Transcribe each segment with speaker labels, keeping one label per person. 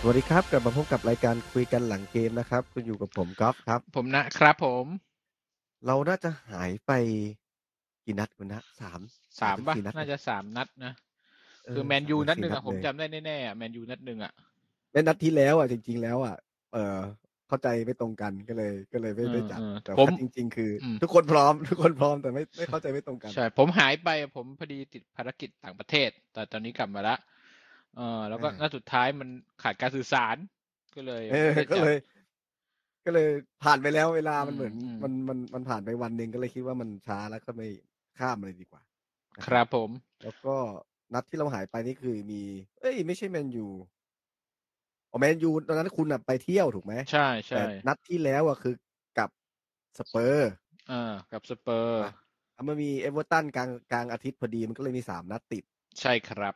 Speaker 1: สวัสดีครับ กลับมาพบกับรายการคุยกันหลังเกมนะครับ คุณอยู่กับผมกอล์ฟครับ
Speaker 2: ผมนะครับผม
Speaker 1: เราน่าจะหายไปกี่นัดคุณนะสาม
Speaker 2: สามป่ะ
Speaker 1: สี่ด
Speaker 2: น่าจะสามนัดนะ
Speaker 1: เ
Speaker 2: คือแมนยู
Speaker 1: สา
Speaker 2: นัด
Speaker 1: สี่
Speaker 2: หนึ่งอะผม
Speaker 1: เลย
Speaker 2: จำได้แน่ๆอะแมนยูนัดหนึ่งอะ
Speaker 1: แม่นัดที่แล้วอ่ะจริง ๆ แล้วอ่ะเออเข้าใจไม่ตรงกันก็เลย ก็เลยไม่ได้จัด
Speaker 2: เออ
Speaker 1: แต่
Speaker 2: ผม
Speaker 1: ว่าจริง ๆ คืออ
Speaker 2: ม
Speaker 1: ทุกคนพร้อม ทุกคนพร้อมแต่ไม่ไม่เข้าใจไม่ตรงกัน
Speaker 2: ใช่ผมหายไปผมพอดีติดภารกิจต่างประเทศ แต่ตอนนี้กลับมาละเออแล้วก็นัดสุดท้ายมันขาดการสื่อสารก็เลย
Speaker 1: เออ
Speaker 2: ไม่ได้
Speaker 1: ก็
Speaker 2: จัด
Speaker 1: เลย ก็เลยผ่านไปแล้วเวลามันเหมือน
Speaker 2: อืมอืม
Speaker 1: มันมันมันผ่านไปวันหนึ่งก็เลยคิดว่ามันช้าแล้วก็ไม่ข้ามเลยดีกว่า
Speaker 2: ครับผม
Speaker 1: แล้วก็นัดที่เราหายไปนี่คือมี เอ้ย ไม่ใช่แมนยูอ๋อแมนยูตอนนั้นคุณอะไปเที่ยวถูกไหม
Speaker 2: ใช่
Speaker 1: แต่
Speaker 2: ใช่
Speaker 1: นัดที่แล้วอะคือกับสเปอร์
Speaker 2: เออกับสเปอร์
Speaker 1: อ่ะ อ่ะมันมีเอเวอร์ตันกลางกลางอาทิตย์พอดีมันก็เลยมีสามนัดติด
Speaker 2: ใช่ครับ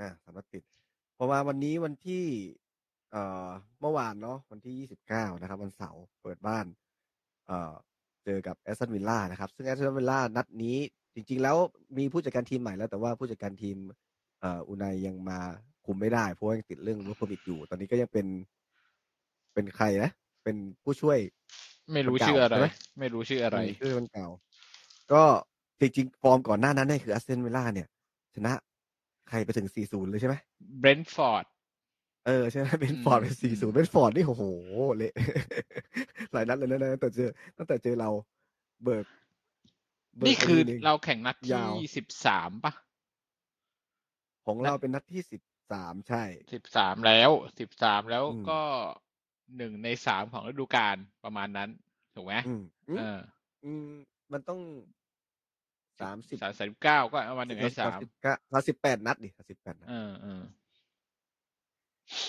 Speaker 1: อ่าสามนัดติดพอมาวันนี้วันที่ เอ่อเมื่อวานเนาะวันที่ยี่สิบเก้านะครับ วันเสาร์เปิดบ้าน เอ่อเจอกับแอสตันวิลล่านะครับ ซึ่งแอสตันวิลล่านัดนี้ จริง ๆ แล้วมีผู้จัดการทีมใหม่แล้วแต่ว่าผู้จัดการทีม เอ่ออุนายยังมาคุมไม่ได้ เพราะว่ายังติดเรื่องรูปบิดอยู่ ตอนนี้ก็ยังเป็น เป็นใครนะ เป็นผู้ช่วย
Speaker 2: ไม่รู้
Speaker 1: มันเก่า
Speaker 2: ชื่ออะไร
Speaker 1: ใช่ไหม
Speaker 2: ไม่รู้ชื่ออะไร
Speaker 1: ผู้ช่วยคนเก่า ก็จริงๆฟอร์มก่อนหน้านั้นเนี่ยคืออาร์เซนวิลล่าเนี่ย ชนะใครไปถึง 4-0 เลยใช่ไหม
Speaker 2: เบรนท์ฟอร์ด
Speaker 1: เออใช่ไหม เบนฟอร์ดไป
Speaker 2: อืม
Speaker 1: 4-0เบนฟอร์ดนี่โอ้โหเละ หลายนัดเลยนะตั้งแต่เจอตั้งแต่เจอเราเบิกเบิก
Speaker 2: นี่คือ
Speaker 1: หง
Speaker 2: เราแข่งนัด
Speaker 1: ยา
Speaker 2: ที่
Speaker 1: ว
Speaker 2: สิบสามป่ะ
Speaker 1: ของเราเป็นนัดที่ 13 ใช่
Speaker 2: สิบสามแล้วสิบสามแล้ว
Speaker 1: อืม
Speaker 2: ก็หนึ่งในสามของฤดูกาลประมาณนั้นถูกไหม
Speaker 1: อืมอืม
Speaker 2: เออ
Speaker 1: อืมมันต้อง 30
Speaker 2: สามสิบเก้าก็ประมาณหนึ่งในสาม
Speaker 1: สิบเก้สามสิบแปดนัดดิสามสิบแปดนัด
Speaker 2: เออเออ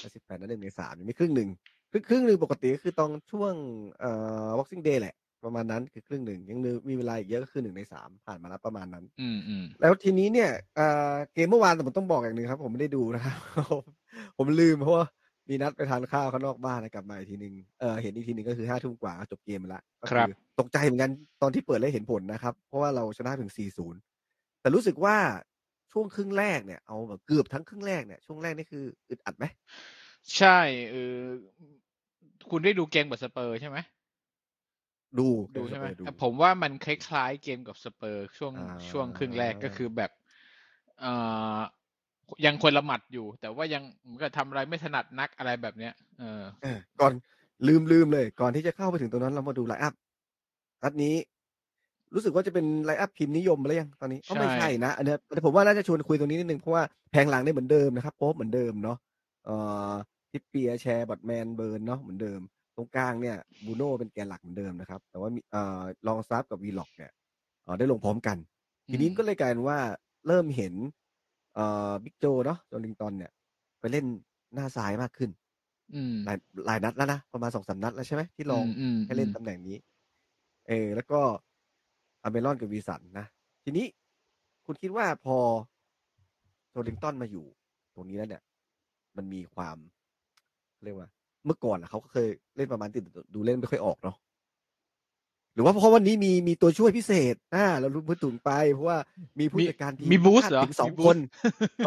Speaker 1: สามสิบแปดนัดหนึ่งในสามยังไม่ครึ่งหนึ่งครึ่งครึ่งหนึ่งปกติก็คือตอนช่วงเอ่อ Boxing Day แหละ ประมาณนั้นคือครึ่งหนึ่งยังเหลือมีเวลาอีกเยอะก็คือหนึ่งในสามผ่านมาแล้วประมาณนั้น
Speaker 2: อืมอืม
Speaker 1: แล้วทีนี้เนี่ยเอ่อเกมเมื่อวานผมต้องบอกอย่างหนึ่งครับ ผมไม่ได้ดูนะครับ ผมลืมเพราะว่ามีนัดไปทานข้าวข้างนอกบ้านนะกลับมาอีกทีหนึ่งเออเห็นอีกทีหนึ่งก็คือห้าทุ่มกว่าก็จบเกมไปละก็อตกใจเหมือนกันตอนที่เปิดแล้วเห็นผลนะครับ เพราะว่าเราชนะถึง 4-0 แต่รู้สึกว่าช่วงครึ่งแรกเนี่ยเอาแบบเกือบทั้งครึ่งแรกเนี่ยช่วงแรกนี่คืออึดอัดไหม
Speaker 2: ใช่เออคุณได้ดูเกมกับสเปอร์ใช่ไหม
Speaker 1: ดู
Speaker 2: ดูใช่ไหม
Speaker 1: เออดู
Speaker 2: แต่ผมว่ามันคล้ายๆเกมกับสเปอร์ช่วง
Speaker 1: อ่า
Speaker 2: ช่วงครึ่งแรกก็คือแบบเอ่อยังคนละหมัดอยู่ แต่ว่ายังเหมันก็ทำอะไรไม่ถนัดนักอะไรแบบเนี้ย เออ
Speaker 1: เออก่อนลืมลืมเลย ก่อนที่จะเข้าไปถึงตรงนั้นเรามาดูไลน์อัพนัดนี้ รู้สึกว่าจะเป็นไลน์อัพพิมพ์นิยมหรือยังตอนนี้ก็ไม่
Speaker 2: ใช่
Speaker 1: ใช่นะอันเนี้ยแต่ผมว่าน่าจะชวนคุยตรงนี้นิดนึงเพราะว่าแพงหลังได้เหมือนเดิมนะครับโป๊บเหมือนเดิมเนาะเอ่อทิปเปียแชร์บัตแมนเบิร์นเนาะเหมือนเดิม ตรงกลางเนี่ยบูโน่เป็นแกนหลักเหมือนเดิมนะครับ แต่ว่ามีเอ่อลองซับกับวีล็อกเนี่ยเอ่อได้ลงพร้อมกัน ทีนี้ก็เลยกลายเป็นว่าเริ่มเห็นเอ่อบิ๊กโจเนาะจอลิงตันเนี่ย ไปเล่นหน้าซ้ายมากขึ้น
Speaker 2: อืม
Speaker 1: หลายหลายนัดแล้วนะประมาณสองสานัดแล้วใช่ไหมที่ลอง
Speaker 2: อืม
Speaker 1: ให้เล่นตำแหน่งนี้ เออ แล้วก็อเมรอนกับวีสันนะ ทีนี้คุณคิดว่าพอโทลิงตันมาอยู่ ตรงนี้แล้วเนี่ย มันมีความเรียกว่า เมื่อก่อนอะเขาก็เคยเล่นประมาณติดดูเล่นไม่ค่อยออกเนาะหรือว่าเพราะวันนี้มีมีตัวช่วยพิเศษนะเรารู้พื้นตุนไป เพราะว่ามีผู้จัดการทีม
Speaker 2: มีบูสเหรอ
Speaker 1: ชาติถึงสอง
Speaker 2: มีบู
Speaker 1: ค
Speaker 2: ส
Speaker 1: น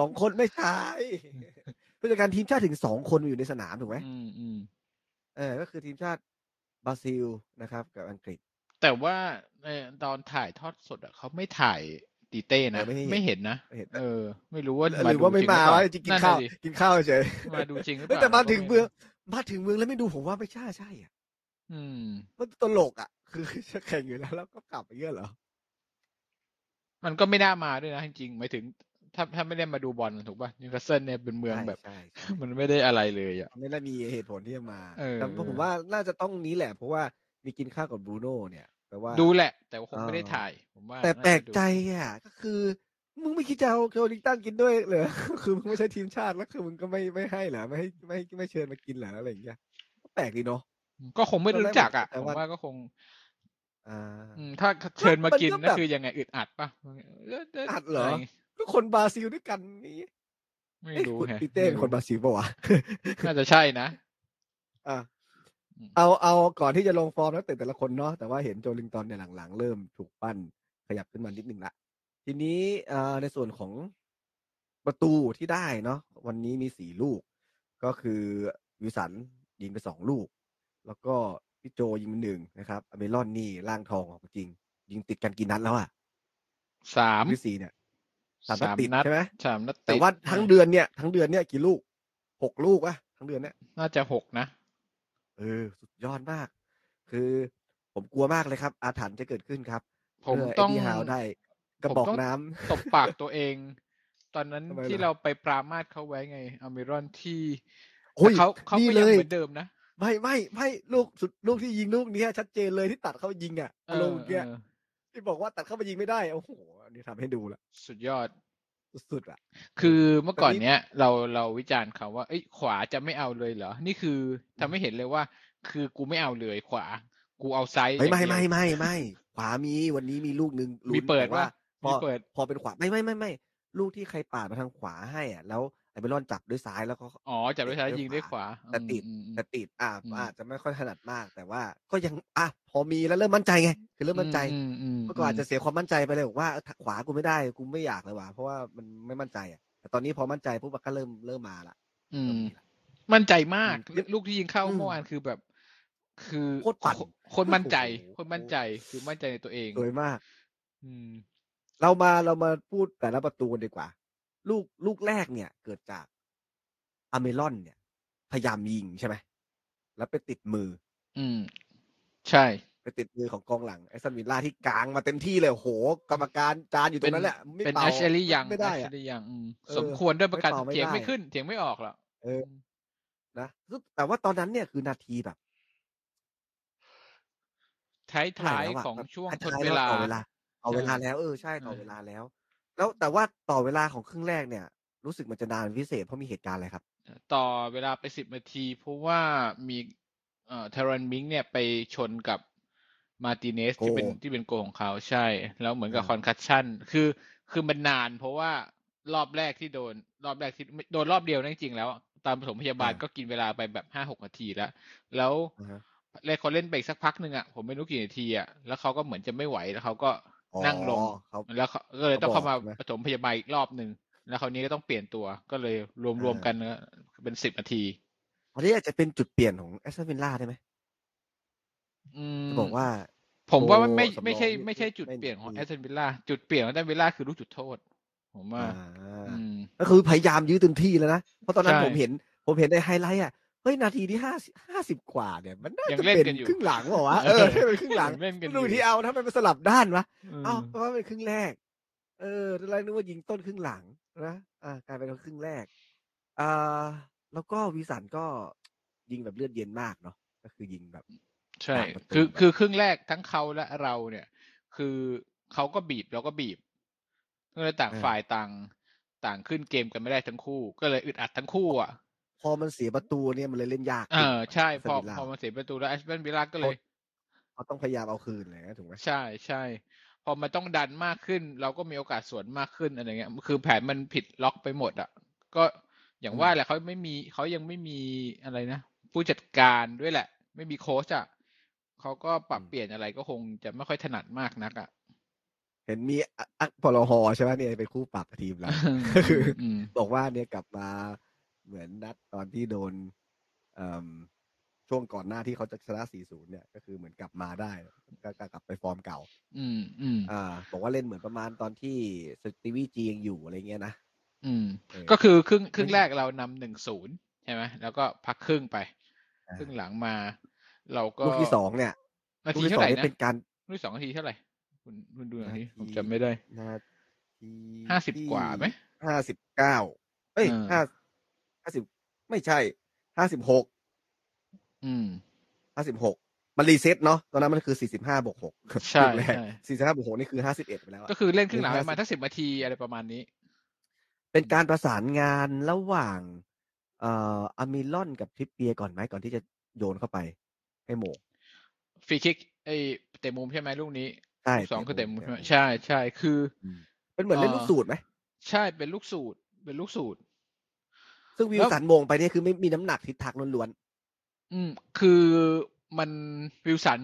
Speaker 1: สองคนไม่ใช่ ผู้จัดการทีมชาติถึงสองคนอยู่ในสนามถูกไหม
Speaker 2: อืมอืม
Speaker 1: เออ ก็คือทีมชาติบราซิลนะครับ กับอังกฤษ
Speaker 2: แต่ว่าเอ่อตอนถ่ายทอดสดอะเขาไม่ถ่ายตีเต้นะ
Speaker 1: เออไม่เห็น
Speaker 2: ไม่เห็นนะ
Speaker 1: ไม่เห็น
Speaker 2: เออ ไม่รู้ว่า
Speaker 1: หรือว่าไม่มา
Speaker 2: ดู
Speaker 1: วะ
Speaker 2: จ
Speaker 1: จ
Speaker 2: ริ
Speaker 1: ริ
Speaker 2: ง
Speaker 1: ง
Speaker 2: ห
Speaker 1: กิ
Speaker 2: รื
Speaker 1: น
Speaker 2: อ
Speaker 1: ข้า
Speaker 2: เปล่าว
Speaker 1: กินข้าวเฉย
Speaker 2: นั่นน่ะดิมาดูจริงหรือเป
Speaker 1: เฮ้ย
Speaker 2: ล่า
Speaker 1: แต่มาถึง
Speaker 2: ก็ไ
Speaker 1: เมืองมาถึงเมืองแล้วไม่ดูผมว่าไม่ใช่ใช่อ่ะ
Speaker 2: อืม
Speaker 1: มันตลกอ่ะ คือจะแข่งอยู่แล้วแล้วก็กลับไปเงี้ยเหรอ
Speaker 2: มันก็ไม่น่ามาด้วยนะจริงๆหมายถึง ถ้าถ้าไม่ได้มาดูบอลถูกป่ะนิวคาสเซิลเนี่ยเป็นเมือง
Speaker 1: ใช่
Speaker 2: แบบ
Speaker 1: ใช่ ใช่
Speaker 2: มันไม่ได้อะไรเลยอ่ะ
Speaker 1: ไม่ได้มีเหตุผลที่จะมา
Speaker 2: เออ
Speaker 1: แต่ผมว่าน่าจะต้องนี้แหละ เพราะว่ามีกินข้าวกับบรูโน่เนี่ยแปลว่า
Speaker 2: ดูแหละ แต่ว่าคง
Speaker 1: เออ
Speaker 2: ไม่ได้ถ่าย ผมว่า
Speaker 1: แต่
Speaker 2: น่าะ
Speaker 1: แปลก
Speaker 2: ดู
Speaker 1: ใจอ่ะ ก็คือ มึงไม่คิดจะเอาโคลิงตันกินด้วยเหรอ คือมึงไม่ใช่ทีมชาติแล้วคือมึงก็ไม่ไม่ให้เหรอไม่ให้ไม่ให้ไม่เชิญมากินเหรออะไรอย่างเงี้ยก็แปลกดีเนาะ
Speaker 2: ก็คงไม่รู้จักอ่ะ
Speaker 1: แต่
Speaker 2: ผม
Speaker 1: ว่า
Speaker 2: ว่าก็คง
Speaker 1: อ่า
Speaker 2: อืมถ้าเชิญมากิน
Speaker 1: มันก็
Speaker 2: นั่น
Speaker 1: แบบ
Speaker 2: คือยังไงอึดอัดป่ะ
Speaker 1: อัดเหรอ
Speaker 2: ะไ
Speaker 1: ก็คนบราซิลด้วยกันนี่
Speaker 2: ไม่
Speaker 1: เอ๊ะ
Speaker 2: รู้
Speaker 1: คุณ
Speaker 2: ฮะ
Speaker 1: ปีเต้เป็นคนบราซิลปะวะ
Speaker 2: น่าจะใช่นะ
Speaker 1: อ่ะเอาเอาก่อนที่จะลงฟอร์มนักเตะแต่ละคนเนาะแต่ว่าเห็นโจลิงตันเนี่ยหลังๆ เริ่มถูกปั้นขยับขึ้นมานิดหนึ่งละ ทีนี้เอ่อในส่วนของประตูที่ได้เนาะวันนี้มีสี่ลูก ก็คือวิลสันยิงไปสองลูก แล้วก็พี่โจยิงไปหนึ่งนะครับอเมรอนนี่ร่างทองของจริง ยิงติดกันกี่นัดแล้วอ่ะ
Speaker 2: สาม
Speaker 1: วิซีเนี่ยสามนัดติดใช่ไหม
Speaker 2: สามนัดติด
Speaker 1: แต่ว่าทั้งเดือนเนี่ยทั้งเดือนเนี่ยกี่ลูกหกลูกอะทั้งเดือนเนี่ย
Speaker 2: น่าจะหกนะ
Speaker 1: เออ สุดยอดมาก คือผมกลัวมากเลยครับ อาถรรพ์จะเกิดขึ้นครับ
Speaker 2: ผม
Speaker 1: เพื่อ
Speaker 2: ต้อง
Speaker 1: เดดี้ฮาวได้ กระบอก
Speaker 2: ผมต้ง
Speaker 1: น้ำ
Speaker 2: ตบปากตัวเอง ตอนนั้น
Speaker 1: ทำไม
Speaker 2: ที่
Speaker 1: ล่ะ
Speaker 2: เราไปปรามาสเขาไว้ไงอเมรอนที่
Speaker 1: โอ้ย
Speaker 2: แต่เขาเขา
Speaker 1: นี่
Speaker 2: ก็
Speaker 1: เล
Speaker 2: ยัง
Speaker 1: ย
Speaker 2: เหมือนเดิมนะ
Speaker 1: ไม่ไม่ไม่ลูกสุดลูกที่ยิงลูกเนี้ยชัดเจนเลยที่ตัดเข้าไปยิงอ่ะ
Speaker 2: เอ
Speaker 1: อารม
Speaker 2: อ
Speaker 1: ณ์เนี้ย
Speaker 2: เออ
Speaker 1: ที่บอกว่าตัดเข้าไปยิงไม่ได้โอ้โหอันนี้ทำให้ดูละ
Speaker 2: สุดยอด
Speaker 1: สุดๆอ่ะ
Speaker 2: คือเมื่อก่อน
Speaker 1: แต่นี่
Speaker 2: เนี้ยเราเราวิจารณ์เขาว่า เอ้ยขวาจะไม่เอาเลยเหรอ นี่คือทำให้เห็นเลยว่า คือกูไม่เอาเลยขวา กูเอาไซส์
Speaker 1: ไม่
Speaker 2: อย่าง
Speaker 1: ไม่
Speaker 2: เดียว
Speaker 1: ไม่ไม่ไม่ขวามีวันนี้มีลูกหนึ่งลุ้น
Speaker 2: มีเปิด
Speaker 1: แต่ว่าพอ
Speaker 2: ปะมีเปิด
Speaker 1: พอเป็นขวาไม่ไม่ไม่ไม่ลูกที่ใครปาดมาทางขวาให้อ่ะแล้วไอ้เบลอนจับด้วยซ้ายแล้วก็
Speaker 2: อ๋อจับด้วยซ้ายยิงด้วยขวา
Speaker 1: แต่ติด
Speaker 2: อืมอืม
Speaker 1: แต่ติดอ่ะ
Speaker 2: อืม
Speaker 1: อาจจะไม่ค่อยถนัดมาก แต่ว่าก็ยังอ่ะพอมีแล้วเริ่มมั่นใจไงคือเริ่มมั่นใจ
Speaker 2: อือืม
Speaker 1: เมื่อก่อนอาจจะเสียความมั่นใจไปเลยบอกว่าเออขวากูไม่ได้กูไม่อยากเลยว่ะเพราะว่ามันไม่มั่นใจอ่ะแต่ตอนนี้พอมั่นใจปุ๊บมันก็เริ่มเริ่มมาละ
Speaker 2: อื
Speaker 1: เริ่ม
Speaker 2: ม
Speaker 1: มีละ
Speaker 2: มั่นใจมาก
Speaker 1: อืม
Speaker 2: ลูกที่ยิงเข้า
Speaker 1: อืม
Speaker 2: เมื่อวานคือแบบ คือ
Speaker 1: โคตรปั่น
Speaker 2: โคคนมั่นใจ
Speaker 1: โอ้โห
Speaker 2: คนมั่นใจคือมั่นใจในตัวเอง
Speaker 1: สวยมาก
Speaker 2: อืม
Speaker 1: เรามาเรามาพูดแต่ละประตูกันดีกว่า ลูกลูกแรกเนี่ย เกิดจากอเมรอนเนี่ย พยายามยิงใช่ไหมแล้วไปติดมือ
Speaker 2: อืม ใช่
Speaker 1: ไปติดมือของกองหลังไอซันวิลล่าที่กลางมาเต็มที่เลยโอ้โห กรรมการจานอยู่ตรงนั้นแหละไม่
Speaker 2: เป็น
Speaker 1: เป่า
Speaker 2: แอชเชอรี่ยัง
Speaker 1: ไม่
Speaker 2: แอ
Speaker 1: ได้
Speaker 2: ชเช
Speaker 1: อะ
Speaker 2: อรี่ยังอืม
Speaker 1: เออ
Speaker 2: สมควรด้วยประกัน
Speaker 1: ไม่เป่าไม่
Speaker 2: เถียงไม่
Speaker 1: ได้
Speaker 2: ขึ้นเถียงไม่ออกหรอก
Speaker 1: เออนะแต่ว่าตอนนั้นเนี่ยคือนาทีแบบ
Speaker 2: ท้าย
Speaker 1: เท่ไห
Speaker 2: ท้า
Speaker 1: ร่
Speaker 2: ย
Speaker 1: แล้วะ
Speaker 2: ของ
Speaker 1: แบบ
Speaker 2: ช่วงทน
Speaker 1: ท้ยๆ
Speaker 2: เวลา
Speaker 1: ต่อเวลาต่อเวลา
Speaker 2: ใช่
Speaker 1: แล้วเออใช่ต่อ
Speaker 2: เออ
Speaker 1: เวลาแล้ว แล้วแต่ว่าต่อเวลาของครึ่งแรกเนี่ย รู้สึกมันจะนานเป็นพิเศษเพราะมีเหตุการณ์อะไรครับ
Speaker 2: ต่อเวลาไปสิบนาที เพราะว่ามีเอ่อเทรนมิงเนี่ยไปชนกับมาติเนสที่เป็น
Speaker 1: โกล
Speaker 2: ที่เป็นโกลของเขาใช่ แล้วเหมือนกับ
Speaker 1: อ่า
Speaker 2: คอนคัชชั่นคือคือมันนาน เพราะว่ารอบแรกที่โดน รอบแรกที่ไม่โดนรอบเดียวนะจริงๆแล้ว ตามผสมพยาบาลก็กินเวลาไปแบบห้าหกนาทีแล้ว แล้ว
Speaker 1: อ่าฮะ
Speaker 2: เลคอนเล่นไปอีกสักพักหนึ่งอ่ะผมไม่รู้กี่นาทีอ่ะแล้วเขาก็เหมือนจะไม่ไหวแล้วเขาก็
Speaker 1: อ๋อ
Speaker 2: นั่งลง
Speaker 1: เขา
Speaker 2: แล้วเขาก็เลยต้องเข้ามา
Speaker 1: เขาบอกใช่ไหม
Speaker 2: ปฐมพยาบาลอีกรอบหนึ่ง แล้วคราวนี้ก็ต้องเปลี่ยนตัว ก็เลยรวม
Speaker 1: อ่า
Speaker 2: ๆกันก็เป็นสิบนาที
Speaker 1: อันนี้อาจจะเป็นจุดเปลี่ยนของแอสตันวิลล่าได้ไหม
Speaker 2: อืม
Speaker 1: จะบอกว่า
Speaker 2: ผมว่ามัน
Speaker 1: โอ้
Speaker 2: ไม่
Speaker 1: สำรอง
Speaker 2: ไม่ใช่
Speaker 1: นี่
Speaker 2: ไม่ใช่
Speaker 1: ไม่
Speaker 2: จุด
Speaker 1: ไม่
Speaker 2: เปลี่ยนของ
Speaker 1: ดี
Speaker 2: แอสตันวิลล่าจุดเปลี่ยนของแอสตันวิลล่าคือลูกจุดโทษ ผมว่า
Speaker 1: อ่า
Speaker 2: อืม
Speaker 1: ก็คือพยายามยื้อเต็มที่แล้วนะ เพราะตอนนั้น
Speaker 2: ใช่
Speaker 1: ผมเห็น ผมเห็นในไฮไลท์อ่ะ เฮ้ย นาทีที่ห้าห้าสิบกว่าเนี่ย มันน่า
Speaker 2: ยัง
Speaker 1: จะ
Speaker 2: เล่น
Speaker 1: เป็น
Speaker 2: กันอยู่
Speaker 1: ครึ่งหลังเปล่าวะ เออ ให้เป็นครึ่งหลัง
Speaker 2: ยังเล่นกันอยู่
Speaker 1: ดูที่เอาทำไมมันสลับด้านวะ
Speaker 2: ม
Speaker 1: เอ้าเพราะว่าเป็นครึ่งแรก เออตอนแรกนึกว่ายิงต้นครึ่งหลังนะ อ่ากลายเป็นครึ่งแรก อ่า แล้วก็วีสันก็ยิงแบบเลือดเย็นมากเนาะ ก็คือยิงแบบ
Speaker 2: ใช่
Speaker 1: ต่างประตู
Speaker 2: คือ
Speaker 1: แบบ
Speaker 2: คือครึ่งแรกทั้งเขาและเราเนี่ย คือเขาก็บีบเราก็บีบก็เลยต่างฝ่ายต่างต่างขึ้นเกมกันไม่ได้ทั้งคู่ ก็เลยอึดอัดทั้งคู่อ่ะ
Speaker 1: พอมันเสียประตูเนี่ยมันเลยเล่นยาก
Speaker 2: เออใช่ พอ
Speaker 1: สวิลล่า
Speaker 2: พอมาเสียประตูแล้วแอสตันวิลล่าก็เลย
Speaker 1: เขาต้องพยายามเอาคืนเลยนะถูกไหม
Speaker 2: ใช่ใช่ พอมันต้องดันมากขึ้น เราก็มีโอกาสสวนมากขึ้นอะไรเงี้ย คือแผนมันผิดล็อกไปหมดอ่ะ ก็อย่างว่าแหละเขาไม่มีเขายังไม่มีอะไรนะ ผู้จัดการด้วยแหละ ไม่มีโค้ชอ่ะเขาก็ปรับเปลี่ยนอะไรก็คงจะไม่ค่อยถนัดมากนัก อ่ะ
Speaker 1: เห็นมีอัอักพลฮอใช่ไหมเนี่ยเป็นคู่ปรับทีมเรา
Speaker 2: อืม
Speaker 1: บอกว่าเนี่ยกลับมาเหมือนนัดตอนที่โดนเอิ่มช่วงก่อนหน้าที่เขาจะชนะ 4-0 เนี่ย ก็คือเหมือนกลับมาได้ก็ก็กลับไปฟอร์มเก่า
Speaker 2: อืมอืม
Speaker 1: อ่า บอกว่าเล่นเหมือนประมาณตอนที่สตีวีจียังอยู่อะไรเงี้ยนะ
Speaker 2: อืม
Speaker 1: เออ
Speaker 2: ก็คือครึ่งครึ่งแรกเรานำหนึ่งศูนย์ใช่ไหมแล้วก็พักครึ่งไป
Speaker 1: อ่า
Speaker 2: ครึ่งหลังมา เราก็
Speaker 1: ลูกที่สองเนี่ย
Speaker 2: นา
Speaker 1: ลูก
Speaker 2: ที
Speaker 1: ที่
Speaker 2: เท่า
Speaker 1: สอง
Speaker 2: ไหร่
Speaker 1: เนี่ย
Speaker 2: นะ
Speaker 1: เป็นการ
Speaker 2: รุ่นสองนาทีเท่าไหร่ คุณคุณดูหน่อย
Speaker 1: นาที
Speaker 2: ทีผมจำไม่ได้
Speaker 1: นาที
Speaker 2: ห้าสิบกว่าไหม
Speaker 1: ห้าสิบเก้าเอ้ย
Speaker 2: เออ
Speaker 1: ห้าห้าสิบไม่ใช่ห้าสิบหก
Speaker 2: อืม
Speaker 1: ห้าสิบหกมันรีเซ็ตเนาะตอนนั้นมันคือสี่สิบห้าบวกหก
Speaker 2: ใช่
Speaker 1: แรก
Speaker 2: ใช่
Speaker 1: สี่สิบห้าบวกหกนี่คือห้าสิบเอ็ดไปแล้วอะ
Speaker 2: ก็คือเล่นครึ่งหลัง
Speaker 1: หนึ่ง
Speaker 2: ประมาณ
Speaker 1: ห้าสิบ
Speaker 2: ทักสิบนาทีอะไรประมาณนี้
Speaker 1: เป็นการประสานงานระหว่าง เอ่ออามิลอนกับทริปเปียร์ก่อนไหมก่อนที่จะโยนเข้าไป ให้โหมง
Speaker 2: ฟรีคิกไอเตะมุมใช่ไหมลูกนี้
Speaker 1: ใช่
Speaker 2: ลูกสองคือเตะมุม
Speaker 1: เตะ
Speaker 2: ใช่ไหม
Speaker 1: มุม
Speaker 2: ใช่ใช่คือ
Speaker 1: เป็นเหมือนเล่น
Speaker 2: เอ่อ
Speaker 1: ลูกสูตรไหม
Speaker 2: ใช่เป็นลูกสูตร เป็นลูกสูตร
Speaker 1: ซึ่งวิวสันโมงไปเนี่ยคือไม่มีน้ำหนักทิศทางล้วน
Speaker 2: อืม คือมันวิลสัน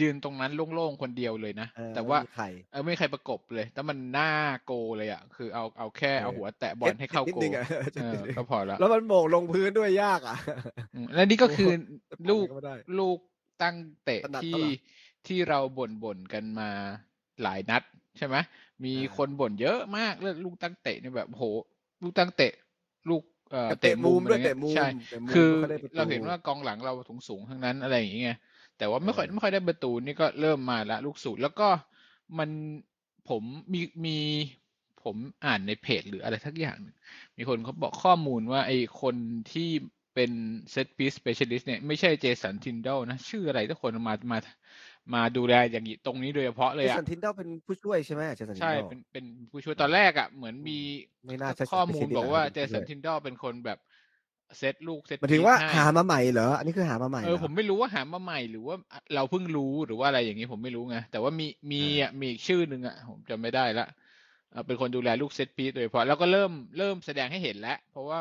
Speaker 2: ยืนตรงนั้นโล่งๆคนเดียวเลยนะ
Speaker 1: เออ
Speaker 2: แต่ว่า
Speaker 1: ไม่มีใคร
Speaker 2: เออไม่มีใครประกบเลยแต่มันหน้าโกเลยอ่ะ คือเอาเอาแค่
Speaker 1: เออ
Speaker 2: เอาหัวแตะบอลให้เข้า
Speaker 1: นิด
Speaker 2: โก
Speaker 1: นึงอะ
Speaker 2: เออก็พอละ
Speaker 1: แล้วมันโบกลงพื้นด้วยยากอ่ะ
Speaker 2: อืมและนี่ก็คือลู ก
Speaker 1: โบไม่ได้
Speaker 2: ลูกตั้งเตะ
Speaker 1: ถนัด
Speaker 2: ที่
Speaker 1: เท่าไหร่
Speaker 2: ที่เราบ่นบ่นๆกันมาหลายนัด ใช่ไหมมี
Speaker 1: อ่า
Speaker 2: คนบ่นเยอะมากเรื่องลูกตั้งเตะเนี่ยแบบโห ลูกตั้งเตะ ลูกเอ่อ
Speaker 1: แต่เตะมุม
Speaker 2: อะไร
Speaker 1: ด้วยเตะมุม
Speaker 2: ใช่
Speaker 1: เตะมุม
Speaker 2: คือ
Speaker 1: ไม่ค่อยได้ประตู
Speaker 2: เราเห็นว่ากองหลังเราสูงสูงๆทั้งนั้นอะไรอย่างเงี้ยแต่ว่าไม่ค่อยไม่ค่อยได้ประตูนี่ก็เริ่มมาละลูกสูตรแล้วก็มันผมมีมีผมอ่านในเพจหรืออะไรทักอย่างหนึ่ง มีคนเขาบอกข้อมูลว่าไอคนที่เป็นเซตพีสเปเชียลิสต์เนี่ยไม่ใช่เจสันทินเดลนะ ชื่ออะไรทุกคนมามามาดูแลอย่างนี้ตรงนี้โดยเฉพาะเลย
Speaker 1: เจ
Speaker 2: อะ
Speaker 1: สันทินเดลเป็นผู้ช่วยใช่ไหมเจสันทิน
Speaker 2: ใช่
Speaker 1: เดล
Speaker 2: เป็นเป็นผู้ช่วยตอนแรกอะเหมือนมี
Speaker 1: ไม่น่าใช่
Speaker 2: ข้อมูล
Speaker 1: specialist
Speaker 2: บอกว่า
Speaker 1: หรอก
Speaker 2: เจ
Speaker 1: เป็นผู้ช่
Speaker 2: สั
Speaker 1: วย
Speaker 2: นทินเดลเป็นคนแบบเซตลูกเซต
Speaker 1: หมายถึงว่า
Speaker 2: ให้
Speaker 1: หามาใหม่เหรอ อันนี้คือหามาใหม่หร
Speaker 2: เออผมไม่รู้ว่าหามาใหม่หรือว่าเราเพิ่งรู้หรือว่าอะไรอย่างนี้ผมไม่รู้ไงแต่ว่ามีมีอะมีอีกชื่อหนึ่งอะผมจำไม่ได้ละเอ่อเป็นคนดูแลลูกเซตพีซโดยเฉพาะแล้วก็เริ่มเริ่มแสดงให้เห็นแล้ว เพราะว่า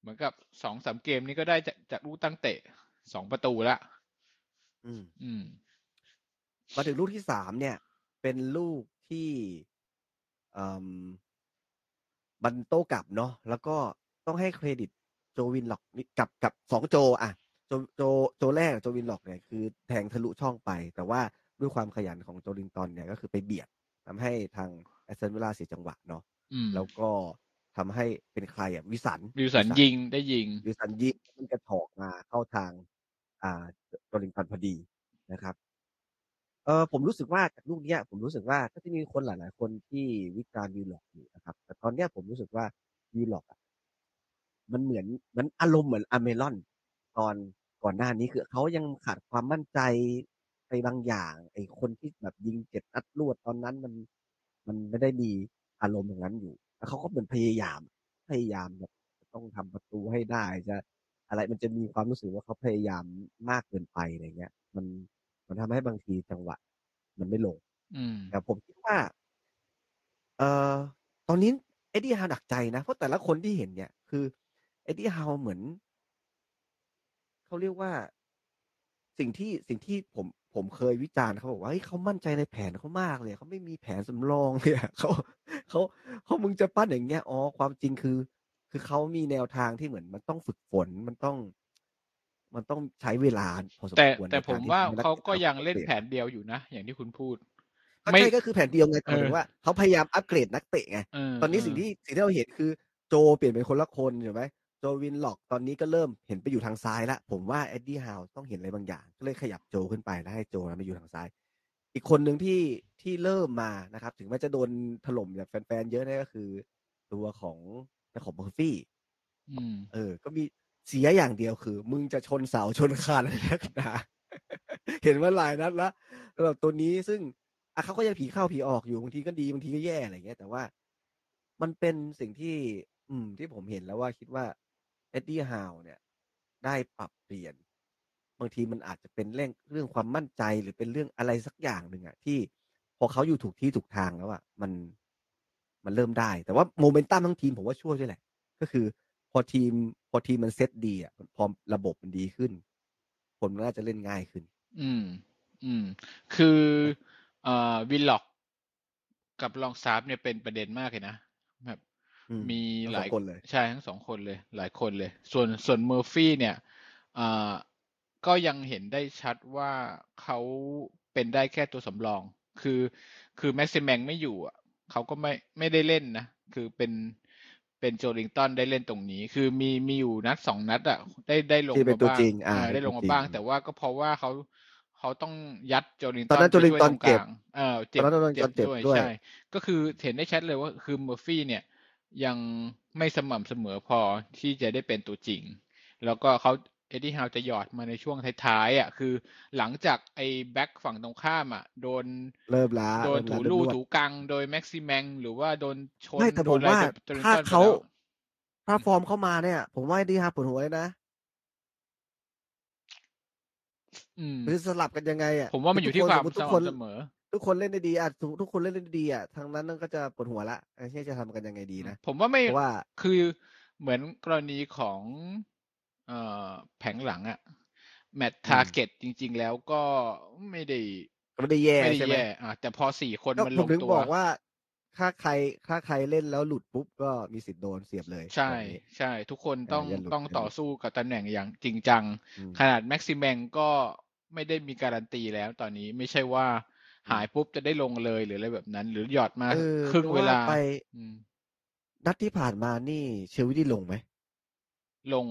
Speaker 2: เหมือนกับสองสามเกมนี้ก็ได้จากจากลูกตั้งเตะสองประตูละ
Speaker 1: อืม
Speaker 2: อืม
Speaker 1: มาถึงลูกที่สามเนี่ย เป็นลูกที่อืมบันโต้กลับเนาะแล้วก็ต้องให้เครดิตโจวินหลอกนี่กับกับสองโจอะโจโจโจแรกกับโจวินหลอกเนี่ยคือแทงทะลุช่องไป แต่ว่าด้วยความขยันของโจลิงตันเนี่ยก็คือไปเบียดทำให้ทางแอสเซนเวลาเสียจังหวะเนาะ
Speaker 2: อืม
Speaker 1: แล้วก็ทำให้เป็นใครอ่ะวิสัน
Speaker 2: วิวสันยิงได้ยิง
Speaker 1: ยูซันยิมันกระถอกมาเข้าทาง อ่าโรลิงตันพอดีนะครับ เออผมรู้สึกว่าจากลูกเนี้ย ผมรู้สึกว่าก็จะมีคนหลาย ๆ คนที่วิจารณ์วิลล็อกอยู่นะครับ แต่ตอนเนี้ยผมรู้สึกว่าวิลล็อกอะมันเหมือนมันอารมณ์เหมือนอเมรอน ตอนก่อนหน้านี้คือเขายังขาดความมั่นใจไปบางอย่าง ไอ้คนที่แบบยิงเจ็ดนัดรวดตอนนั้นมัน มันไม่ได้มีอารมณ์อย่างนั้นอยู่แล้วเขาก็เหมือนพยายาม พยายามแบบต้องทำประตูให้ได้จะอะไรมันจะมีความรู้สึกว่าเขาพยายามมากเกินไปอะไรเงี้ย มันมันทำให้บางทีจังหวะ มันไม่ลง
Speaker 2: อืม
Speaker 1: แต่ผมคิดว่า เอ่อ ตอนนี้เอ็ดดี้ฮาวหนักใจนะ เพราะแต่ละคนที่เห็นเนี่ยคือเอ็ดดี้ฮาวเหมือน เขาเรียกว่า สิ่งที่สิ่งที่ผมผมเคยวิจารณ์เขาบอกว่าเฮ้ยเขามั่นใจในแผนเขามากเลยเขาไม่มีแผนสำรองเลยอะ เขาเขาเขามึงจะปั้นอย่างเงี้ยอ๋อความจริงคือ คือเขามีแนวทางที่เหมือนมันต้องฝึกฝนมันต้อง มันต้องใช้เวลาพอสม
Speaker 2: แต่
Speaker 1: ควรใน
Speaker 2: แต่
Speaker 1: กร
Speaker 2: ผม
Speaker 1: ที่
Speaker 2: ว่า
Speaker 1: ทำให้นั
Speaker 2: เขาก็
Speaker 1: ตะ
Speaker 2: ยังเล่น
Speaker 1: ปลี่
Speaker 2: แผนเดียวอยู่นะ อย่างที่คุณพูด
Speaker 1: ก็
Speaker 2: ไม่
Speaker 1: ใช่ก็คือแผนเดียวไงแต่หมายถึ
Speaker 2: เออ
Speaker 1: งว่าเขาพยายามอัปเกรดนักเตะไง
Speaker 2: เ
Speaker 1: ตอนนี้สิ่งที่สิ่งที่เราเห็นคือโจเปลี่ยนเป็นคนละคนเห็นไหมโจวินหลอกตอนนี้ก็เริ่มเห็นไปอยู่ทางซ้ายละผมว่าเอ็ดดี้ฮาวต้องเห็นอะไรบางอย่าง ก็เลยขยับโจขึ้นไปแล้วให้โจนั้นไปอยู่ทางซ้าย อีกคนหนึ่งที่ที่เริ่มมานะครับ ถึงแม้จะโดนถล่มจากแฟนๆเยอะเนี่ยก็คือ ตัวของเจ้าของเบอร์ฟี่
Speaker 2: อืม
Speaker 1: เออ ก็มีเสียอย่างเดียวคือ มึงจะชนเสาชนคานอะไร นักหนา เห็นว่าหลายนัดละสำหรับตัวนี้ซึ่งอ่ะเขาก็ยังผีเข้าผีออกอยู่บางทีก็ดีบางทีก็แย่อะไรเงี้ย แต่ว่ามันเป็นสิ่งที่ อืม ที่ผมเห็นแล้วว่าคิดว่าเอ็ดดี้ฮาวเนี่ย ได้ปรับเปลี่ยน บางทีมันอาจจะเป็นเรื่องเรื่องความมั่นใจหรือเป็นเรื่องอะไรสักอย่างหนึ่งอะที่พอเขาอยู่ถูกที่ถูกทางแล้วอะมันมันเริ่มได้ แต่ว่าโมเมนตัมทั้งทีมผมว่าช่วยด้วยแหละ ก็คือ พอทีมพอทีมมันเซตดีอ่ะพอระบบมันดีขึ้น คนมันน่าจะเล่นง่ายขึ้น
Speaker 2: อืม อืม คือเอ่อวิลล็อกกับลองซาร์ฟเนี่ยเป็นประเด็นมากเลยนะแบบ
Speaker 1: อืม
Speaker 2: มี
Speaker 1: ทั้งส
Speaker 2: ห
Speaker 1: อ
Speaker 2: ลา
Speaker 1: ย งคนเลย
Speaker 2: ใช่ทั้งสองคนเลย หลายคนเลย ส่วนส่วนเมอร์ฟี่เนี่ยเอ่อก็ยังเห็นได้ชัดว่าเขาเป็นได้แค่ตัวสำรอง คือคือแม็กซิแมงไม่อยู่อ่ะเขาก็ไม่ไม่ได้เล่นนะ คือเป็นเป็นโจลิงตันได้เล่นตรงนี้ คือมีมีอยู่นัดสองนัดอ่ะได้ได้ลง
Speaker 1: ที่เป็
Speaker 2: มาน
Speaker 1: ตัว
Speaker 2: บ้าง
Speaker 1: จริงอ่า
Speaker 2: เออได้ลง
Speaker 1: เป็นตัวจ
Speaker 2: มา
Speaker 1: ริง
Speaker 2: บ้าง แต่ว่าก็เพราะว่าเขาเขาต้องยัดโจลิง
Speaker 1: ตอ
Speaker 2: ตั
Speaker 1: น
Speaker 2: น
Speaker 1: นั้นโจลิงตัน
Speaker 2: ไปช่วยตรกลา
Speaker 1: เจ็บ
Speaker 2: เออเจ็บ
Speaker 1: ตอนนั้นโจลิงตันเจ็บด้วย
Speaker 2: ใช่ ก็คือเห็นได้ชัดเลยว่าคือเมอร์ฟี่เนี่ย ยังไม่สม่ำเสมอพอที่จะได้เป็นตัวจริง แล้วก็เขาเอ็ดดี้ฮาวจะหยอดมาในช่วงท้ายๆอ่ะคือหลังจากไอ้แบ็กฝั่งตรงข้ามอ่ะโดน
Speaker 1: เริ่มล้า
Speaker 2: โดน
Speaker 1: เริ่ม
Speaker 2: ถู
Speaker 1: ล้า
Speaker 2: ลู่
Speaker 1: เริ่มนวด
Speaker 2: ถูกังโดยแม็กซิแมงหรือว่าโดนชน
Speaker 1: ไม่แต่
Speaker 2: โด
Speaker 1: ผ
Speaker 2: น
Speaker 1: ม
Speaker 2: อะไร
Speaker 1: ว่า
Speaker 2: โดนโดน
Speaker 1: ถ้า
Speaker 2: ต้นไป
Speaker 1: เขา
Speaker 2: แล้ว
Speaker 1: ถ้าฟอร์มเข้ามาเนี่ย ผมว่าดีฮาปวดหัวเลยนะ
Speaker 2: อืม
Speaker 1: คือสลับกันยังไงอ่ะ
Speaker 2: ผมว่ามันอยู่ที่ความ
Speaker 1: ทุ
Speaker 2: ส
Speaker 1: กคนส
Speaker 2: ม่ำเส
Speaker 1: ม
Speaker 2: ม
Speaker 1: มุติ
Speaker 2: อ
Speaker 1: ทุกคนทุกคนเล่นได้ดีอ่ะทุกทุกคนเล่นได้ดีอ่ะทางนั้นก็จะปวดหัวละไอ้ที่จะทำกันยังไงดีนะ
Speaker 2: ผมว่าไม่
Speaker 1: เพราะว่า
Speaker 2: คือเหมือนกรณีของ เอ่อแผงหลังอะ แมตทาร์เก็ตจริง ๆ แล้วก็ไม่ได้
Speaker 1: ก็ไม่ได้แย่
Speaker 2: ไม่ได้
Speaker 1: ใช่ไหม
Speaker 2: แย่อ่ะแต่พอสี่คน
Speaker 1: ก็
Speaker 2: มัน
Speaker 1: ผ
Speaker 2: ล
Speaker 1: ม
Speaker 2: ง
Speaker 1: ถึง
Speaker 2: ตัว
Speaker 1: บอกว่าถ้าใครถ้าใครเล่นแล้วหลุดปุ๊บก็มีสิทธิ์โดนเสียบเลย
Speaker 2: ใช่
Speaker 1: แบบนี้
Speaker 2: ใช่ทุกคนต้อง
Speaker 1: อย่าหลุด
Speaker 2: ต้อง
Speaker 1: อย่าหลุด
Speaker 2: ต่อสู้กับตำแหน่งอย่างจริงจัง
Speaker 1: อืม
Speaker 2: ขนาดแม็กซิแมงก็ไม่ได้มีการันตีแล้วตอนนี้ไม่ใช่ว่าหายปุ๊บจะได้ลงเลยหรืออะไรแบบนั้น หรือหยอดมา
Speaker 1: เออ
Speaker 2: ครึ่งเวลา
Speaker 1: จะว่าไป
Speaker 2: อืม
Speaker 1: นัดที่ผ่านมานี่เชลวิที่ลงไหม
Speaker 2: ลง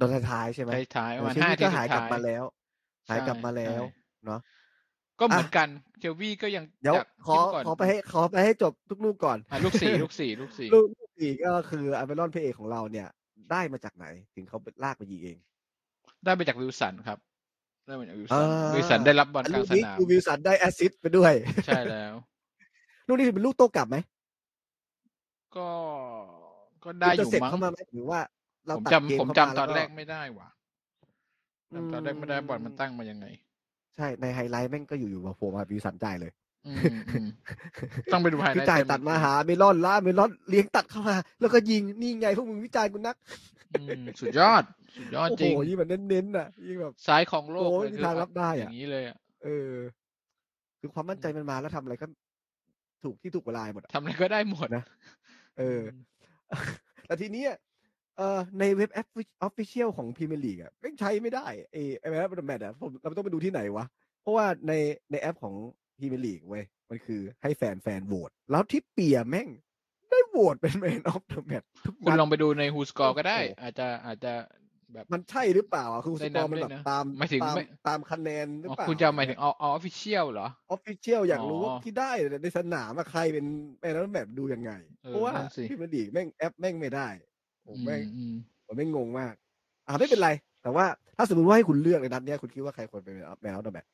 Speaker 1: ตอนท้ายๆใช่ไหม
Speaker 2: ท้ายๆ
Speaker 1: เออ
Speaker 2: ประมาณ
Speaker 1: เชล
Speaker 2: ห้า
Speaker 1: วี่ก็
Speaker 2: ทีสุด
Speaker 1: หายกลับ
Speaker 2: ท้
Speaker 1: มาแล้ว หายกลับมาแล้ว
Speaker 2: ใช่
Speaker 1: เนอะ
Speaker 2: ก็เหมือน
Speaker 1: อ่ะ
Speaker 2: กันเชลวี่ก็ยัง
Speaker 1: เดี๋ยว
Speaker 2: จาก
Speaker 1: ขอ
Speaker 2: ที่เมื่ก่น
Speaker 1: ขอไปให้ขอไปให้จบทุกลูกก่อน
Speaker 2: อ่ะลูกสี่ลูกสี่ลูกสี่
Speaker 1: ลูกลูกสี่ก็คืออเมรอนพระเอกของเราเนี่ย ได้มาจากไหน ถึงเขาลากไปยิงเอง
Speaker 2: ได้ไปจากวิลสันครับได้มาจากวิล
Speaker 1: อ่
Speaker 2: สันา วิลสันได้รับบอลก
Speaker 1: ลู
Speaker 2: ลาง
Speaker 1: ก
Speaker 2: ส
Speaker 1: นี้
Speaker 2: นาม
Speaker 1: คือวิลสันได้แอสซิสต์ไปด้วย
Speaker 2: ใช่แล้ว
Speaker 1: ลูกนี้ถือเป็นลูกโต้กลับไหม
Speaker 2: ก็ก็ได้อ
Speaker 1: จะ
Speaker 2: ยู่
Speaker 1: เสร็จ
Speaker 2: มั้ง
Speaker 1: เข้ามาไหมหรือว่าเรา
Speaker 2: ผม
Speaker 1: ตัด
Speaker 2: จำ
Speaker 1: เกม
Speaker 2: ผม
Speaker 1: เข้า
Speaker 2: จำ
Speaker 1: มา
Speaker 2: ต
Speaker 1: แล้ว
Speaker 2: อนแรก
Speaker 1: ก็
Speaker 2: ไม่ได้ว่ะ
Speaker 1: อืม
Speaker 2: จำตอนแรกไม่ได้บอลมันตั้งมายังไง
Speaker 1: ใช่ในไฮไลท์แม่งก็อยู่ๆมาโผล่มาวิลสันจ่ายเลย
Speaker 2: อืมอืมต้องไปดูภาย
Speaker 1: คือ
Speaker 2: ใน
Speaker 1: จ่าย
Speaker 2: เม
Speaker 1: ตัดมาหาเมลอนล่าเมลอนเลี้ยงตัดเข้ามา แล้วก็ยิงนี่ไงพวกมึงวิจารณ์กูนัก
Speaker 2: อืมสุดยอด สุดยอด
Speaker 1: โอ้
Speaker 2: จ
Speaker 1: โห
Speaker 2: ริง
Speaker 1: ยิ่งแบบเน้นๆอ่ะยิ่งแบบ
Speaker 2: ซ้ายของโลก
Speaker 1: โอ้ยมี
Speaker 2: เลยคือ
Speaker 1: ทางรับได้อะ
Speaker 2: อย่างนี้เลยอะ
Speaker 1: เออ คือความมั่นใจมันมาแล้วทำอะไรก็ถูกที่ถูกเวลาหมดอะ
Speaker 2: ทำอะไรก็ได้หมด
Speaker 1: นะ เออ แต่ทีเนี้ยเอ่อในเว็บแอปออฟฟิเชียลของพรีเมียร์ลีกอ่ะไม่งใช้ไม่ได้ไอ้ไอ้แอปแมทอ่ะผมเราต้องไปดูที่ไหนวะ เพราะว่าในในแอปของพรีเมียร์ลีกเว้ยมันคือให้แฟนแฟนโหวตแล้วที่เปียแม่ง ได้โหวตเป็นแมนออฟเดอะแมททุก
Speaker 2: คุณ
Speaker 1: นั
Speaker 2: ล
Speaker 1: ด
Speaker 2: องไปดูในฮูสกอร์ก็ได้
Speaker 1: โอ้โห
Speaker 2: อาจจะอาจจะแบบ
Speaker 1: มันใช่หรือเปล่าอ่ะคือสก
Speaker 2: ได้นั
Speaker 1: อบ ร์มันแบบ
Speaker 2: ด้วยนะ
Speaker 1: ตาม
Speaker 2: หมายถึง
Speaker 1: ตาม
Speaker 2: ไม่
Speaker 1: ตามคะแนนหรือ
Speaker 2: อ๋อ
Speaker 1: เปล่า
Speaker 2: คุณจะหมายถึงออฟฟิเชียลเหรอ
Speaker 1: ออฟฟิเชียลอยากรู้
Speaker 2: อ๋อ
Speaker 1: ว่าที่ได้เนี่ยในสนามอะใครเป็นแมนนั้นแบบดูยังไง
Speaker 2: เออ
Speaker 1: เพราะว่า
Speaker 2: นั่นสิ
Speaker 1: พี่มันดีกแม่งแอปแม่งไม่ได้ผมแม่ง
Speaker 2: อืม
Speaker 1: ผมแม่งงงมาก อ่าไม่เป็นไร แต่ว่าถ้าสมมติว่าให้คุณเลือกในนัดเนี้ยคุณคิดว่าใครควรเป็นแมนนั้นแบบ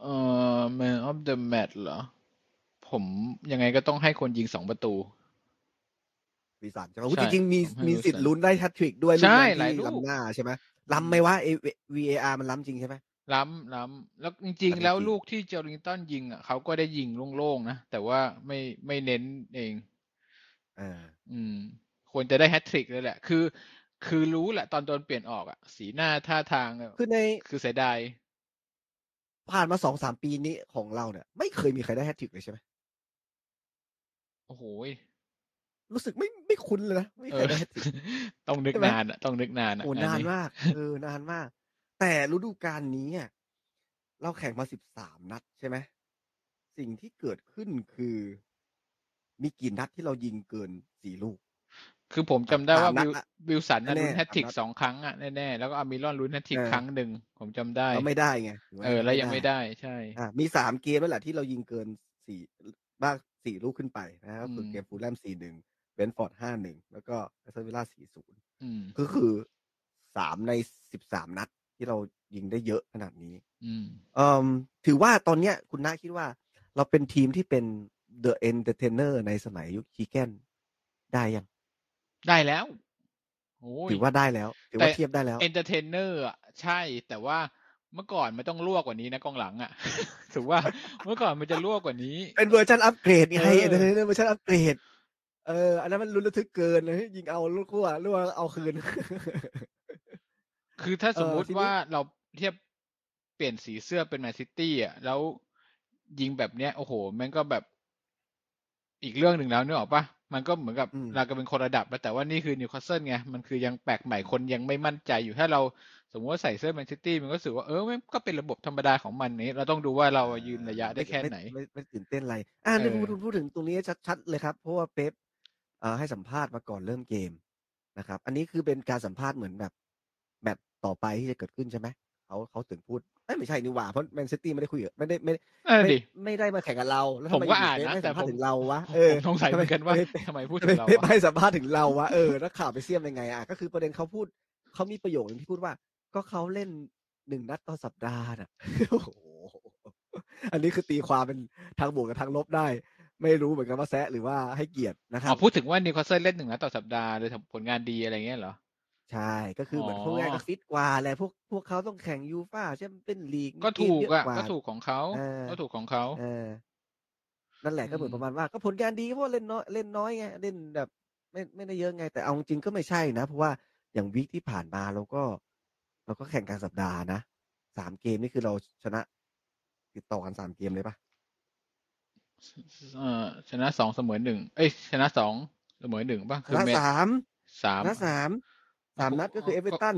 Speaker 2: เอ่อ man of the match เหรอ ผมยังไงก็ต้องให้คนยิงสองประตู
Speaker 1: ปีศาจใช่ไหมโอ้
Speaker 2: ใช่
Speaker 1: จริงๆมี
Speaker 2: ผมให้
Speaker 1: มีสิทธิ์ลุ้นได้แฮตทริกด้วย
Speaker 2: ใช่
Speaker 1: กนั้น
Speaker 2: หลาย
Speaker 1: ที่
Speaker 2: ลูก
Speaker 1: ล้ำหน้าใช่ไหมล้ำไหมวะเอ VAR มันล้ำจริงใช่ไหม
Speaker 2: ล้ำล้ำแล้วจริง
Speaker 1: อันนี้
Speaker 2: ๆ แล้ว
Speaker 1: จริง
Speaker 2: ลูกที่เจอริงตันยิงอ่ะเขาก็ได้ยิงโล่งๆนะ แต่ว่าไม่ไม่เน้นเอง
Speaker 1: อ่า
Speaker 2: อืม ควรจะได้แฮตทริกเลยแหละ คือ คือรู้แหละตอนโดนเปลี่ยนออกอ่ะ สีหน้าท่าทางอะ
Speaker 1: คือใน
Speaker 2: คือเสียดาย
Speaker 1: ผ่านมาสองสามปีนี้ของเราเนี่ย ไม่เคยมีใครได้แฮตทริกเลยใช่ไหม
Speaker 2: โอ้โห
Speaker 1: รู้สึกไม่ไม่คุ้นเลยนะไม่
Speaker 2: เอ
Speaker 1: เคย
Speaker 2: อ
Speaker 1: ได้ hat-trick
Speaker 2: ต้องนึก
Speaker 1: ใช่ไหม
Speaker 2: นานอ่ะ ต้องนึกนานอ่ะ
Speaker 1: โอ้
Speaker 2: อั
Speaker 1: นานมาก เออนานมาก แต่ฤดูกาลนี้อะเราแข่งมาสิบสามนัดใช่ไหมสิ่งที่เกิดขึ้นคือ มีกี่นัดที่เรายิงเกินสี่ลูก
Speaker 2: คือผมจำได้ว่า
Speaker 1: สามนั
Speaker 2: วิ
Speaker 1: ด
Speaker 2: ล
Speaker 1: อะ
Speaker 2: วิลสันน่ะ
Speaker 1: แน่ๆ
Speaker 2: ลุ้นแฮตทริก
Speaker 1: สามนัด
Speaker 2: สองครั้งอ่ะแน่ๆแล้วก็อามิรอนลุ้นแฮตทริก
Speaker 1: เออ
Speaker 2: ครั้งหนึ่งผมจำได้
Speaker 1: เราไม่ได้ไงถูกห
Speaker 2: เออ แล้วยังไม่ได้ใช่
Speaker 1: อ่ะมีสามเกมแล้วแหละที่เรายิงเกินสี่บ้างสี่ลูกขึ้นไปนะก็คืออ
Speaker 2: ม
Speaker 1: เกมฟูลแลมสี่หนึ่งเบนฟอร์ดห้าหนึ่งแล้วก็แอสตันวิลล่าสี่ศูนย์
Speaker 2: อืม
Speaker 1: ก็คือสามในสิบสามนัดที่เรายิงได้เยอะขนาดนี้
Speaker 2: อืม
Speaker 1: เอิ่มถือว่าตอนเนี้ยคุณน้าคิดว่า เราเป็นทีมที่เป็น The Entertainer ในสมัยยุคคีแกนได้ยัง
Speaker 2: ได้แล้วโอ้ย
Speaker 1: ถือว่าได้แล้ว ถือว่าเทียบได้แล้ว
Speaker 2: เอนเตอร์เทนเนอร์อ่ะใช่แต่ว่าเมื่อก่อนมันต้องลวกกว่านี้นะกองหลังอ่ะ ถือว่าเมื่อก่อนมันจะลวกกว่านี้
Speaker 1: เป็นเวอร์ชันอัปเกรดไง
Speaker 2: เออ
Speaker 1: Entertainer เวอร์ชันอัปเกรดเออ อันนั้นมันลุ้นระทึกเกินเลยยิงเอาลูกขั้วลูกเอาคืน
Speaker 2: คือถ้าสมมุติ
Speaker 1: เออทีนี้
Speaker 2: ว่าเราเทียบเปลี่ยนสีเสื้อเป็นแมนซิตี้อ่ะแล้วยิงแบบเนี้ยโอ้โหมันก็แบบอีกเรื่องหนึ่งแล้วนึกออกปะมันก็เหมือนกับ
Speaker 1: อืม
Speaker 2: เราก็เป็นคนระดับแล้วแต่ว่านี่คือนิวคาสเซิลไงมันคือยังแปลกใหม่คนยังไม่มั่นใจอยู่ถ้าเราสมมติว่าใส่เสื้อแมนซิตี้มันก็รู้สึกว่าเออมันก็เป็นระบบธรรมดาของมันนี้ เราต้องดูว่าเราอะยืนระยะได้แค่ไหน
Speaker 1: ไม่ม่ไม่ตื่นเต้นอะไร อ่า
Speaker 2: เออ
Speaker 1: เรื่องคุณพูดถึงตรงนี้ชัดๆเลยครับ เพราะว่าเป๊ปเอ่อให้สัมภาษณ์มาก่อนเริ่มเกมนะครับ อันนี้คือเป็นการสัมภาษณ์เหมือนแบบแมตช์ต่อไปที่จะเกิดขึ้นใช่ไหมเขาเขาถึงพูดเอ้ยไม่ใช่นี่หว่าเพราะแมนซิตี้ไม่ได้คุยกับไม่ได้ไม่
Speaker 2: เออ
Speaker 1: ไม่
Speaker 2: ดิ
Speaker 1: ไม่ได้มาแข่งกับเรา แล้วทำ
Speaker 2: ผม
Speaker 1: ไม
Speaker 2: ก็อ่าน
Speaker 1: เป๊ป
Speaker 2: นะ
Speaker 1: ให้
Speaker 2: แต่
Speaker 1: สัมภาษ
Speaker 2: ผม
Speaker 1: ณ์ถึงเราวะเอ
Speaker 2: ผ
Speaker 1: อ
Speaker 2: มสงสัยเหมือนกันว่า
Speaker 1: ทำไม
Speaker 2: ทำไมพูด
Speaker 1: ทำ
Speaker 2: ถึ
Speaker 1: ไม
Speaker 2: งเรา
Speaker 1: เป๊ป
Speaker 2: วะ
Speaker 1: ให้สัมภาษณ์ถึงเราวะเออนักข่าวไปเสียมยังไงอ่ะก็คือประเด็นเขาพูดเขามีประโยคนึงที่พูดว่า ก็เขาเล่นหนึ่งนัดต่อสัปดาห์น่ะ โอ้โหอันนี้คือตีความเป็นทางบวกกับทางลบได้ ไม่รู้เหมือนกันว่าแซะหรือว่าให้เกียรตินะครั
Speaker 2: อ๋อบ พูดถึงว่านิวคาสเซิลเล่นหนึ่งนัดต่อสัปดาห์เลยทำผลงานดีอะไรเงี้ยเหรอ
Speaker 1: ใช่ก็คือเหมือน
Speaker 2: อ๋อ
Speaker 1: พวกง่ายก็ฟิตกว่าแหละพวกพวกเขาต้องแข่งยูฟ่าแชมเปี้ยนลีก
Speaker 2: ก็ถู
Speaker 1: เม
Speaker 2: ก
Speaker 1: เย
Speaker 2: อ่ะ
Speaker 1: ว่า
Speaker 2: ก็ถูกของเขา
Speaker 1: เออ
Speaker 2: ก็ถูกของเขา
Speaker 1: เออ นั่นแหละ
Speaker 2: อืม
Speaker 1: ก็เหมือนประมาณว่าก็ผลงานดีเพราะว่าเล่นน้อยเล่นน้อยไงเล่นแบบ ไม่ไม่ได้เยอะไง แต่เอาจริงๆก็ไม่ใช่นะ เพราะว่าอย่างวีคที่ผ่านมาเราก็ เราก็แข่งกลางสัปดาห์นะสามเกมนี่คือเราชนะ ติดต่อกันสามเกมเลยปะ
Speaker 2: เอ่อชนะสองเสมอหนึ่งเอ้ยชนะสองเสมอหนึ่งป่ะ
Speaker 1: ช
Speaker 2: คือ
Speaker 1: นะ
Speaker 2: เม
Speaker 1: สาม
Speaker 2: สาม
Speaker 1: ชนะสามสาม
Speaker 2: ก็
Speaker 1: นัดก็คือ
Speaker 2: ก็
Speaker 1: เอเวอเรตัน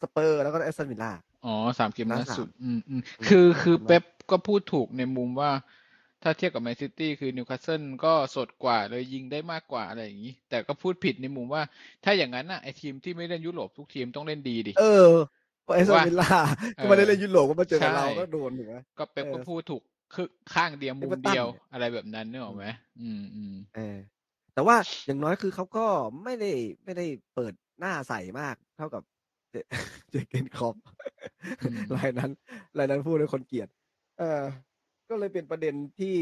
Speaker 1: สเปอร์แล้วก็แอสตันวิลล่า
Speaker 2: อ๋อสามเกม
Speaker 1: ชนะ
Speaker 2: ล่าสุด
Speaker 1: สาม
Speaker 2: อืมอืม
Speaker 1: อืม
Speaker 2: คือคือ
Speaker 1: ชนะ
Speaker 2: เป๊ปก็พูดถูกในมุมว่า ถ้าเทียบกับแมนซิตี้คือนิวคาสเซิลก็สดกว่าเลยยิงได้มากกว่าอะไรอย่างนี้ แต่ก็พูดผิดในมุมว่า ถ้าอย่างนั้นน่ะไอทีมที่ไม่เล่นยุโรปทุกทีมต้องเล่นดีดิ
Speaker 1: เออเพราะแอสตัน
Speaker 2: ว่า
Speaker 1: วิลล่า
Speaker 2: เออ
Speaker 1: ก็ไมาได้เล่นยุโรปก็มาเจอกับ
Speaker 2: ใช่
Speaker 1: เราก็โดนถูกไหม
Speaker 2: ก็เป๊ป
Speaker 1: เออ
Speaker 2: ก็พูดถูกคือข้างเดียวมุม
Speaker 1: Everton
Speaker 2: เดียว
Speaker 1: เนี่ย
Speaker 2: อะไรแบบนั้นนึกออกไหมอืมอืม
Speaker 1: เออแต่ว่าอย่างน้อยคือเขาก็ไม่ได้ไม่ได้เปิดหน้าใส่มากเท่ากับ เจเจเกนคอปรายนั้นรายนั้นพูดด้วยคนเกลียดเออ ก็เลยเป็นประเด็นที่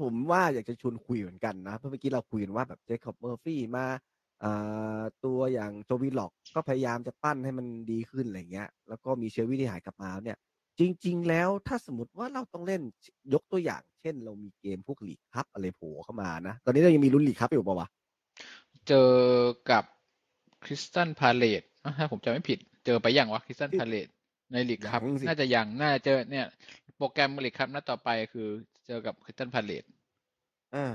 Speaker 1: ผมว่าอยากจะชวนคุยเหมือนกันนะ เพราะเมื่อกี้เราคุยกันว่าแบบเจคอบเมอร์ฟี่มาอ่าตัวอย่างโจวีล็อกก็พยายามจะปั้นให้มันดีขึ้นอะไรเงี้ย แล้วก็มีเชลวี่ที่หายกลับมาเนี่ย จริง ๆ แล้วถ้าสมมติว่าเราต้องเล่นยกตัวอย่าง เช่น เรามีเกมพวกลีกคัพอะไรโผล่เข้ามานะ ตอนนี้เรายังมีลุ้นลีกคัพอยู่ปะวะ
Speaker 2: เจอกับคริสตันพาเลตถ้าผมจำไม่ผิด เจอไปยังวะคริสตันพาเลตในลีกครับ
Speaker 1: ยังสิ
Speaker 2: น่าจะยังน่าจะเจอเนี่ย โปรแกรมลีกครับนัดต่อไปคือเจอกับคริสตันพาเลต
Speaker 1: อ่า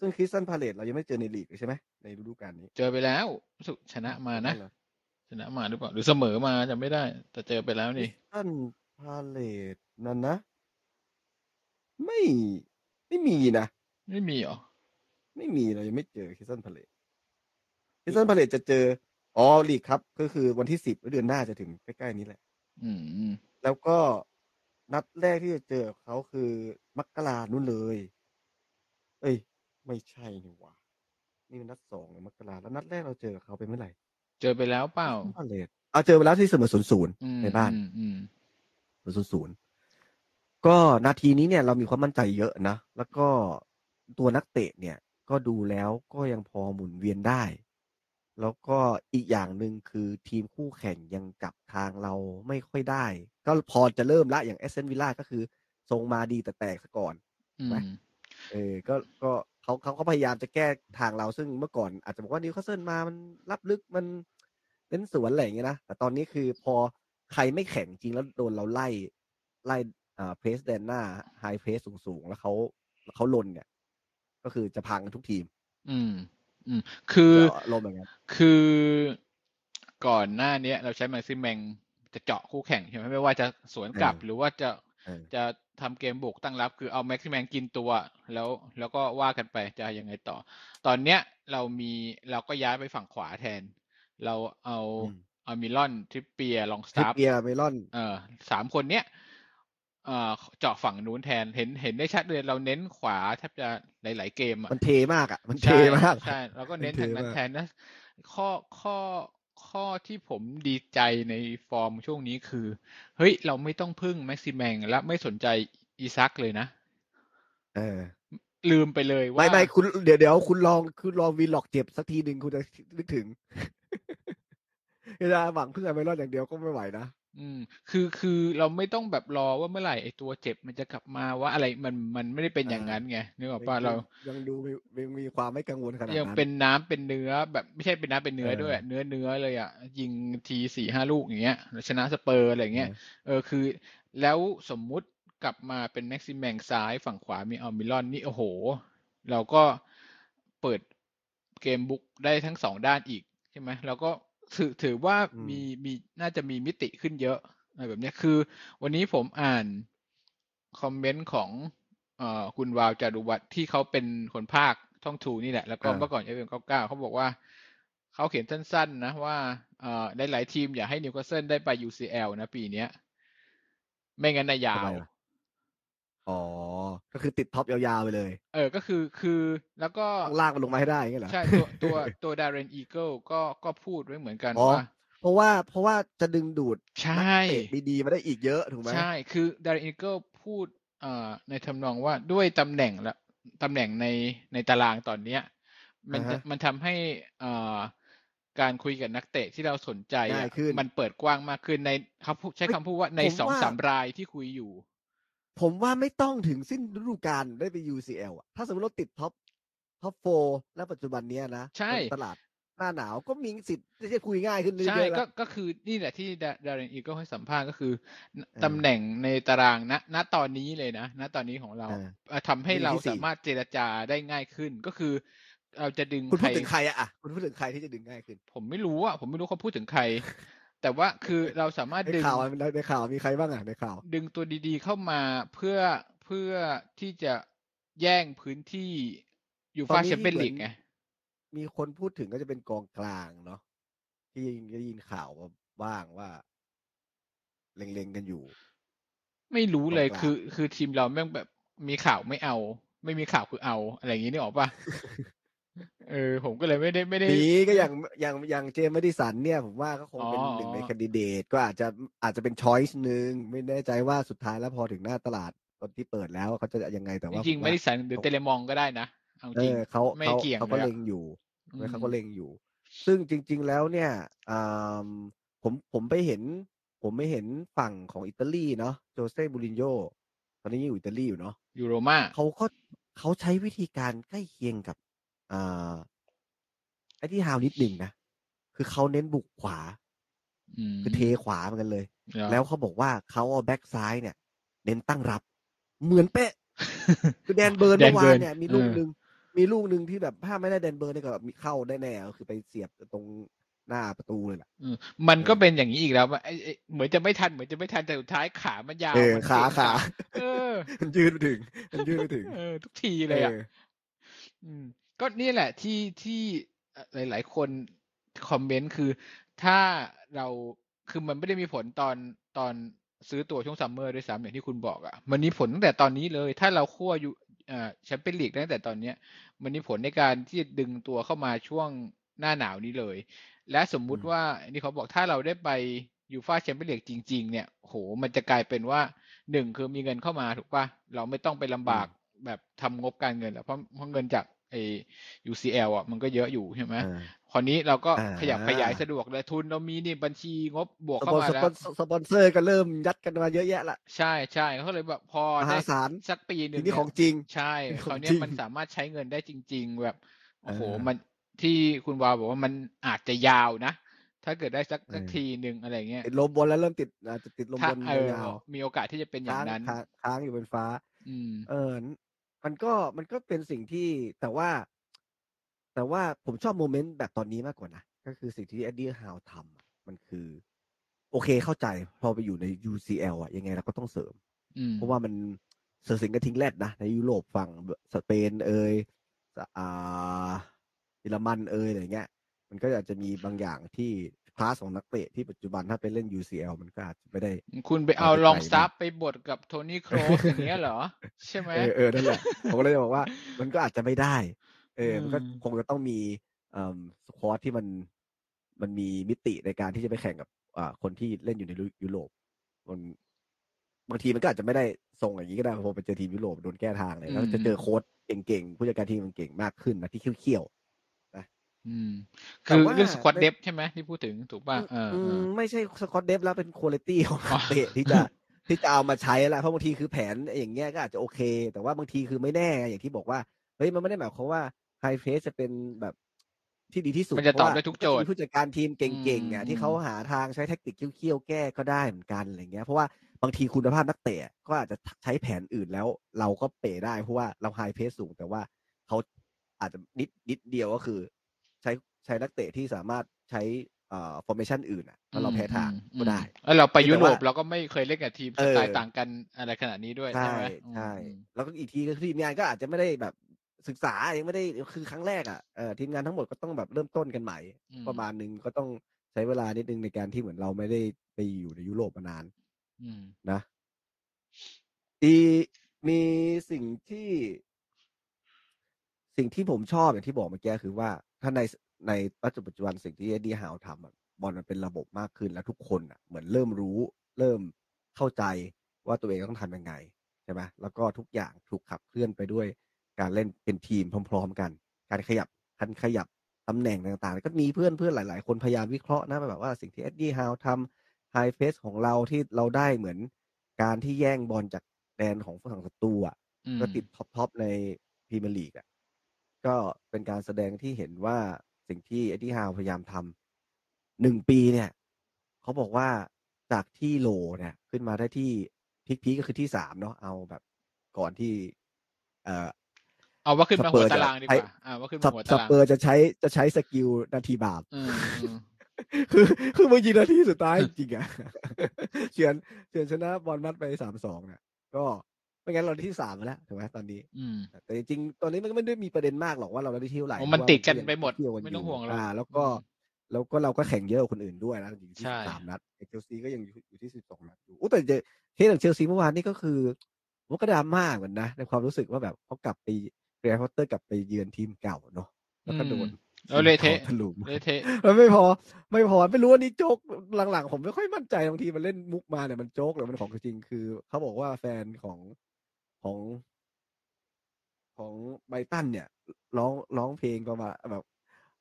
Speaker 1: ซึ่งคริสตันพาเลตเรายังไม่เจอในลีกเลยใช่ไหมในฤดูกาลนี้
Speaker 2: เจอไปแล้วรู้สึกชนะมานะ ชนะมาหรือเปล่าหรือเสมอมาจำไม่ได้ แต่เจอไปแล้ว
Speaker 1: คริ
Speaker 2: นี่
Speaker 1: สตันพาเลตนั่นนะ ไม่ไม่มีนะ
Speaker 2: ไม่มีเหรอ
Speaker 1: ไม่มีเรายังไม่เจอคริสตันพาเลตคริสตันพาเลตจะเจออ๋อลีกครับ ก็คือวันที่สิบเดือนหน้าจะถึงใกล้ๆนี้แหละ
Speaker 2: อืม
Speaker 1: แล้วก็นัดแรกที่จะเจอเขาคือมกรานู่นเลย เอ้ย ไม่ใช่นี่หว่า นี่มันนัดสองเลยมกราแล้วนัดแรกเราเจอกับเขาไปเมื่อไหร่
Speaker 2: เจอไปแล้วเปล่า
Speaker 1: พาเลตเอาเจอไปแล้วที่เสมอศูนย์ศูนย์
Speaker 2: อืม
Speaker 1: ในบ้าน
Speaker 2: อืมอืม
Speaker 1: ศูนย์ศูนย์ศูนย์ก็นาทีนี้เนี่ยเรามีความมั่นใจเยอะนะ แล้วก็ตัวนักเตะเนี่ย ก็ดูแล้วก็ยังพอหมุนเวียนได้ แล้วก็อีกอย่างหนึ่งคือทีมคู่แข่งยังจับทางเราไม่ค่อยได้ ก็พอจะเริ่มละอย่างเอเซนวิลล่าก็คือทรงมาดีแต่แตกซะก่อน
Speaker 2: อืม
Speaker 1: เออ ก็ ก็เขาเขาก็พยายามจะแก้ทางเราซึ่งเมื่อก่อนอาจจะบอกว่านิวคาสเซิลมา มันรับลึก มันเล่นสวนอะไรอย่างเงี้ยนะ แต่ตอนนี้คือพอใครไม่แข็งจริงแล้วโดนเราไล่ ไล่อ่าเพรสแดนหน้า ไฮเพรสสูงๆ แล้วเขาแล้วเขาลนเนี่ย ก็คือจะพังกันทุกทีม
Speaker 2: อืม อืม คือ
Speaker 1: จะลมอย่างนั้น
Speaker 2: คือก่อนหน้าเนี้ย เราใช้แม็กซิแมงจะเจาะคู่แข่งใช่ไหมไม่ว่าจะสวนกลับ หรือว่าจะ
Speaker 1: เออ
Speaker 2: จะทำเกมบุกตั้งรับ คือเอาแม็กซิแมงกินตัว แล้วแล้วก็ว่ากันไปจะยังไงต่อ ตอนเนี้ยเรามีเราก็ย้ายไปฝั่งขวาแทน เราเอา
Speaker 1: อืม
Speaker 2: เอามิลอนทริปเปียลองส
Speaker 1: ทริป
Speaker 2: ตาร์
Speaker 1: เปียร์เมลอน
Speaker 2: เออสามคนเนี้ยเออเจาะฝั่งนู้นแทนเห็นเห็นได้ชัดเลยเราเน้นขวาแทบจะหลาย ๆ เกมอ่ะ
Speaker 1: มันเทมากอ่ะ มันเท
Speaker 2: ใช่
Speaker 1: มาก
Speaker 2: ใช่แล้วก็เน้น
Speaker 1: มันเท่
Speaker 2: ทา
Speaker 1: มาก
Speaker 2: งนั้นแทนนะข้อข้อข้อที่ผมดีใจในฟอร์มช่วงนี้คือ เฮ้ย เราไม่ต้องพึ่งแม็กซิแมงและไม่สนใจอีซักเลยนะ
Speaker 1: เออ
Speaker 2: ลืมไปเลยว่า
Speaker 1: ไม่ไม่คุณเดี๋ยวเดี๋ยวคุณลองคุณลองวีล็อกเจ็บสักทีหนึ่งคุณจะนึกถึง เวลาหวังเพื่อไมรอดอย่างเดียวก็ไม่ไหวนะ
Speaker 2: อืมคือคือเราไม่ต้องแบบรอว่าเมื่อไหร่ไอ้ตัวเจ็บมันจะกลับมาว่าอะไรมันมันไม่ได้เป็นอย่างนั้นไงนึกออกปะเรา
Speaker 1: ยังดูมียังมีความไม่กังวลขนาด
Speaker 2: ยัง
Speaker 1: นั้น
Speaker 2: เป็นน้ำเป็นเนื้อแบบไม่ใช่เป็นน้ำเป็นเนื้อ
Speaker 1: เออ
Speaker 2: ด้วย เนื้อเนื้อเลยอ่ะยิงทีสี่ห้าลูกอย่างเงี้ยแล้วชนะสเปอร์อะไรอย่างเงี้ยเออคือ แล้วสมมุติกลับมาเป็นแม็กซิแมงซ้ายฝั่งขวามีอัลมิลอนนี่โอ้โห เราก็เปิดเกมบุกได้ทั้งสองด้านอีกใช่ไหมเราก็ถือถือว่า
Speaker 1: อืม
Speaker 2: มีมีน่าจะมีมิติขึ้นเยอะอะไรแบบเนี้ยคือ วันนี้ผมอ่านคอมเมนต์ของ เอ่อคุณวาวจารุวัฒน์ที่เขาเป็นคนภาคท่องทูนี่แหละ แล้วก็
Speaker 1: อ่า
Speaker 2: เมื่อก่อนเอฟเอ็มเก้าเก้าเขาบอกว่า เขาเขียนสั้นๆนะว่าเอ่อหลายๆทีมอยากให้นิวคาสเซิลได้ไป UCL นะปีเนี้ย ไม่งั้นนะยา
Speaker 1: ทำไม
Speaker 2: ว
Speaker 1: ล่ะอ๋อ ก็คือติดท็อปยาวๆไปเลย
Speaker 2: เออก็คือคือแล้วก็
Speaker 1: ต้องลากมันลงมาให้ได้อย่างเงี้ยเหรอ
Speaker 2: ใช่ตัวตัวตัวดาร e นอีเกิลก็ก็พูดไว้เหมือนกัน
Speaker 1: อ๋อ
Speaker 2: ว่า
Speaker 1: เพราะว่าเพราะว่าจะดึงดูด
Speaker 2: ใช่
Speaker 1: นัเตะดีๆมาได้อีกเยอะถูกไหม
Speaker 2: ใช่ คือดารินเกิลพูดเอ่อในทำนองว่าด้วยตำแหน่งละตำแหน่งในในตารางตอนเนี้ย มันจะมันทำให้เอ่อการคุยกับนักเตะที่เราสนใจ
Speaker 1: ง่า
Speaker 2: อะ
Speaker 1: ยขึ้น
Speaker 2: มันเปิดกว้างมากขึ้นในเขาพูดใช้
Speaker 1: เฮ้ย
Speaker 2: คำพูดว่าใน
Speaker 1: ผม
Speaker 2: สอง
Speaker 1: ว่า
Speaker 2: สามรายที่คุยอยู่
Speaker 1: ผมว่าไม่ต้องถึงสิ้นฤดูกาลได้ไป UCL อะถ้าสมมติเราติดท็อปท็อปโฟและปัจจุบันเนี้ยนะ
Speaker 2: ใช่
Speaker 1: ตลาด หน้าหนาวก็มีสิทธิ์ที่จะคุยง่ายขึ้นเรื่
Speaker 2: ใช่
Speaker 1: อยๆ
Speaker 2: ก็
Speaker 1: แล้ว
Speaker 2: ก็คือนี่แหละที่ดารินอีก็ให้สัมภาษณ์ก็คือณ
Speaker 1: เออ
Speaker 2: ตำแหน่งในตารางณณตอนนี้เลยนะณตอนนี้ของเรา
Speaker 1: เออ
Speaker 2: เอ่อทำให้
Speaker 1: อยู่
Speaker 2: เรา
Speaker 1: ที่สี่
Speaker 2: สามารถเจรจาได้ง่ายขึ้น ก็คือ เราจะดึง
Speaker 1: คุณ
Speaker 2: ใค
Speaker 1: พู
Speaker 2: ร
Speaker 1: ดถึงใครอะอะคุณพูดถึงใครที่จะดึงง่ายขึ้น
Speaker 2: ผมไม่รู้อ่ะผมไม่รู้เขาพูดถึงใคร แต่ว่าคือเราสามารถ
Speaker 1: ใน
Speaker 2: ดึง
Speaker 1: ข่าวอะในข่าวมีใครบ้างอะในข่าว
Speaker 2: ดึงตัวดีๆเข้ามาเพื่อเพื่อที่จะแย่งพื้นที่อยู่
Speaker 1: ต
Speaker 2: ฟา
Speaker 1: อนนี้
Speaker 2: แชมเปี้ยน
Speaker 1: ที่
Speaker 2: ลีก
Speaker 1: เหมือน
Speaker 2: ไง
Speaker 1: มีคนพูดถึงก็จะเป็นกองกลางเนาะที่ได้ยินข่าวมาบ้างว่าเล็งๆกันอยู่
Speaker 2: ไม่รู้เลย
Speaker 1: ตรงกลาง
Speaker 2: คือคือทีมเราแม่งแบบมีข่าวไม่เอา ไม่มีข่าวคือเอา อะไรอย่างนี้นึกออกปะ เออ ผมก็เลยไม่ได้ไม่ได้
Speaker 1: ดีก็อย่างอย่างอย่างเจมส์แมดิสันเนี่ย ผมว่าก็คงเป็น
Speaker 2: อ๋อ
Speaker 1: หนึ่งในคนดิเดต ก็อาจจะอาจจะเป็นช้อยส์หนึ่งไม่แน่ใจว่าสุดท้ายแล้วพอถึงหน้าตลาดตอนที่เปิดแล้วเขาจะยังไงแต่
Speaker 2: จ
Speaker 1: ว่า
Speaker 2: ริง
Speaker 1: ผ
Speaker 2: ๆไม่
Speaker 1: ว่า
Speaker 2: ได้สันหรือเตเลมองก็ได้นะเอา
Speaker 1: เอ
Speaker 2: จริง
Speaker 1: อเขา
Speaker 2: ไม่
Speaker 1: เขา
Speaker 2: เกี่ยง
Speaker 1: เขา
Speaker 2: เล
Speaker 1: ก็
Speaker 2: ยอะ
Speaker 1: เล็งอยู่
Speaker 2: อืม
Speaker 1: เขาก็เล็งอยู่ ซึ่งจริง ๆ แล้วเนี่ยอ่าผมผมไปเห็น ผมไม่เห็นฝั่งของอิตาลีเนาะโจเซ่บูรินโญ่ตอนนี้ยังอยู่อิตาลีอยู่เนาะ
Speaker 2: ยูโรมา
Speaker 1: เขาก็เขาใช้วิธีการใกล้เคียงกับอ่าไอ้ที่ฮาวนิดหนึ่งนะ คือเขาเน้นบุกขวา
Speaker 2: ม
Speaker 1: คือเทขวาเหมือนกันเลย
Speaker 2: เหรอ
Speaker 1: แล้วเขาบอกว่าเขาเอาแบ็กซ้ายเนี่ย เน้นตั้งรับ เหมือนเป๊ะ คือแดนเบิร์น
Speaker 2: แด
Speaker 1: เมื่อ
Speaker 2: น
Speaker 1: วา
Speaker 2: เบิร์
Speaker 1: น
Speaker 2: น
Speaker 1: เนี่ยมีลูก
Speaker 2: เออ
Speaker 1: หนึ่งมีลูกหนึ่งที่แบบถ้าไม่ได้แดนเบิร์นเนี่ยก็มีเข้าได้แน่ๆก็คือไปเสียบตรงหน้าประตูเลยแหละ
Speaker 2: อืมมันก็
Speaker 1: เออ
Speaker 2: เป็นอย่างนี้อีกแล้วมันไอ้ไอ้เหมือนจะไม่ทันเหมือนจะไม่ทันแต่สุดท้ายขามันยาว
Speaker 1: เออ
Speaker 2: มัน
Speaker 1: ขา
Speaker 2: เสียบ
Speaker 1: ขา
Speaker 2: เออ
Speaker 1: มันยืดไปถึง มันยืดไปถึง
Speaker 2: เออทุกทีเลยอ่ะ
Speaker 1: เออ
Speaker 2: อืม ก็นี่แหละที่ที่เอ่อหลาย ๆ คนคอมเมนต์คือถ้าเราคือมันไม่ได้มีผลตอนตอนซื้อตัวช่วงซัมเมอร์ด้วยซ้ำอย่างที่คุณบอกอ่ะ มันมีผลตั้งแต่ตอนนี้เลย ถ้าเราคั่วอยู่เอ่อแชมเปี้ยนลีกตั้งแต่ตอนเนี้ย มันมีผลในการที่จะดึงตัวเข้ามาช่วงหน้าหนาวนี้เลย และสมมุติ
Speaker 1: อืม
Speaker 2: ว่านี่เขาบอกถ้าเราได้ไปยูฟ่าแชมเปี้ยนลีกจริง ๆ เนี่ยโหมันจะกลายเป็นว่าหนึ่งคือมีเงินเข้ามาถูกป่ะ เราไม่ต้องไปลำบากแบบทำงบการเงินแล้วเพราะเพราะเงินจากไอ UCL อ่ะมันก็เยอะอยู่ใช่ไหม
Speaker 1: เออ
Speaker 2: คราวนี้เราก็
Speaker 1: อ่า
Speaker 2: ขยับขยายสะดวกเลยทุนเรามีนี่บัญชีงบบวก
Speaker 1: ส
Speaker 2: เข้า
Speaker 1: ปอน
Speaker 2: มา
Speaker 1: ส
Speaker 2: แล้
Speaker 1: ปอ
Speaker 2: วน
Speaker 1: สปอนเซอร์ก็เริ่มยัดกันมาเยอะแยะละ
Speaker 2: ใช่ใช่เขาเลยแบบพอ
Speaker 1: ม
Speaker 2: ได้
Speaker 1: หาศาล
Speaker 2: สักปีหนึ่
Speaker 1: ทีนี้
Speaker 2: งเนี่ย
Speaker 1: ของจริง
Speaker 2: ใช่
Speaker 1: เป็นข
Speaker 2: ค
Speaker 1: อง
Speaker 2: ราวเนี้ย
Speaker 1: จริง
Speaker 2: มันสามารถใช้เงินได้จริง ๆ แบบ โอ้โห
Speaker 1: เออ
Speaker 2: มันที่คุณวาวบอกว่ามันอาจจะยาวนะ ถ้าเกิดได้สัก
Speaker 1: เออ
Speaker 2: สักทีหนึ่งอะไรเงี้ย
Speaker 1: ติดลมบนแล้วเริ่มติดอาจจะติดลม
Speaker 2: ถ้า
Speaker 1: บน
Speaker 2: เออย
Speaker 1: าว
Speaker 2: มีโอกาสที่จะเป็น
Speaker 1: ๆ
Speaker 2: อย่าง
Speaker 1: ค้าง
Speaker 2: นั้น
Speaker 1: ค้างค้างอยู่บนฟ้า
Speaker 2: อืม
Speaker 1: เออมันก็มันก็เป็นสิ่งที่แต่ว่า แต่ว่าผมชอบโมเมนต์แบบตอนนี้มากกว่านะ ก็คือสิ่งที่ e อดดี้ฮาวทำอะมันคือ โอเคเข้าใจ พอไปอยู่ใน UCL อ่ะ ยังไงเราก็ต้องเสริม
Speaker 2: อืม
Speaker 1: เพราะว่ามันเสือสิงกระทิงแรดนะ ในยุโรปฝั่งสเปนเอยสอ่าเยอรมันเอยอะไรเงี้ย มันก็อาจจะมีบางอย่างที่คลาสของนักเตะที่ปัจจุบันถ้าไปเล่น UCL มันก็อาจจะไม่ได้
Speaker 2: คุณไปเอา
Speaker 1: อาจจะ
Speaker 2: ลอง
Speaker 1: ไกลนะ
Speaker 2: ซับไปบทกับโทนี่โครส อย่างเงี้ยเหรอ ใช่ไหม
Speaker 1: เออเออนั่นแหละ ผมก็เลยจะบอกว่า มันก็อาจจะไม่ได้ เออ
Speaker 2: อืม
Speaker 1: มันก็คงจะต้องมีสควอตที่มันมันมีมิติในการที่จะไปแข่งกับอ่าคนที่เล่นอยู่ในยุโรปมันบางทีมันก็อาจจะไม่ได้ทรงอย่างนี้ก็ได้พอไปเจอทีมยุโรปโดนแก้ทางเลยแล้วจะเจอโค้ชเก่งๆผู้จัดการทีมเก่งๆมากขึ้นนะที่เขี้ยว
Speaker 2: อืม
Speaker 1: แต่
Speaker 2: คือ
Speaker 1: ว่า
Speaker 2: เรื่องสควอต
Speaker 1: ใน
Speaker 2: เดฟใช่ไหมที่พูดถึงถูก
Speaker 1: ๆ
Speaker 2: ป่ะเออ
Speaker 1: อื
Speaker 2: เอ
Speaker 1: ม
Speaker 2: อ
Speaker 1: ไม่ใช่สกอตเดฟแล้วเป็นคุณลิตี้ของ
Speaker 2: อ๋
Speaker 1: นั
Speaker 2: อ
Speaker 1: กเตะที่จะที่จะเอามาใช้ละเพราะบางทีคือแผนอย่างเงี้ยก็อาจจะโอเค แต่ว่าบางทีคือไม่แน่ไงอย่างที่บอกว่า เฮ้ยมันไม่ได้หมายความว่าไฮเฟสจะเป็นแบบที่ดีที่สุด
Speaker 2: มันจะตอบได้ทุกโจท
Speaker 1: เพ
Speaker 2: ย์
Speaker 1: ราะว่ามันมีผู้จัดการทีมเก่งๆ
Speaker 2: อื
Speaker 1: อ่ะ
Speaker 2: ม
Speaker 1: ที่เขาหาทางใช้แท็กติกเคี้ยวๆแก้ก็ได้เหมือนกันอะไรเงี้ยเพราะว่าบางทีคุณภาพนักเตะก็อาจจะใช้แผนอื่นแล้ว เราก็เป๋ได้เพราะว่าเราไฮเพสสูงแต่ว่าเขาอาจจะนิดนิดเดียวก็คือ ใช้ใช้นักเตะที่สามารถใช้เอ่อ formation อื่นอ่ะแล้วเราแพ้ทาง
Speaker 2: อืม
Speaker 1: ก็ได้
Speaker 2: อืมแล้วเราไปยุโรป
Speaker 1: แต่ว่า
Speaker 2: เราก็ไม่เคยเล่นกับทีม
Speaker 1: เอ
Speaker 2: ส
Speaker 1: อ
Speaker 2: ไตล์ต่างกันอะไรขนาดนี้ด้วยใช่
Speaker 1: ใช่
Speaker 2: ไหม
Speaker 1: ใช่
Speaker 2: อืม
Speaker 1: แล้วก็อีกทีก็คือทีมงานก็อาจจะไม่ได้แบบศึกษายังไม่ได้คือครั้งแรกอ่ะเอ่อทีมงานทั้งหมดก็ต้องแบบเริ่มต้นกันใหม่
Speaker 2: อืม
Speaker 1: ประมาณหนึงก็ต้องใช้เวลานิดนึงในการที่เหมือนเราไม่ได้ไปอยู่ในยุโรปมานาน
Speaker 2: อืม
Speaker 1: นะอีมีสิ่งที่ สิ่งที่ผมชอบอย่างที่บอกเมื่อกี้คือว่า ถ้าในในปัจจุบันสิ่งที่เอ็ดดี้ฮาวทำอะบอลมันเป็นระบบมากขึ้นแล้วทุกคนอะเหมือนเริ่มรู้ เริ่มเข้าใจว่าตัวเองต้องทำยังไงใช่ไหมแล้วก็ทุกอย่างถูกขับเคลื่อนไปด้วยการเล่นเป็นทีมพร้อม ๆ กัน การขยับการขยับตำแหน่งต่างๆ ก็มีเพื่อนเพื่อนหลาย ๆ คนพยายามวิเคราะห์นะแบบว่าสิ่งที่เอ็ดดี้ฮาวทำไฮเฟสของเราที่เราได้เหมือนการที่แย่งบอลจากแดนของฝั่งศัตรูอะ
Speaker 2: อืม
Speaker 1: ก็ติดท็อปทอปในพรีเมียร์ลีกอ่ะ ก็เป็นการแสดงที่เห็นว่า สิ่งที่เอ็ดดี้ฮาวพยายามทำหนึ่งปีเนี่ยเขาบอกว่าจากที่โลเนี่ย ขึ้นมาได้ที่พีคพีก็คือที่สามเนาะเอาแบบก่อนที่ เอ่อ
Speaker 2: เอาว่าขึ้นมาหัวตารางดีก
Speaker 1: สเปอร์
Speaker 2: ว่า
Speaker 1: จะ
Speaker 2: อ่าว่าขึ้น
Speaker 1: ส
Speaker 2: มา
Speaker 1: เป
Speaker 2: หัว
Speaker 1: ส
Speaker 2: ตาราง
Speaker 1: เปอร์จะใช้จะใช้สกิลนาทีบาป
Speaker 2: อืมอืม
Speaker 1: คือคือมายิงนาทีสุดท้ายจริงๆอะ เฉือนเฉือนชนะบอลมัดไปสามสองเนี่ยก็ไม่งั้นเราได้ที่สามแล้วถูกไหมตอนนี้
Speaker 2: อืม
Speaker 1: แต่จริงๆตอนนี้มันก็ไม่ได้มีประเด็นมากหรอกว่าเราได้ที่เท่าไหร่
Speaker 2: โอ้มัน
Speaker 1: เพราะว่า
Speaker 2: ติดกันไปหมด
Speaker 1: เที่ยวกัน
Speaker 2: ไม่ต้อง
Speaker 1: ยู่
Speaker 2: ห่วงหรอก
Speaker 1: อ่า แล้วก็
Speaker 2: อืม
Speaker 1: แล้วก็เราก็แข่งเยอะกว่าคนอื่นด้วยนะอยู่ที่
Speaker 2: ใช่
Speaker 1: สิบสามนัดเชลซีก็ยังอยู่อยู่ที่สิบสองนัดอยู่โอ้แต่เจอเทสของเชลซีเมื่อวานนี่ก็คือมันก็ดราม่าเหมือนนะในความรู้สึกว่าแบบเขากลับไปเรียลพอตเตอร์กลับไปเยือนทีมเก่าเนาะแล้วก็โดน
Speaker 2: แล้วเละเทะ
Speaker 1: ถลุม
Speaker 2: เละเทะ
Speaker 1: มันไม่พอไม่พอไม่รู้ว่านี่โจ๊กหลังๆ ผมไม่ค่อยมั่นใจบางทีมันเล่นมุกมาเนี่ยมันโจ๊กหรือมันของจริงคือเขาบอกว่าแฟนของของของไบรตันเนี่ย ร้องร้องเพลงประมาณแบบ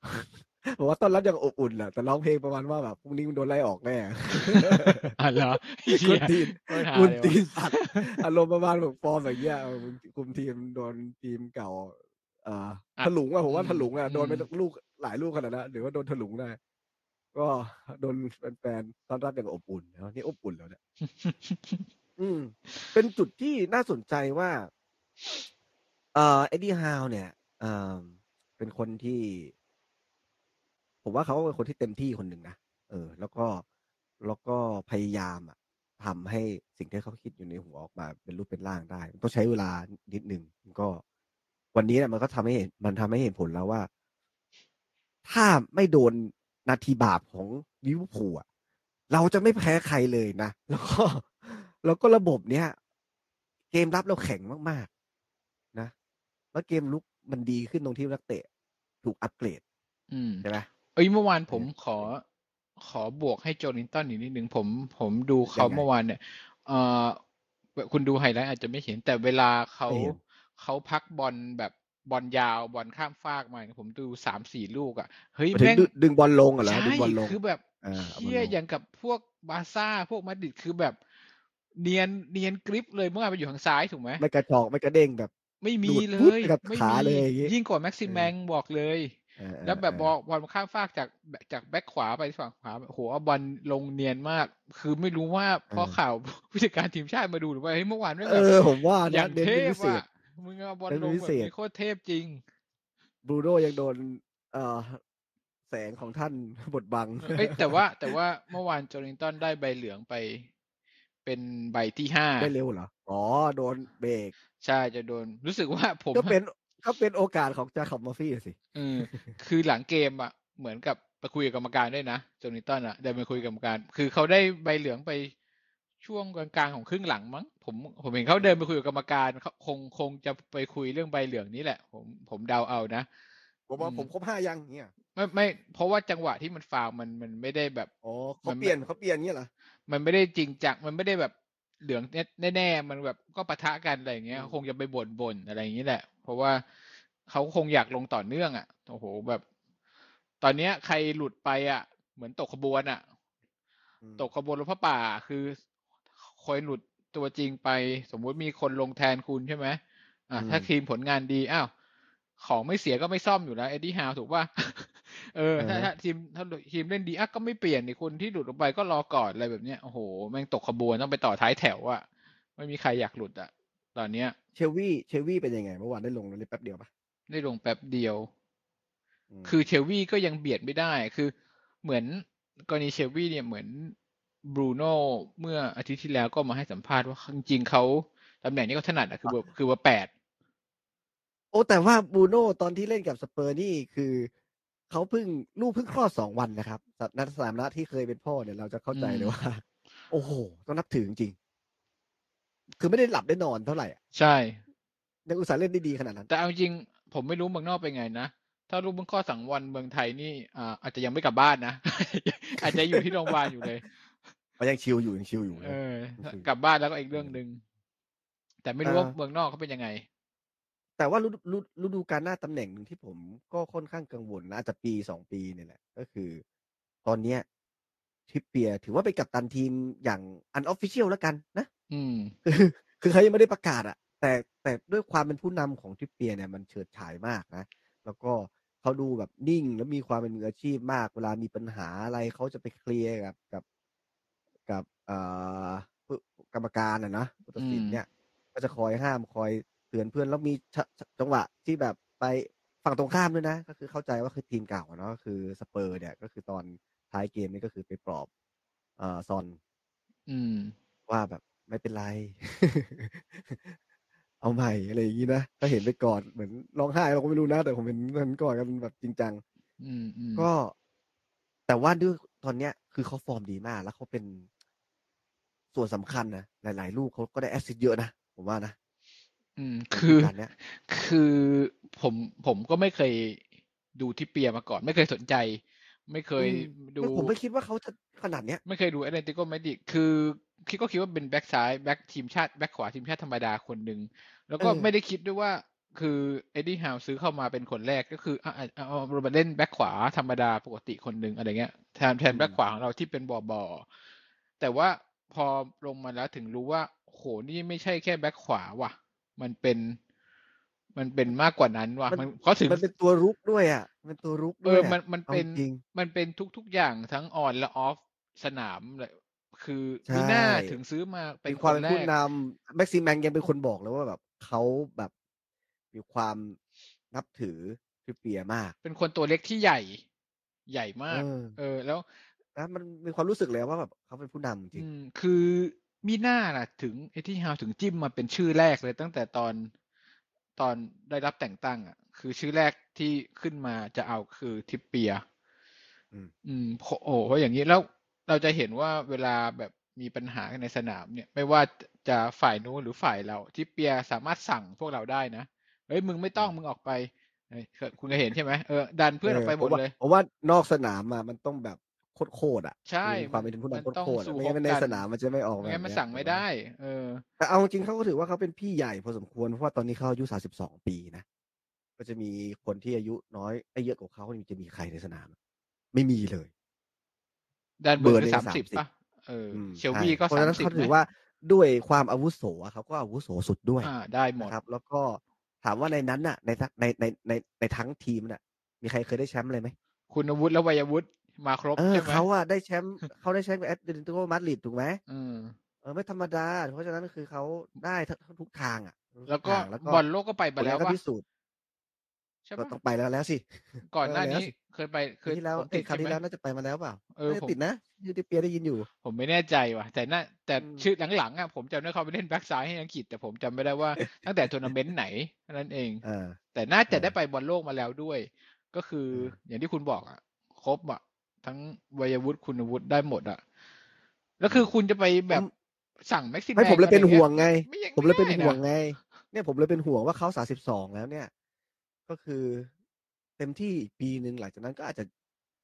Speaker 1: บอกว่าตอนรับอย่างอบอุ่นแหละแต่ร้องเพลงประมาณว่าแบบพรุ่งนี้มึงโดนไล่ออกแน่
Speaker 2: อ่ะเหรอ เหี้ย
Speaker 1: คุณตีน
Speaker 2: ปัญหา
Speaker 1: คุณ
Speaker 2: เลยวะ
Speaker 1: ตีนสัตว์อารมณ์ประมาณแบบฟอร์มแบบเงี้ยเออคุมทีมโดนทีมเก่า เอ่อถลุงอ่ะผมว่า
Speaker 2: อืม
Speaker 1: ถลุงอ่ะโดนไป
Speaker 2: อืม
Speaker 1: ลูกหลายลูกขนาดนั้นหรือว่าโดนถลุงได้ก็โดนแฟนๆต้อนรับอย่างอบอุ่นนะนี่อบอุ่นแล้วเนี่ยอืม เป็นจุดที่น่าสนใจว่า เอ่อเอ็ดดี้ฮาวเนี่ยเอ่อเป็นคนที่ ผมว่าเขาเป็นคนที่เต็มที่คนหนึ่งนะเออ แล้วก็แล้วก็พยายามอะทำให้สิ่งที่เขาคิดอยู่ในหัวออกมาเป็นรูปเป็นร่างได้ มันต้องใช้เวลานิดหนึ่งมันก็ วันนี้เนี่ยมันก็ทำให้เห็นมันทำให้เห็นผลแล้วว่า ถ้าไม่โดนนาทีบาปของลิเวอร์พูลอะเราจะไม่แพ้ใครเลยนะ แล้วก็ แล้วก็ระบบเนี้ย เกมรับเราแข็งมากๆ นะ แล้วเกมลุกมันดีขึ้นตรงที่นักเตะ ถูกอัปเกรด
Speaker 2: อืม
Speaker 1: ใช่ไหม
Speaker 2: เอ้ยเมื่อวานผม
Speaker 1: เออ
Speaker 2: ขอขอบวกให้โจลินตันอีกนิดนึงผมผมดูเขา
Speaker 1: ยังไง
Speaker 2: เมื่อวานเนี่ยเออคุณดูไฮไลท์อาจจะไม่เห็นแต่เวลาเขา
Speaker 1: ไม่เห็น
Speaker 2: เขาพักบอลแบบบอลยาวบอลข้ามฟากมาเนี่ยผมดูสามสี่ลูกอะ่ะเฮ้ย
Speaker 1: หมายถึง
Speaker 2: แม่ง
Speaker 1: ดึงดึงบอลลงอะเหรอ
Speaker 2: ใช่
Speaker 1: ดึงบอลลง
Speaker 2: คือแบบ
Speaker 1: อ่าเอาบอลลง
Speaker 2: เชี่ยอย่างกับพวกบาร์ซ่าพวกมาดริดคือแบบเนียนเนียนกริปเลยเมื่อวานไปอยู่ทางซ้ายถูกไหม
Speaker 1: ไม่กระจอกไม่กระเด้งแบบ
Speaker 2: ไม่มี
Speaker 1: ดูด
Speaker 2: เล
Speaker 1: ปุ๊บ
Speaker 2: ย
Speaker 1: ไปกับ
Speaker 2: ไม่
Speaker 1: ขา
Speaker 2: มี
Speaker 1: เลยอย่างงี้
Speaker 2: ยิ่งกว่าแม็กซิม
Speaker 1: เออ
Speaker 2: แมงบอกเลย
Speaker 1: เออ
Speaker 2: แล้วแบบ
Speaker 1: เ
Speaker 2: บอลบอลข้ามฟากจากจากแบ็คขวาไปฝั่งขวาโอ้โหเอาบอลลงเนียนมาก คือไม่รู้ว่าเพราะข่าว ผู้จัดการทีมชาติมาดูหรือว่าเฮ้ยเมื่อวานไม่ง
Speaker 1: เอ
Speaker 2: แบ
Speaker 1: อ
Speaker 2: บ
Speaker 1: ผมว่า
Speaker 2: อ
Speaker 1: นะ
Speaker 2: ย่าง
Speaker 1: เน้น
Speaker 2: เท
Speaker 1: เป็น
Speaker 2: พ
Speaker 1: พิเศษ
Speaker 2: อ่ะมึงเอาบอล
Speaker 1: เน้น
Speaker 2: ล
Speaker 1: เป็น
Speaker 2: ง
Speaker 1: พิ
Speaker 2: แบบ
Speaker 1: เศษ
Speaker 2: นี้โคตรเทพจริง
Speaker 1: บรูโดยังโดน เอ่อ แสงของท่าน บดบัง
Speaker 2: เอ้ยแต่ว่าแต่ว่าเมื่อวานโจลิงตันได้ใบเหลืองไป เป็นใบที่ห้า
Speaker 1: ได้เร็วเหรอ อ๋อ โดนเบรก
Speaker 2: ใช่จะโดนรู้สึกว่าผม
Speaker 1: ก็เป็นก็เป็นโอกาสของจาขับมอฟฟี่สิ
Speaker 2: เออ คือหลังเกมอ่ะ เหมือนกับไปคุยกับกรรมการด้วยนะโจนิตันอ่ะเดินไปคุยกับกรรมการ คือเขาได้ใบเหลืองไปช่วงกลางๆของครึ่งหลังมั้งผมผมเห็นเขาเดินไปคุยกับกรรมการเขาคงคงจะไปคุยเรื่องใบเหลืองนี้แหละ ผมผมเดาเอานะ
Speaker 1: ผมว่า
Speaker 2: อืม
Speaker 1: ผมครบห้ายังเนี่ย
Speaker 2: ไม่ไม่เพราะว่าจังหวะที่มันฟาวล์มันมันไม่ได้แบบ
Speaker 1: อ๋อ
Speaker 2: มั
Speaker 1: เขา
Speaker 2: นไม่
Speaker 1: เปลี่ยนเขาเปลี่ยนเนี่ยเหรอ
Speaker 2: มันไม่ได้จริงจังมันไม่ได้แบบเหลืองแน่ๆมันแบบก็ปะทะกันอะไรอย่างเงี้ย
Speaker 1: อืม
Speaker 2: คงจะไปบ่นๆอะไรอย่างนี้แหละ เพราะว่าเขาคงอยากลงต่อเนื่อง อ่ะโอ้โหแบบ ตอนเนี้ย ใครหลุดไปอ่ะ เหมือนตกขบวนอ่ะ
Speaker 1: อืม
Speaker 2: ตกขบวนรถพระป่าคือคอยหลุดตัวจริงไป สมมุติมีคนลงแทนคุณใช่ไหมอ่ะ
Speaker 1: อืม
Speaker 2: ถ้าทีมผลงานดีอ้าวของไม่เสียก็ไม่ซ่อมอยู่แล้วเอ็ดดี้ฮาวถูกป่ะ เออถ้า
Speaker 1: อ่าฮะ
Speaker 2: ถ้าทีมถ้าทีมเล่นดีอ่ะก็ไม่เปลี่ยนนี่คนที่หลุดออกไปก็รอก่อนอะไรแบบเนี้ยโอ้โหแม่งตกขบวนต้องไปต่อท้ายแถวอ่ะไม่มีใครอยากหลุดอ่ะ ตอนเนี้ย
Speaker 1: เชลวี่เชลวี่เป็นยังไง เมื่อวานได้ลงแล้วได้แป๊บเดียวปะ
Speaker 2: ได้ลงแป๊บเดียว
Speaker 1: ม
Speaker 2: คือเชลวี่ก็ยังเบียดไม่ได้ คือเหมือนกรณีเชลวี่เนี่ยเหมือนบรูโน่เมื่ออาทิตย์ที่แล้วก็มาให้สัมภาษณ์ว่าจริงๆเขาตำแหน่งนี้เขาถนัดอะคือเบอร์คือเบอร์แปด
Speaker 1: โอ้แต่ว่าบรูโน่ตอนที่เล่นกับสเปอร์นี่คือเขาเพิ่งลูกเพิ่งคลอดสองวันนะครับนัดสามนัดที่เคยเป็นพ่อเนี่ยเราจะเข้าใจเลยว่า โอ้โห ต้องนับถือจริงๆคือไม่ได้หลับได้นอนเท่าไหร่อะ
Speaker 2: ใช่
Speaker 1: ยังอุตส่าห์เล่นได้ดีขนาดนั้น
Speaker 2: แต่เอาจริงผมไม่รู้เมืองนอกเป็นไงนะ ถ้ารู้เมืองข้อสังวันเมืองไทยนี่อ่าอาจจะยังไม่กลับบ้านนะ อาจจะอยู่ที่โรงพยาบาลอยู่เลย
Speaker 1: มันยังชิลอยู่ยังชิลอยู่
Speaker 2: เอ
Speaker 1: นะ
Speaker 2: อ
Speaker 1: โอเค
Speaker 2: กลับบ้านแล้วก็อีกเรื่องหนึ่งแต่ไม่รู้ว่า
Speaker 1: เออ
Speaker 2: เมืองนอกเขาเป็นยังไง
Speaker 1: แต่ว่าฤดูฤดูฤดูการหน้าตำแหน่งหนึ่งที่ผมก็ค่อนข้างกังวลนะอาจจะปีสองปีเนี่ยแหละ ก็คือ ตอนเนี้ยทริปเปียร์ถือว่าเป็นกัปตันทีมอย่างอันออฟฟิเชียลแล้วกันนะ
Speaker 2: อืม
Speaker 1: คือคือเขายังไม่ได้ประกาศอะแต่แต่ด้วยความเป็นผู้นำของทริปเปียร์เนี่ยมันเฉิดฉายมากนะ แล้วก็ เขาดูแบบนิ่งแล้วมีความเป็นมืออาชีพมาก เวลามีปัญหาอะไรเขาจะไปเคลียร์กับกับกับเอ่อผู้กรรมการอ่ะนะผู้ตัดสิน
Speaker 2: อืม
Speaker 1: เนี่ย ก็จะคอยห้ามคอยเตือนเพื่อนแล้วมีชะชะจังหวะที่แบบไปฝั่งตรงข้ามด้วยนะ ก็คือเข้าใจว่าคือทีมเก่าอะเนาะก็คือสเปอร์เนี่ยก็คือตอนท้ายเกมนี่ก็คือไปปลอบเอ่อซอน
Speaker 2: อืม
Speaker 1: ว่าแบบไม่เป็นไร เอาใหม่อะไรอย่างนี้นะถ้าเห็นไปก่อนเหมือนร้องไห้เราก็ไม่รู้นะ แต่ผมเห็นเห็นก่อนกันแบบจริงจัง
Speaker 2: อืมอืม
Speaker 1: ก็แต่ว่าด้วยตอนเนี้ย คือเขาฟอร์มดีมาก แล้วเขาเป็นส่วนสำคัญนะหลาย ๆ ลูกเขาก็ได้แอสซิสต์เยอะนะ ผมว่านะ
Speaker 2: อืม
Speaker 1: ใน
Speaker 2: คื
Speaker 1: ฤ
Speaker 2: อ
Speaker 1: ดูกาลเนี้ย
Speaker 2: คือผมผมก็ไม่เคยดูที่เปียมาก่อน ไม่เคยสนใจ ไม่เคยดู
Speaker 1: อืมผมไม่คิดว่าเขาจะขนาดเนี้ย
Speaker 2: ไม่เคยดูแอตเลติโกมาดริดคือคิดก็คิดว่าเป็นแบ็กซ้ายแบ็กทีมชาติแบ็กขวาทีมชาติธรรมดาคนหนึ่ง แล้วก็
Speaker 1: เออ
Speaker 2: ไม่ได้คิดด้วยว่า คือเอ็ดดี้ฮาวซื้อเข้ามาเป็นคนแรกก็คืออ่ะอ่ะเอาเอามาเล่นแบ็กขวาธรรมดาปกติคนหนึ่งอะไรเงี้ยแทนแทนแบ็กขวาของเราที่เป็นบอบอแต่ว่าพอลงมาแล้วถึงรู้ว่าโหนี่ไม่ใช่แค่แบ็กขวาว่ะ มันเป็น มันเป็นมากกว่านั้นว่ะ
Speaker 1: มั
Speaker 2: มัน นเขาถึง
Speaker 1: มันเป็นตัวรุกด้วยอ่ะมันเป็นตัวรุก
Speaker 2: เอ
Speaker 1: ด้วย
Speaker 2: อ
Speaker 1: อะ
Speaker 2: มัน มัน
Speaker 1: อา
Speaker 2: เป็น
Speaker 1: จริง
Speaker 2: มันเป็นทุก ๆ อย่างทั้งออนและออฟสนามเลยคือ
Speaker 1: ใช่
Speaker 2: มีหน้าถึงซื้อมาเป็
Speaker 1: มี
Speaker 2: นคว
Speaker 1: คาม
Speaker 2: น
Speaker 1: เป็น
Speaker 2: แร
Speaker 1: ผู้
Speaker 2: ก
Speaker 1: นำแม็กซิมแมงยังเป็นคนบอกเลยว่าแบบเขาแบบมีความนับถือทริปเปียร์มาก
Speaker 2: เป็นคนตัวเล็กที่ใหญ่ ใหญ่มาก
Speaker 1: เออ
Speaker 2: เออ แล้ว
Speaker 1: นะมันมีความรู้สึกเลยว่าแบบเขาเป็นผู้นำจริ
Speaker 2: อื
Speaker 1: ง
Speaker 2: ม คือมีหน้าล่ะ ถึงเอที่ฮาวถึงจิ้มมาเป็นชื่อแรกเลย ตั้งแต่ตอนตอนได้รับแต่งตั้ง อ่ะ คือชื่อแรกที่ขึ้นมาจะเอาคือทิปเปียร์
Speaker 1: อืม
Speaker 2: อืมเพราะโอ้เพราะอย่างนี้แล้วเราจะเห็นว่าเวลาแบบมีปัญหากันในสนามเนี่ย ไม่ว่าจะฝ่ายนู้นหรือฝ่ายเราทิปเปียร์สามารถสั่งพวกเราได้นะเฮ้ยมึงไม่ต้องมึงออกไปเอ้ยเคยคุณเคยเห็นใช่ไหมเออดันเพื่อนออกไปหมดเลย
Speaker 1: เพราะว่าพราะว่านอกสนามมามันต้องแบบโคตรๆอ่ะ
Speaker 2: ใช่
Speaker 1: มีความเป็น
Speaker 2: มั
Speaker 1: ผู้ำ
Speaker 2: น
Speaker 1: โค
Speaker 2: ต้อง
Speaker 1: ตรๆ
Speaker 2: สู้
Speaker 1: อะไม่
Speaker 2: ร
Speaker 1: งั้
Speaker 2: บ
Speaker 1: นใน
Speaker 2: กั
Speaker 1: สนามมันจะไม่ออก
Speaker 2: ไม่
Speaker 1: แบบ
Speaker 2: งั้นมัน
Speaker 1: เนี้ย
Speaker 2: สั่งไม่ได้ เออ
Speaker 1: แต่เอาจริงๆเขาก็ถือว่าเขาเป็นพี่ใหญ่พอสมควรเพราะว่าตอนนี้เขาอายุสาสิบสองปีนะก็จะมีคนที่อายุน้อยไอ้เยอะกว่าเขานี่จะมีใครในสนาม ไม่มีเลย
Speaker 2: ดันเบิร์น
Speaker 1: เบิร์น
Speaker 2: ก็
Speaker 1: เนี่ย
Speaker 2: สามสิบ
Speaker 1: 30
Speaker 2: ป่ะ เออ
Speaker 1: อืม
Speaker 2: เชล
Speaker 1: ใช่
Speaker 2: วีก็
Speaker 1: เพราะ
Speaker 2: สา
Speaker 1: ฉะ
Speaker 2: ม
Speaker 1: นั้น
Speaker 2: สิบ
Speaker 1: เขา
Speaker 2: ไหม
Speaker 1: ถือว่าด้วยความอาวุโสอะเขาก็อาวุโสสุดด้วย
Speaker 2: อ่า ได้หมด
Speaker 1: นะครับ แล้วก็ถามว่าในนั้นน่ะ ในทั้งในในในในทั้งทีมน่ะ มีใครเคยได้แชมป์เลยไหม
Speaker 2: คุณวุฒิและวัยวุฒิมาครบ
Speaker 1: เออ
Speaker 2: ใช่ไหม
Speaker 1: เขาอะได้แชมป์ เขาได้แชมป์กับแอตเลติโกมาดริดถูกไหม
Speaker 2: อืม
Speaker 1: เออไม่ธรรมดา เพราะฉะนั้นคือเขาได้ทั้งทุกทางอะทุทาง
Speaker 2: แล้วก็
Speaker 1: แล้ว
Speaker 2: บอลโลกก็ไป
Speaker 1: ผ
Speaker 2: มา
Speaker 1: ลงา
Speaker 2: แล้
Speaker 1: น
Speaker 2: ว
Speaker 1: ก็
Speaker 2: ป่ะ
Speaker 1: พิสูจน์
Speaker 2: ใช่
Speaker 1: ก็
Speaker 2: ป่ะ
Speaker 1: ต้องไปแล้วแล้วสิ
Speaker 2: ก่อนหน้า
Speaker 1: เออแล้ว
Speaker 2: นี้
Speaker 1: สิ
Speaker 2: เคยไปเค
Speaker 1: ปี
Speaker 2: ย
Speaker 1: ที่แล้ว
Speaker 2: ผม
Speaker 1: เอ้
Speaker 2: ติ
Speaker 1: ย
Speaker 2: ด
Speaker 1: คราว
Speaker 2: ใช่
Speaker 1: ที่
Speaker 2: ไหม
Speaker 1: แล้วน่าจะไปมาแล้วเปล่า
Speaker 2: เออ
Speaker 1: น่าจะ
Speaker 2: ผม
Speaker 1: ติดนะยูติเปียได้ยินอยู่
Speaker 2: ผมไม่แน่ใจว่ะ แต่น่าแต่
Speaker 1: อืม
Speaker 2: ชื่อหลังๆอ่ะผมจำได้เขาไปเล่นแบ็กซ้ายให้อังกฤษแต่ผมจำไม่ได้ว่า ตั้งแต่ทัวร์นาเมนต์ไหนเท่านั้นเอง
Speaker 1: เออ
Speaker 2: แต่น่าจะ
Speaker 1: เออ
Speaker 2: ได้ไปบอลโลกมาแล้วด้วย ก็คือ
Speaker 1: เออ
Speaker 2: ออย่างที่คุณบอกอ่ะ ครบอ่ะ ทั้งวัยวุฒิคุณวุฒิได้หมดอ่ะ แล้วคือคุณจะไปแบบ
Speaker 1: ผม
Speaker 2: สั่งแม็กซิม
Speaker 1: ไม่ผมเลยเป็นห่วงไง
Speaker 2: ไม่ยัง
Speaker 1: ผมเลยเป็น
Speaker 2: ไได้ะ
Speaker 1: ห่วงไง เนี่ยผมเลยเป็นห่วงว่าเขาสาสิบสองแล้วเนี่ย ก็คือ เต็มที่อีกปีหนึ่งหลังจากนั้นก็อาจจะ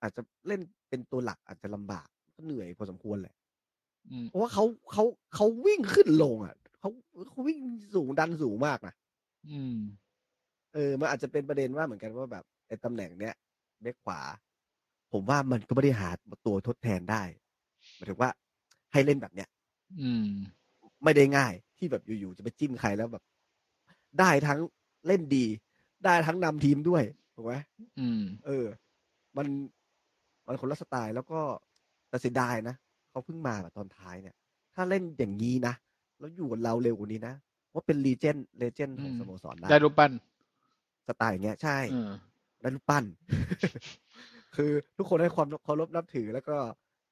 Speaker 1: อาจจะเล่นเป็นตัวหลักอาจจะลำบากก็เหนื่อยพอสมควรแหละ
Speaker 2: อืม
Speaker 1: เพราะว่าเขาเขาเขาวิ่งขึ้นลงอ่ะเขาเขาวิ่งสูงดันสูงมากนะ
Speaker 2: อืม
Speaker 1: เออมันอาจจะเป็นประเด็นว่าเหมือนกันว่าแบบไอ้ตำแหน่งเนี้ยเบ็กขวา ผมว่ามันก็ไม่ได้หาตัวทดแทนได้หมายถึงว่าให้เล่นแบบเนี้ย
Speaker 2: อืม
Speaker 1: ไม่ได้ง่ายที่แบบอยู่ๆจะไปจิ้มใครแล้วแบบ ได้ทั้งเล่นดี ได้ทั้งนำทีมด้วยถูกไหม
Speaker 2: อืม
Speaker 1: เออ มันมันคนละสไตล์แล้วก็แต่เสียดายนะเขาเพิ่งมาแบบตอนท้ายเนี่ย ถ้าเล่นอย่างนี้นะ แล้วอยู่กับเราเร็วกว่านี้นะว่าเป็นลีเจนเลเจนของ
Speaker 2: อืม
Speaker 1: สโมสร
Speaker 2: ได้
Speaker 1: ได้
Speaker 2: รูปปั้น
Speaker 1: สไตล์อย่างเงี้ยใช่
Speaker 2: เออ
Speaker 1: ได้รูปปั้น คือทุกคนให้ความเคารพนับถือแล้วก็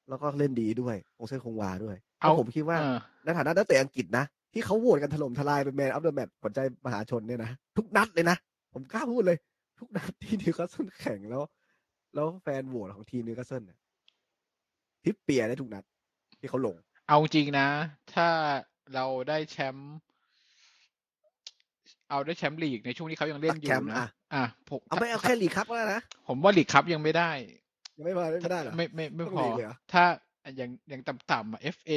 Speaker 1: แล้วก็เล่นดีด้วยคงเส้นคงวาด้วย
Speaker 2: เอา
Speaker 1: แล้วผมคิดว่า
Speaker 2: เออ
Speaker 1: ในฐานะนักเตะอังกฤษนะ ที่เขาโหวตกันถล่มทลายเป็นแมนอัพเดอะแมตขวัญใจมหาชนเนี่ยนะ ทุกนัดเลยนะ ผมกล้าพูดเลย ทุกนัดที่นิวคาสเซิลแข่งแล้ว แล้วแฟนโหวตของทีมนิวคาสเซิลเนี่ยทริปเปียร์ได้ทุกนัด ที่เขาลง
Speaker 2: เอาจริงนะ ถ้าเราได้แชมป์เอาได้แชมป์ลีกในช่วงที่เขายังเล่นอยู่
Speaker 1: สักแชมป์
Speaker 2: นะ
Speaker 1: อ่ะ
Speaker 2: อ่ะผม
Speaker 1: เอาไม่เอาแค่ลีกครับก็ได้นะ
Speaker 2: ผมว่าลีกคัพยังไม่ได้
Speaker 1: ยังไม่มาไม่ได้เหรอ
Speaker 2: ไม่ไม่ไม่
Speaker 1: ต้อง
Speaker 2: พอ
Speaker 1: ลีกเลยเหรอ
Speaker 2: ถ้าอย่างอย่างต่ำๆอ่ะ FA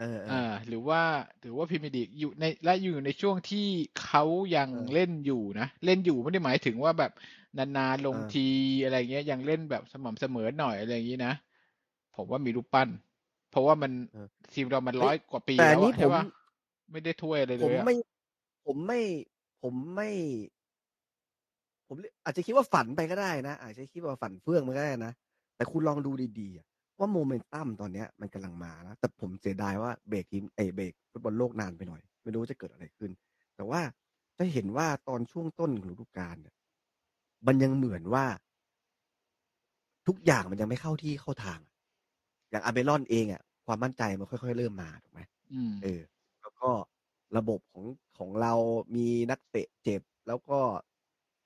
Speaker 1: เออเอ
Speaker 2: อ่า
Speaker 1: อ
Speaker 2: หรือว่าหรือว่าพรีเมียร์ลีกอยู่ในและอยู่ในช่วงที่เขายัง
Speaker 1: เออ
Speaker 2: เล่นอยู่นะ เล่นอยู่ไม่ได้หมายถึงว่าแบบนานๆลง
Speaker 1: เออ
Speaker 2: ทีอะไรเงี้ยยังเล่นแบบสม่ำเสมอหน่อยอะไรอย่างนี้นะ ผมว่ามีรูปปั้น เพราะว่ามัน
Speaker 1: เออ
Speaker 2: ทีมเรามัน
Speaker 1: เฮ้ย
Speaker 2: ร้อยกว่าปี
Speaker 1: แต่
Speaker 2: แล้ว
Speaker 1: นี่
Speaker 2: อะ
Speaker 1: ผ
Speaker 2: ใช่
Speaker 1: ม
Speaker 2: ปะไม่ได้ถ้วยอะไรเล
Speaker 1: ผม
Speaker 2: ยอะ
Speaker 1: ไม่ ผมไม่ ผมไม่ ผ ผมเรียกอาจจะคิดว่าฝันไปก็ได้นะ อาจจะคิดว่าฝันเฟื่องมันก็ได้นะ แต่คุณลองดูดีๆอะว่าโมเมนตัมตอนเนี้ยมันกำลังมานะแต่ผมเสียดายว่าเบรกทีมเอยเบรกฟุตบอลโลกนานไปหน่อย ไม่รู้ว่าจะเกิดอะไรขึ้น แต่ว่าจะเห็นว่าตอนช่วงต้นของฤดูกาลเนี่ยมันยังเหมือนว่า ทุกอย่างมันยังไม่เข้าที่เข้าทาง อย่างอาเบรอนเองอ่ะความมั่นใจมันค่อยๆเริ่มมาถูกไหม
Speaker 2: อืม
Speaker 1: เออแล้วก็ระบบของของเรามีนักเตะเจ็บ แล้วก็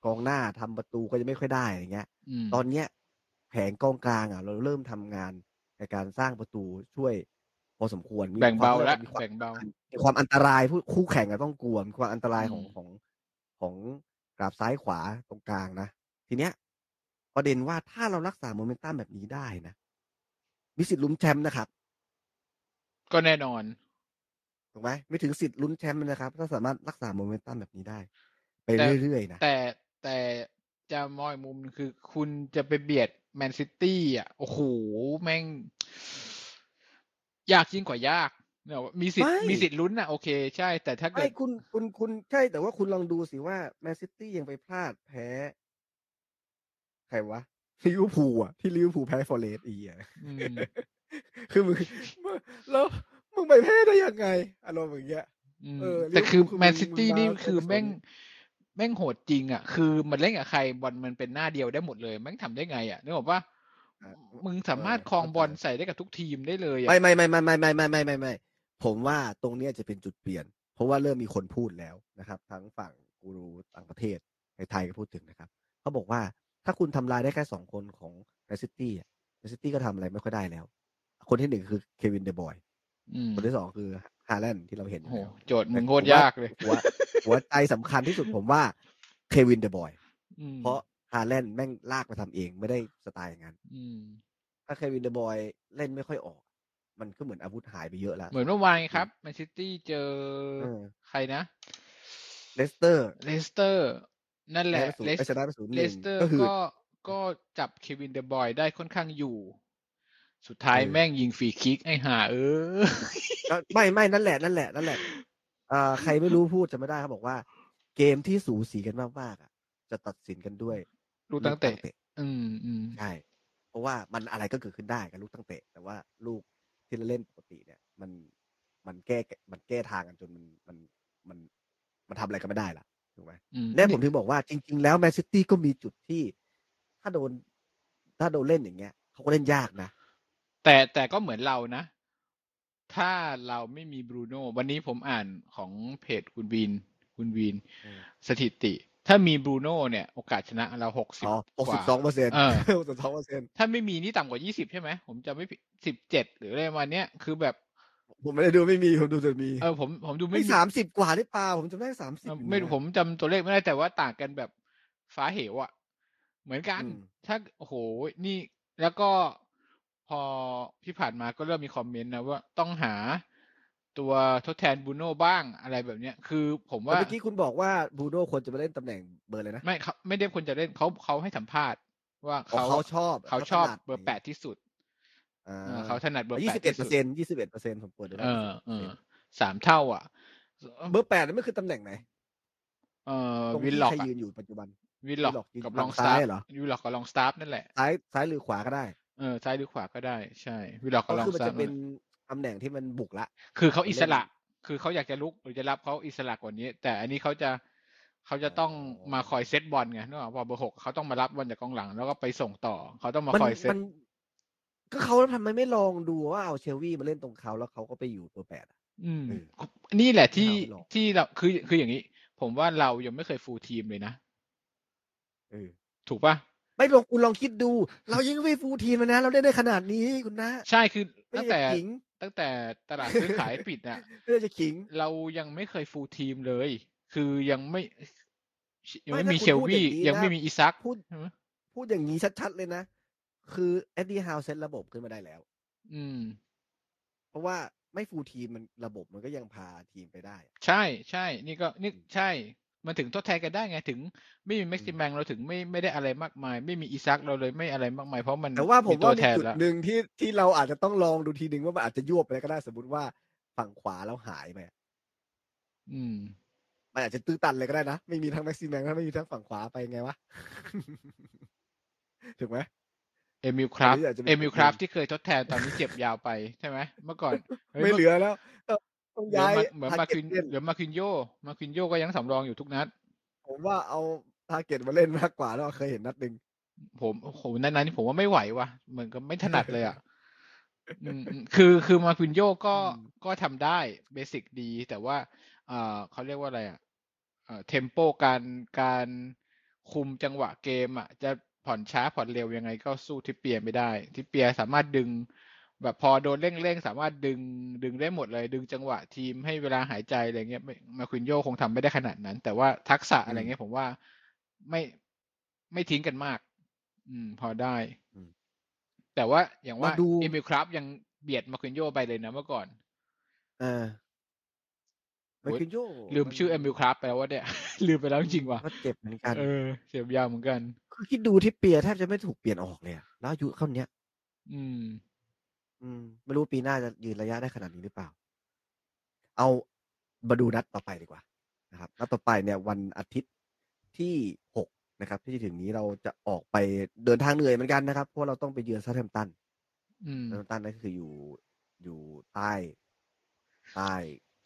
Speaker 1: กองหน้าทำประตูก็จะไม่ค่อยได้อะไรเงี้ย
Speaker 2: อืม
Speaker 1: ตอนเนี้ยแผงกองกลางอ่ะ เราเริ่มทำงานในการสร้างประตูช่วย พอสมควรมี
Speaker 2: แบ่งเบา
Speaker 1: ควม
Speaker 2: ละ
Speaker 1: มีความ
Speaker 2: แบ่งเบา
Speaker 1: มีความอันตรายผู้คู่แข่งก็ต้องกลัวมีความอันตรายของ
Speaker 2: อืม
Speaker 1: ของของกราบซ้ายขวาตรงกลางนะ ทีเนี้ยประเด็นว่าถ้าเรารักษาโมเมนตัมแบบนี้ได้นะมีสิทธิ์ลุ้นแชมป์นะครับ
Speaker 2: ก็แน่นอน
Speaker 1: ถูกไหมไม่ถึงสิทธิ์ลุ้นแชมป์นะครับ ถ้าสามารถรักษาโมเมนตัมแบบนี้ได้ ไป
Speaker 2: แต่
Speaker 1: เรื่อยๆนะ
Speaker 2: แต่แต่จะมองอีกมุมหนึ่งคือคุณจะไปเบียดแมนซิตี้อ่ะ โอ้โห แม่ง ยากยิ่งกว่ายากเนอะมีสิทธิ์มีสิทธิ์ลุ้นอ่ะ โอเค ใช่ แต่ถ้าเกิ
Speaker 1: ไม่
Speaker 2: ด
Speaker 1: คุณคุณคุณใช่แต่ว่าคุณลองดูสิว่าแมนซิตี้ยังไปพลาดแพ้ ใครวะ ลิเวอร์พูลอ่ะที่ลิเวอร์พูลแพ้ฟอเรสต์อีกอ่ะ
Speaker 2: อืม
Speaker 1: คือมึงมึงแล้วมึงไปแพ้ได้ยังไงอารมณ์อย่างเงี้ย
Speaker 2: อืม
Speaker 1: เออ
Speaker 2: แต่คือ
Speaker 1: ลิเวอร์พูล
Speaker 2: แมนซิตี้
Speaker 1: มัน
Speaker 2: นี่
Speaker 1: มา
Speaker 2: คือแม่งแม่งโหดจริง อ่ะ คือมันเล่นกับใครบอลมันเป็นหน้าเดียวได้หมดเลย แม่งทำได้ไง อ่ะนึกออกว่า
Speaker 1: อ่ะ
Speaker 2: มึงสามารถ
Speaker 1: เออ
Speaker 2: ครอง
Speaker 1: เข้าใจ
Speaker 2: บอลใส่ได้กับทุกทีมได้เลยอ่ะ
Speaker 1: ไม่ไม่ไม่ไม่ไม่ไม่ไม่ไม่ไม่ไม่ผมว่าตรงเนี้ยจะเป็นจุดเปลี่ยน เพราะว่าเริ่มมีคนพูดแล้วนะครับ ทั้งฝั่งกูรูต่างประเทศในไทยก็พูดถึงนะครับเขาบอกว่าถ้าคุณทำลายได้แค่สองคนของแมนซิตี้อะแมนซิตี้ก็ทำอะไรไม่ค่อยได้แล้ว คนที่หนึ่งคือเควินเดบอย
Speaker 2: อืม
Speaker 1: คนที่สองคือฮาแลนด์ที่เราเห็นอ
Speaker 2: โอ้
Speaker 1: ยู่
Speaker 2: โห
Speaker 1: แล้ว
Speaker 2: โจทย์มึงโคตรยากเลย
Speaker 1: หัวหัวใจสำคัญที่สุดผมว่าเควินเดบอย
Speaker 2: อืม
Speaker 1: เพราะฮาแลนด์แม่งลากมาทำเองไม่ได้สไตล์อย่างนั้น
Speaker 2: อืม
Speaker 1: ถ้าเควินเดบอยเล่นไม่ค่อยออก มันก็เหมือนอาวุธหายไปเยอะแล้ว
Speaker 2: เหมือนเมื่อวานไงครับแมนซิตี้เจอ
Speaker 1: เออ
Speaker 2: ใครนะ
Speaker 1: เลสเตอร์
Speaker 2: เลสเตอร์ นั่นแหละ
Speaker 1: แพ้ไปศูนย์เอ้ยชนะไปศูนย์หนึ่ง
Speaker 2: เลสเตอร์
Speaker 1: ก็คือ
Speaker 2: ก็ก็จับเควินเดบอยได้ค่อนข้างอยู่ สุดท้าย
Speaker 1: เออ
Speaker 2: แม่งยิงฟรีคิกไอ้ห่าเออ
Speaker 1: แล้วไม่ไม่นั่นแหละนั่นแหละนั่นแหละอ่าใครไม่รู้พูดจะไม่ได้เขาบอกว่า เกมที่สูสีกันมากๆอ่ะ จะตัดสินกันด้วย
Speaker 2: ลูกตั้งเตะ อืมอืม
Speaker 1: ใช่เพราะว่ามันอะไรก็เกิดขึ้นได้กับลูกตั้งเตะ แต่ว่าลูกที่เราเล่นปกติเนี่ย มันมันแก้มันแก้ทางกันจนมันมันมันมันทำอะไรกันไม่ได้ละถูกไหม
Speaker 2: อืม
Speaker 1: แน่ผมถึงบอกว่าจริง ๆ แล้วแมนซิตี้ก็มีจุดที่ ถ้าโดน ถ้าโดนเล่นอย่างเงี้ยเขาก็เล่นยากนะ
Speaker 2: แต่แต่ก็เหมือนเรานะ ถ้าเราไม่มีบรูโน่วันนี้ผมอ่านของเพจคุณวีน คุณวีน
Speaker 1: เออ
Speaker 2: สถิติ ถ้ามีบรูโน่เนี่ย โอกาสชนะเราหกสิบ
Speaker 1: อ๋อก
Speaker 2: ว่า
Speaker 1: 62เปอร์เซ็นต์
Speaker 2: เอ
Speaker 1: 62
Speaker 2: อ
Speaker 1: เปอร์เซ็นต์
Speaker 2: ถ้าไม่มีนี่ต่ำกว่ายี่สิบใช่ไหม ผมจะไม่สิบเจ็ดหรืออะไรประมาณเนี้ยคือแบบ
Speaker 1: ผมไม่ได้ดูไม่มีผมดูแต่มี
Speaker 2: เออผมผมดู
Speaker 1: ไม่
Speaker 2: ไม่มี
Speaker 1: สามสิบกว่าหรือเปล่าผมจำได้สามสิบ
Speaker 2: เออไม่ผมจำตัวเลขไม่ได้แต่ว่าต่างกันแบบฟ้าเหวอะเหมือนกัน
Speaker 1: อืม
Speaker 2: ถ้าโอ้โหนี่แล้วก็พอที่ผ่านมาก็เริ่มมีคอมเมนต์นะว่าต้องหาตัวทดแทนบูโน่บ้างอะไรแบบเนี้ย คือผมว่า
Speaker 1: เมื่อกี้คุณบอกว่าบูโน่ควรจะมาเล่นตำแหน่งเบอร์เลยนะ
Speaker 2: ไม่เขาไม่ได้คนจะเล่นเขาเขาให้สัมภาษณ์ ว่า
Speaker 1: อ๋อ
Speaker 2: เขา
Speaker 1: เขาชอบ
Speaker 2: เขาชอบ
Speaker 1: ถนัด
Speaker 2: เบอร์แปดที่สุด
Speaker 1: อ่า
Speaker 2: เออเขาถนัดเบอร์
Speaker 1: ยี่
Speaker 2: แป
Speaker 1: สิบ
Speaker 2: ด
Speaker 1: เอ็ด
Speaker 2: ที่
Speaker 1: เปอร์
Speaker 2: สุด
Speaker 1: เซ็นต์ยี่สิบเอ็ดเปอร์เซ็นต์ผมเปิดดูนะ
Speaker 2: เออเออสามเท่าอ่ะ
Speaker 1: เบอร์แปดนั่นมันคือตำแหน่งไหน
Speaker 2: เออ
Speaker 1: ตรง
Speaker 2: วิ
Speaker 1: ที่
Speaker 2: นล็อก
Speaker 1: ใคร
Speaker 2: อะ
Speaker 1: ยืนอยู่ปัจจุบัน
Speaker 2: วิลล็อ
Speaker 1: วิลล็อก
Speaker 2: กกับ
Speaker 1: ยืน
Speaker 2: ลอง
Speaker 1: ฝั่ง
Speaker 2: สตา
Speaker 1: ซ้าย
Speaker 2: ร์
Speaker 1: เหรอ
Speaker 2: วิลล็อกกับลองสตาร์นั่นแหละ
Speaker 1: ซ้ายซ้ายหรือขวาก็ได้
Speaker 2: เออซ้ายหรือขวาก็ได้ ใช่วิลล็อกกั
Speaker 1: ก็
Speaker 2: บลอง
Speaker 1: คือมั
Speaker 2: ส
Speaker 1: น
Speaker 2: ตา
Speaker 1: จะ
Speaker 2: ร์
Speaker 1: เป็นตำแหน่งที่มันบุกละ
Speaker 2: คือเขา
Speaker 1: มันเล่น
Speaker 2: อิสระ คือเขาอยากจะลุกหรือจะรับเขาอิสระกว่านี้ แต่อันนี้เขาจะเขาจะต้อง
Speaker 1: อ๋อ
Speaker 2: มาคอยเซตบอลไงนึกออกป่ะเบอร์หกเขาต้องมารับบอลจากกองหลัง แล้วก็ไปส่งต่อเขาต้องมา
Speaker 1: มัน
Speaker 2: คอยเซต
Speaker 1: มันก็เขาทำไมไม่ลองดูว่าเอาเชลวี่มาเล่นตรงเขาแล้วเขาก็ไปอยู่เบอร์แปดอะ
Speaker 2: อืม
Speaker 1: เออ
Speaker 2: นี่แหละที่
Speaker 1: ไม่เอาไม่ลอง
Speaker 2: ที่เราคือคืออย่างนี้ ผมว่าเรายังไม่เคยฟูลทีมเลยนะ
Speaker 1: เออ
Speaker 2: ถูกป่ะ
Speaker 1: ไม่ลองคุณลองคิดดู เรายังไม่ฟูลทีมเลยนะ เราได้ได้ขนาดนี้คุณนะ
Speaker 2: ใช่คือ
Speaker 1: ไม่
Speaker 2: ตั้ง
Speaker 1: ได้
Speaker 2: แต่
Speaker 1: จะขิง
Speaker 2: ตั้งแต่ตลาดซื้อขายปิดน่ะ
Speaker 1: ไม่ได้จะขิง
Speaker 2: เรายังไม่เคยฟูลทีมเลย คือยังไม่ยังไม่
Speaker 1: ถ้า
Speaker 2: มี
Speaker 1: คุณ
Speaker 2: เชล
Speaker 1: พูด
Speaker 2: วี่
Speaker 1: อางนี้
Speaker 2: ยังไม่
Speaker 1: นะ
Speaker 2: มีอีซัก
Speaker 1: พูด
Speaker 2: ใช่ไหม
Speaker 1: พูดอย่างนี้ชัดๆเลยนะ คือเอ็ดดี้ฮาวเซตระบบขึ้นมาได้แล้ว
Speaker 2: อืม
Speaker 1: เพราะว่าไม่ฟูลทีมมันระบบมันก็ยังพาทีมไปได้
Speaker 2: ใช่ใช่นี่ก็นี่ใช่ มันถึงทดแทนกันได้ไงถึง ไม่มีแม็กซิแมงเราถึงไม่ไม่ได้อะไรมากมาย ไม่มีอีซักเราเลยไม่อะไรมากมายเพราะมัน
Speaker 1: แต่ว่าผม
Speaker 2: ตั
Speaker 1: ว่าว มี
Speaker 2: แทน
Speaker 1: จุด
Speaker 2: แล้ว
Speaker 1: หนึ่งที่ที่เราอาจจะต้องลองดูทีหนึ่งว่ามันอาจจะยวบไปแล้วก็ได้สมมติว่าฝั่งขวาเราหายไปอะ
Speaker 2: อืม
Speaker 1: มันอาจจะตื้อตันเลยก็ได้นะ ไม่มีทั้งแม็กซิมแมงและไม่มีทั้งฝั่งขวาไปไงวะ ถูกไหม
Speaker 2: เอมิลครับ
Speaker 1: หรืออาจจะเป็น
Speaker 2: เอมิลครับ
Speaker 1: คนอื่น
Speaker 2: ที่เคยทดแทนตอนนี้เจ็บยาวไปใช่ไหมเมื่อก่อนฮ้ย
Speaker 1: ไม่เหลือแล้วเออต้อง
Speaker 2: เหมือน
Speaker 1: ย้าย
Speaker 2: เหมือน
Speaker 1: ทา
Speaker 2: มา
Speaker 1: เก็
Speaker 2: คิ
Speaker 1: ต
Speaker 2: น
Speaker 1: เล่น
Speaker 2: เหลือมาคินโยมาคินโยก็ยังสำรองอยู่ทุกนัด
Speaker 1: ผมว่าเอาทาเก็ตมาเล่นมากกว่าแล้วเคยเห็นนัดหนึ่ง
Speaker 2: ผมโอ้โหนั้นนั้นผมว่าไม่ไหวว่ะ เหมือนกับไม่ถนัดเลยอ่ะ อืมอืมคือคือมาคินโยก็
Speaker 1: อืม
Speaker 2: ก็ทำได้เบสิกดี แต่ว่า เอ่อเขาเรียกว่าอะไรอ่ะเอ่อเทมโปการการคุมจังหวะเกมอ่ะ จะผ่อนช้าผ่อนเร็วยังไงก็สู้ทิปเปียร์ไม่ได้ ทิปเปียร์สามารถดึง แบบพอโดนเร่งเร่งๆสามารถดึงดึงได้หมดเลย ดึงจังหวะทีมให้เวลาหายใจอะไรเงี้ยไม่มาควินโยคงทำไม่ได้ขนาดนั้น แต่ว่าทักษะอะไรเงี้ยผมว่าไม่ไม่ทิ้งกันมาก อืม พอได้
Speaker 1: อืม
Speaker 2: แต่ว่าอย่างว่า
Speaker 1: มาดู
Speaker 2: เอมิลครับยังเบียดมาควินโยไปเลยนะเมื่อก่อน
Speaker 1: เออ
Speaker 2: โอ้
Speaker 1: มัน
Speaker 2: ย
Speaker 1: คินโย
Speaker 2: ลืมชื่อเอมิลครับไปแล้วว่าเนี่ย ลืมไปแล้วจริงๆว่ะ
Speaker 1: ก็เจ็บเหมือนกัน
Speaker 2: เออเสียบยาวเหมือนกัน
Speaker 1: คือคิดดูที่เปียร์แทบจะไม่ถูกเปลี่ยนออกเลยอะแล้วอายุเท่าเนี้ย
Speaker 2: อืม
Speaker 1: อืมไม่รู้ปีหน้าจะยืนระยะได้ขนาดนี้หรือเปล่า เอามาดูนัดต่อไปดีกว่านะครับนัดต่อไปเนี่ยวันอาทิตย์ที่หกนะครับ ที่จะถึงนี้เราจะออกไปเดินทางเหนื่อยเหมือนกันนะครับ เพราะเราต้องไปเยือนซาเทมตัน
Speaker 2: อืม
Speaker 1: ซาเทมตันนั่นคืออยู่อยู่ใต้ ใต้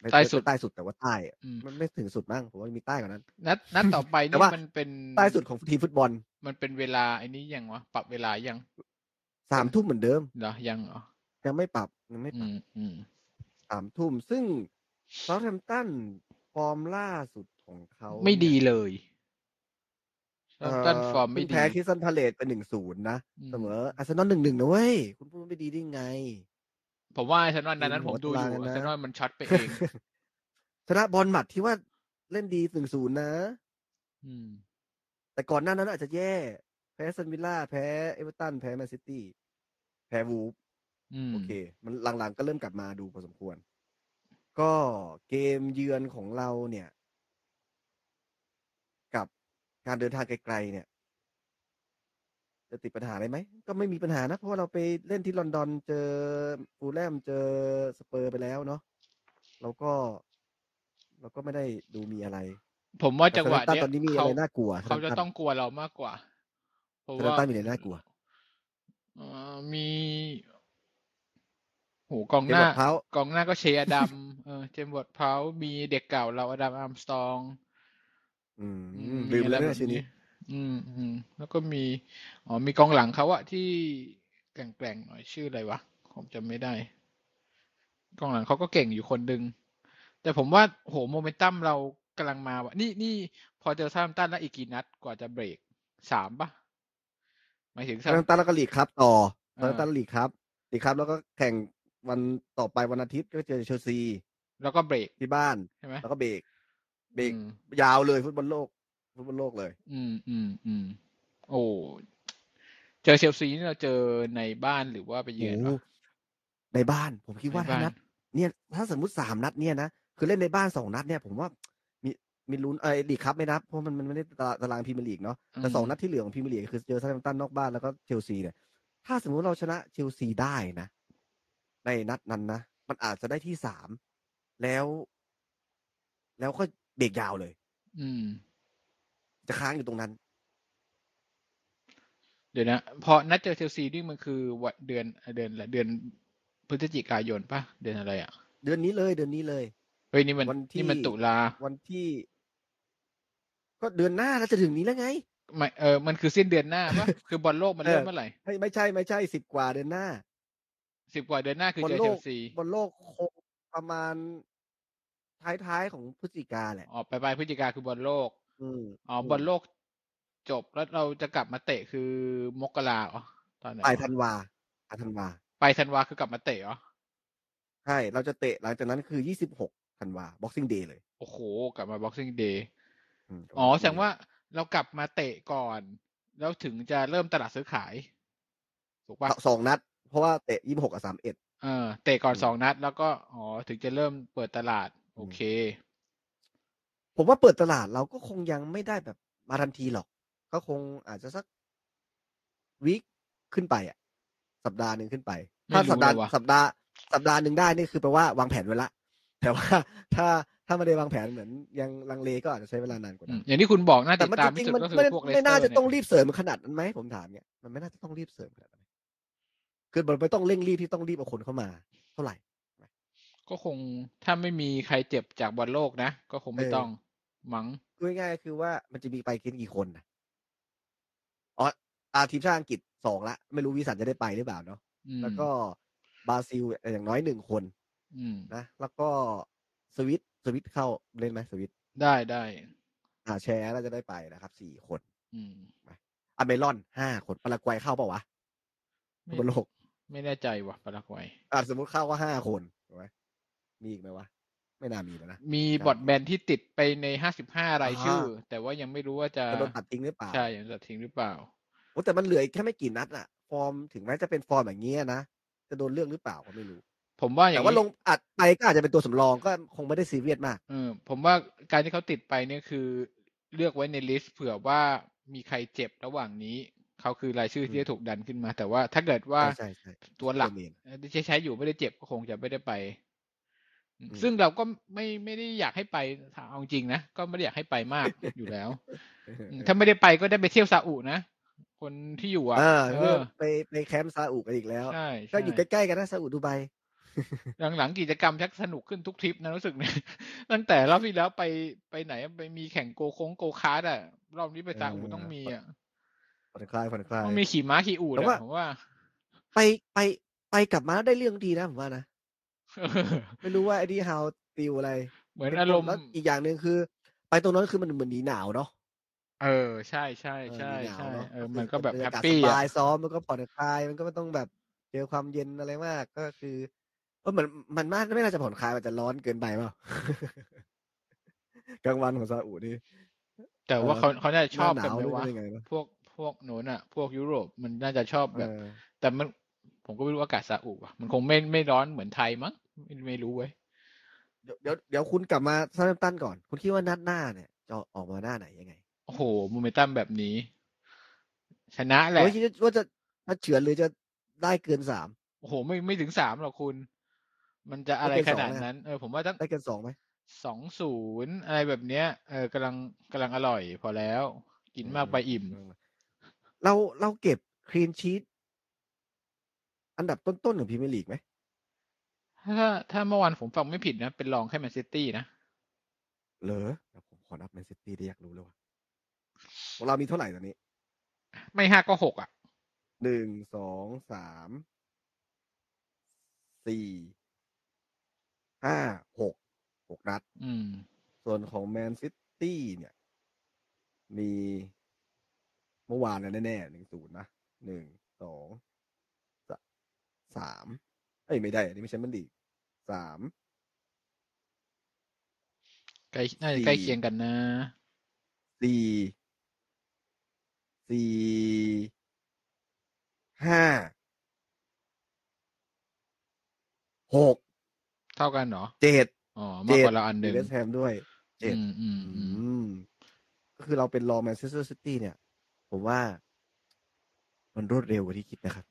Speaker 1: ไม่
Speaker 2: ใต้สุด
Speaker 1: ไม่ใต้สุดแต่ว่าใต้
Speaker 2: อืม
Speaker 1: มันไม่ถึงสุดมั้งผมว่ามีใต้กว่านั้น
Speaker 2: นัดนัดต่อไป
Speaker 1: แต่
Speaker 2: นี่
Speaker 1: ว่ามั
Speaker 2: มันเป็น
Speaker 1: ใต้สุดของทีมฟุตบอล
Speaker 2: มันเป็นเวลาไอ้นี้ยังวะปรับเวลายัง
Speaker 1: สามทุ่มเหมือนเดิม
Speaker 2: เหรอยังเหรอ
Speaker 1: ยังไม่ปรับยังไม่ปรับ
Speaker 2: อืมอืม
Speaker 1: สามทุ่มซึ่งเซาท์แฮมป์ตันฟอร์มล่าสุดของเขา
Speaker 2: ไม่ดี
Speaker 1: เนี่ย
Speaker 2: เลย
Speaker 1: เอ่อ
Speaker 2: ต้นฟอร์มไม่
Speaker 1: เพิ่ง
Speaker 2: ดี
Speaker 1: แพ้คริสตันพาเลตไปหนึ่งศูนย์นะ
Speaker 2: อืม
Speaker 1: เสมออาร์เซนอลหนึ่งหนึ่งนะเว้ย คุณพูดว่าไม่ดีได้ไง
Speaker 2: ผมว่าฉันว่านั้นนั้น
Speaker 1: ทีม
Speaker 2: ผมดู
Speaker 1: หั
Speaker 2: อ
Speaker 1: ว
Speaker 2: ยู่
Speaker 1: ตารางนะ
Speaker 2: อะฉันว่ามันช็อตไปเอง
Speaker 1: ชนะบอลหมัดที่ว่าเล่นดีหนึ่งศูนย์นะ
Speaker 2: อืม
Speaker 1: แต่ก่อนหน้านั้นอาจจะแย่ แพ้เซนวิลล่า แพ้เอเวอร์ตัน แพ้แมนซิตี้ แพ้วูฟ
Speaker 2: อืม
Speaker 1: โอเค มันหลังๆก็เริ่มกลับมาดูพอสมควร ก็เกมเยือนของเราเนี่ย กับการเดินทางไกลๆเนี่ย จะติดปัญหาอะไรไหม ก็ไม่มีปัญหานะ เพราะว่าเราไปเล่นที่ลอนดอนเจอฟูลแลมเจอสเปอร์ไปแล้วเนาะเราก็ เราก็ไม่ได้ดูมีอะไร
Speaker 2: ผมว่าจังหวะ
Speaker 1: แต่เซอร์ตัน
Speaker 2: เนี้ย
Speaker 1: ตอนนี้มีอะไรน่ากลัว
Speaker 2: เขาจะ
Speaker 1: ซร์ตัน
Speaker 2: ต้องกลัวเรามากกว่า เพราะ
Speaker 1: เซอ
Speaker 2: ว่า
Speaker 1: ร์ตันมีอะไรน่ากลัว
Speaker 2: เอ่อมีโหกอง
Speaker 1: เจม
Speaker 2: หน้า
Speaker 1: ส์เท้าก
Speaker 2: องหน้าก็เชียร์อดัม เออเจมส์บอดเพามีเด็กเก่าเราอดัมอาร์มสตรอง
Speaker 1: อืม
Speaker 2: อืม
Speaker 1: ลืม
Speaker 2: อะ
Speaker 1: แล้
Speaker 2: ไร
Speaker 1: วเนี่
Speaker 2: แบ
Speaker 1: ย
Speaker 2: บ
Speaker 1: ชื่อนี้
Speaker 2: นี้ อืมอืมแล้วก็มี อ๋อ มีกองหลังเขาอะที่แกร่งๆหน่อยชื่ออะไรวะ ผมจำไม่ได้ กองหลังเขาก็เก่งอยู่คนหนึ่งแต่ผมว่าโหโมเมนตัมเรากำลังมาวะนี่นี่พอเจอซาตันแล้วอีกกี่นัดกว่าจะเบรกสามปะหมายถึง
Speaker 1: ซาตันแล้วก็ลีกครับต่อซา
Speaker 2: เออ
Speaker 1: ตันลีกครับลีกครับ แล้วก็แข่งวันต่อไปวันอาทิตย์ก็เจอเชลซี
Speaker 2: แล้วก็เบรก
Speaker 1: ที่บ้าน
Speaker 2: ใช่ไหม
Speaker 1: แล้วก็เบรกเบรก
Speaker 2: อืม
Speaker 1: ยาวเลยฟุตบอลโลกฟุตบอลโลกเลย
Speaker 2: อืมอืมอืมโอ้เจอเชลซีนี่เราเจอในบ้านหรือว่าไปเยือนวะ
Speaker 1: โอ้ ในบ้านผมคิดว่า
Speaker 2: ใน
Speaker 1: ถ้า
Speaker 2: บ้าน
Speaker 1: นัดเนี่ยถ้าสมมติสามนัดเนี่ยนะคือเล่นในบ้านสองนัดเนี่ย ผมว่ามีมีลุ้นไอ้ลีกครับไม่นับเพราะมันมันไม่ได้ตาตารางพรีเมียร์ลีกเนาะแต่สองนัดที่เหลือของพรีเมียร์ลีกคือเจอซาตันนอกบ้านแล้วก็เชลซีเนี่ยถ้าสมมติเราชนะเชลซีได้นะ ในนัดนั้นนะมันอาจจะได้ที่สามแล้ว แล้วก็เบรกยาวเลย
Speaker 2: อืม
Speaker 1: จะค้างอยู่ตรงนั้น
Speaker 2: เดี๋ยวนะ พอนัดเจอเชลซีนี่มันคือวันเดือนเดือนละเดือนพฤศจิกายนป่ะ เดือนอะไรอ่ะ
Speaker 1: เดือนนี้เลย เดือนนี้เลย
Speaker 2: เฮ้ยนี่มัน
Speaker 1: วันที่
Speaker 2: นี่มันตุลา
Speaker 1: วันที่ ก็เดือนหน้าแล้วจะถึงนี้แล้วไง
Speaker 2: ไม่เออมันคือสิ้นเดือนหน้า ป่ะ คือบอลโลกมันเริ่มเมื่อไหร่
Speaker 1: ไม่ไม่ใช่ไม่ใช่สิบกว่าเดือนหน้า
Speaker 2: สิบกว่าเดือนหน้าคือบ
Speaker 1: อ
Speaker 2: เจ
Speaker 1: ล
Speaker 2: อ
Speaker 1: โล
Speaker 2: เช
Speaker 1: ก
Speaker 2: ลซี
Speaker 1: บอลโลกคงประมาณท้ายๆของพฤศจิกาแหละ
Speaker 2: ออกไปไปลายพฤศจิกาคือบอลโลก
Speaker 1: อืม
Speaker 2: อ๋อบอลโลกจบแล้วเราจะกลับมาเตะคือมกราเหรอตอนไหน
Speaker 1: ปลาย
Speaker 2: ป
Speaker 1: ธันวาปลายธันวา
Speaker 2: ลายธันวาคือกลับมาเตะเหรอ
Speaker 1: ใช่เราจะเตะหลังจากนั้นคือยี่สิบหกธันวา boxing day เลย
Speaker 2: โอ้โห กลับมา boxing day
Speaker 1: อืม
Speaker 2: อ๋อ
Speaker 1: Boxing
Speaker 2: แสดง
Speaker 1: Day
Speaker 2: ว่าเรากลับมาเตะก่อน แล้วถึงจะเริ่มตลาดซื้อขายถูกป่ะ
Speaker 1: สองนัด เพราะว่าเตะยี่สิบหกกับสามเอ็ด
Speaker 2: เออเตะก่อน
Speaker 1: อืม
Speaker 2: สองนัด แล้วก็อ๋อถึงจะเริ่มเปิดตลาด โอ
Speaker 1: อืม
Speaker 2: เค
Speaker 1: ผมว่าเปิดตลาดเราก็คงยังไม่ได้แบบมาทันทีหรอก ก็คงอาจจะสักวีคขึ้นไปอ่ะ สัปดาห์หนึ่งขึ้นไป
Speaker 2: ไม่
Speaker 1: ถ้า
Speaker 2: รู้
Speaker 1: สัปดาห์
Speaker 2: เลยว่ะ
Speaker 1: สัปดาห์สัปดาห์หนึ่งได้นี่คือแปลว่าวางแผนไว้ละ แต่ว่าถ้าถ้า ถ้าไม่ได้วางแผนเหมือนยังลังเลก็อาจจะใช้เวลานานกว่า
Speaker 2: อื
Speaker 1: นั้
Speaker 2: ม
Speaker 1: น
Speaker 2: อย่างที่คุณบอกน่า
Speaker 1: แต่
Speaker 2: ติด
Speaker 1: มัน
Speaker 2: ตา
Speaker 1: จ
Speaker 2: มที่
Speaker 1: ริงๆ
Speaker 2: สุด
Speaker 1: มัน
Speaker 2: ก็คือ
Speaker 1: ไม่
Speaker 2: พวกเลสเตอร์
Speaker 1: ไม่น่าจะต้องรี
Speaker 2: เนี่ย
Speaker 1: บเสริมขนาดนั้นไหมผมถามเนี่ยมันไม่น่าจะต้องรีบเสริมขนาดนั้นไหมคือมันไม่ต้องเร่งรีบที่ต้องรีบเอาคนเข้ามา เท่าไหร่
Speaker 2: ก็คงถ้าไม่มีใครเจ็บจากบอลโลกนะ ก็คงไม่
Speaker 1: เออ
Speaker 2: ต้องมั้ง
Speaker 1: คือง่ายๆคือว่ามันจะมีไปกินกี่คนนะอ๋ออาทีมชาติอังกฤษสองละไม่รู้วิสันจะได้ไปหรือเปล่าเนาะ
Speaker 2: อืม
Speaker 1: แล้วก็บราซิลอย่างน้อยหนึ่งคน
Speaker 2: อืม
Speaker 1: นะแล้วก็สวิตสวิตเข้าเล่นไหมสวิต
Speaker 2: ได้ได้
Speaker 1: อ่าแชร์น่าจะได้ไปนะครับสี่คน
Speaker 2: อืม
Speaker 1: อเมรอนห้าคนปารากวัยเข้าเปล่าวะ
Speaker 2: ไม่
Speaker 1: บนโลก
Speaker 2: ไม่แน่ใจว่ะปารากวัย
Speaker 1: อ่ะสมมติเข้าก็ห้าคนถูกไหมมีอีกไหมวะ ไม่น่ามีแล้วนะ
Speaker 2: มี
Speaker 1: ครับ
Speaker 2: บอดแบนที่ติดไปในห้าสิบห้ารายชื่อ
Speaker 1: อ่า
Speaker 2: แต่ว่ายังไม่รู้ว่าจะ
Speaker 1: จะโดนตัดทิ้งหรือเปล่า
Speaker 2: ใช่ยังจะทิ้งหรือเปล่า
Speaker 1: โอ้แต่มันเหลืออีกแค่ไม่กี่นัดอะฟอร์มถึงแม้จะเป็นฟอร์มอย่างเงี้ยนะจะโดนเรื่องหรือเปล่าก็ไม่รู้
Speaker 2: ผมว่าอย่า
Speaker 1: แต่
Speaker 2: ง
Speaker 1: ว่า
Speaker 2: นี้
Speaker 1: ลงอัดไปก็อาจจะเป็นตัวสำรองก็คงไม่ได้ซีเรียสมาก
Speaker 2: เออผมว่าการที่เขาติดไปเนี่ยคือเลือกไว้ในลิสต์เผื่อว่ามีใครเจ็บระหว่างนี้ เขาคือรายชื่อ
Speaker 1: อื
Speaker 2: ที่
Speaker 1: ม
Speaker 2: จะถูกดันขึ้นมา แต่ว่าถ้าเกิดว่า
Speaker 1: ใช่ใช่ใช่
Speaker 2: ตัวหลัก
Speaker 1: ตัวเมน
Speaker 2: ที่ใช้ใช้อยู่ไม่ได้เจ็บก็คงจะไม่ได้ไป
Speaker 1: อืม
Speaker 2: ซึ่งเราก็ไม่ไม่ได้อยากให้ไปเอาจริงนะก็ไม่ได้อยากให้ไปมากอยู่ แล้ว อืมถ้าไม่ได้ไปก็ได้ไปเที่ยวซาอุนะ คนที่อยู่อ่ะ
Speaker 1: เออ
Speaker 2: เอ
Speaker 1: เริ่
Speaker 2: อ
Speaker 1: มไปไปแคมป์ซาอุกันอีกแล้ว
Speaker 2: ใช่
Speaker 1: ก็
Speaker 2: ใช่
Speaker 1: อยู่ใกล้ๆกันนะซาอุดูไบ
Speaker 2: หลังๆกิจกรรมชักสนุกขึ้นทุกทริปนะรู้สึกเนี่ย ตั้งแต่รอบที่แล้วไปไปไหนอะไปมีแข่งโกโค้งโกคาร์ดอ่ะ รอบนี้ไปซาอุต้องมีอ่ะ
Speaker 1: ผ่อนคลายผ่อนคลาย
Speaker 2: ต้องมีขี่ม้าขี่อูด
Speaker 1: แต่ว่า
Speaker 2: อ่ะผมว่า
Speaker 1: ไปไปไปกลับมาได้เรื่องดีนะผมว่านะ
Speaker 2: เออ
Speaker 1: ไม่รู้ว่าไอ้ดีฮาวติวอะไร
Speaker 2: เหมือนอารมณ์
Speaker 1: แล้วอีกอย่างหนึ่งคือ ไปตรงนั้นคือมันเหมือนหนีหนาวเนาะ
Speaker 2: เออใช่ใช่
Speaker 1: เออ
Speaker 2: ใช่
Speaker 1: หนีหนาว
Speaker 2: ใช่
Speaker 1: เนาะ
Speaker 2: เออมันก็แบบ
Speaker 1: ร
Speaker 2: แฮ
Speaker 1: รยา
Speaker 2: ป
Speaker 1: กาศ
Speaker 2: ปี้
Speaker 1: ส
Speaker 2: อ่ะ
Speaker 1: บายซ้อมมันก็ผ่อนคลายมันก็ไม่ต้องแบบเจอความเย็นอะไรมากก็คือเออมันมันมากไม่น่าจะผ่อนคลายมันจะร้อนเกินไปเปล่า กลางวันของซาอุนี่
Speaker 2: แต่ว่าเขาเขาน่าจะชอบกัน
Speaker 1: ห
Speaker 2: ไหม
Speaker 1: น้าหนาว
Speaker 2: วะ
Speaker 1: หรือเป็นยังไงวะ
Speaker 2: พวกพวกโน้นอ่ะ พวกยุโรปมันน่าจะชอบ
Speaker 1: เอ
Speaker 2: แบบ
Speaker 1: อ
Speaker 2: แต่มันผมก็ไม่รู้อากาศซาอุอ่ะมันคงไม่ไม่ร้อนเหมือนไทยมั้งไม่ไม่รู้เว้ย
Speaker 1: เดี๋ยวเดี๋ยวเดี๋ยวคุณกลับมาซาตันก่อน คุณคิดว่านัดหน้าเนี่ยจะออกมาหน้าไหนยังไง
Speaker 2: โอ้โหโมเมนตัมแบบนี้ ชนะแหละ
Speaker 1: โอ้ยคิดว่าจะถ้าเฉือนหรือจะได้เกินสาม
Speaker 2: โอ้โห ไม่ไม่ถึงสามหรอกคุณ มันจะอะไร
Speaker 1: ไม่เกิ
Speaker 2: ข
Speaker 1: นสอง
Speaker 2: นาด
Speaker 1: นะ
Speaker 2: นั้น เออ ผมว่าตั้ง
Speaker 1: ได้เกินสองไหม
Speaker 2: สองศูนย์อะไรแบบเนี้ย เออกำลังกำลังอร่อยพอแล้ว กิน
Speaker 1: อืม
Speaker 2: มากไปอิ่ม
Speaker 1: เราเราเก็บคลีนชีตอันดับต้นๆของพรีเมียร์ลีกไหม
Speaker 2: ถ้าถ้าเมื่อวานผมฟังไม่ผิดนะ เป็นรองแค่แมนซิตี้นะ
Speaker 1: เหรอเดี๋ยวผมขอนับแมนซิตี้ได้อยากรู้เลยว่าของเรามีเท่าไหร่ตอนนี้
Speaker 2: ไม่ห้าก็หกอ่ะ
Speaker 1: หนึ่งสองสามสี่ห้าหกหกนัด
Speaker 2: อืม
Speaker 1: ส่วนของแมนซิตี้เนี่ย มีเมื่อวานนะแน่ๆหนึ่งศูนย์นะหนึ่งสองสะสามเอ้ยไม่ได้ อันนี้ไม่ใช่มันดีกสาม
Speaker 2: ใกล้น่าจะ
Speaker 1: สี่
Speaker 2: ใกล้เคียงกันนะ
Speaker 1: สี่สี่ห้าหก
Speaker 2: เท่ากันเหรอ
Speaker 1: เจ็ด
Speaker 2: อ๋อ มากกว่าเราอันห
Speaker 1: มี
Speaker 2: นึ่ง
Speaker 1: เวสแฮมด้วย เจ็ด
Speaker 2: อืมอืม
Speaker 1: อื
Speaker 2: อืม
Speaker 1: ม ก็คือเราเป็นรองแมนเชสเตอร์ซิตี้เนี่ย ผมว่า มันรวดเร็วกว่าที่คิดนะครับ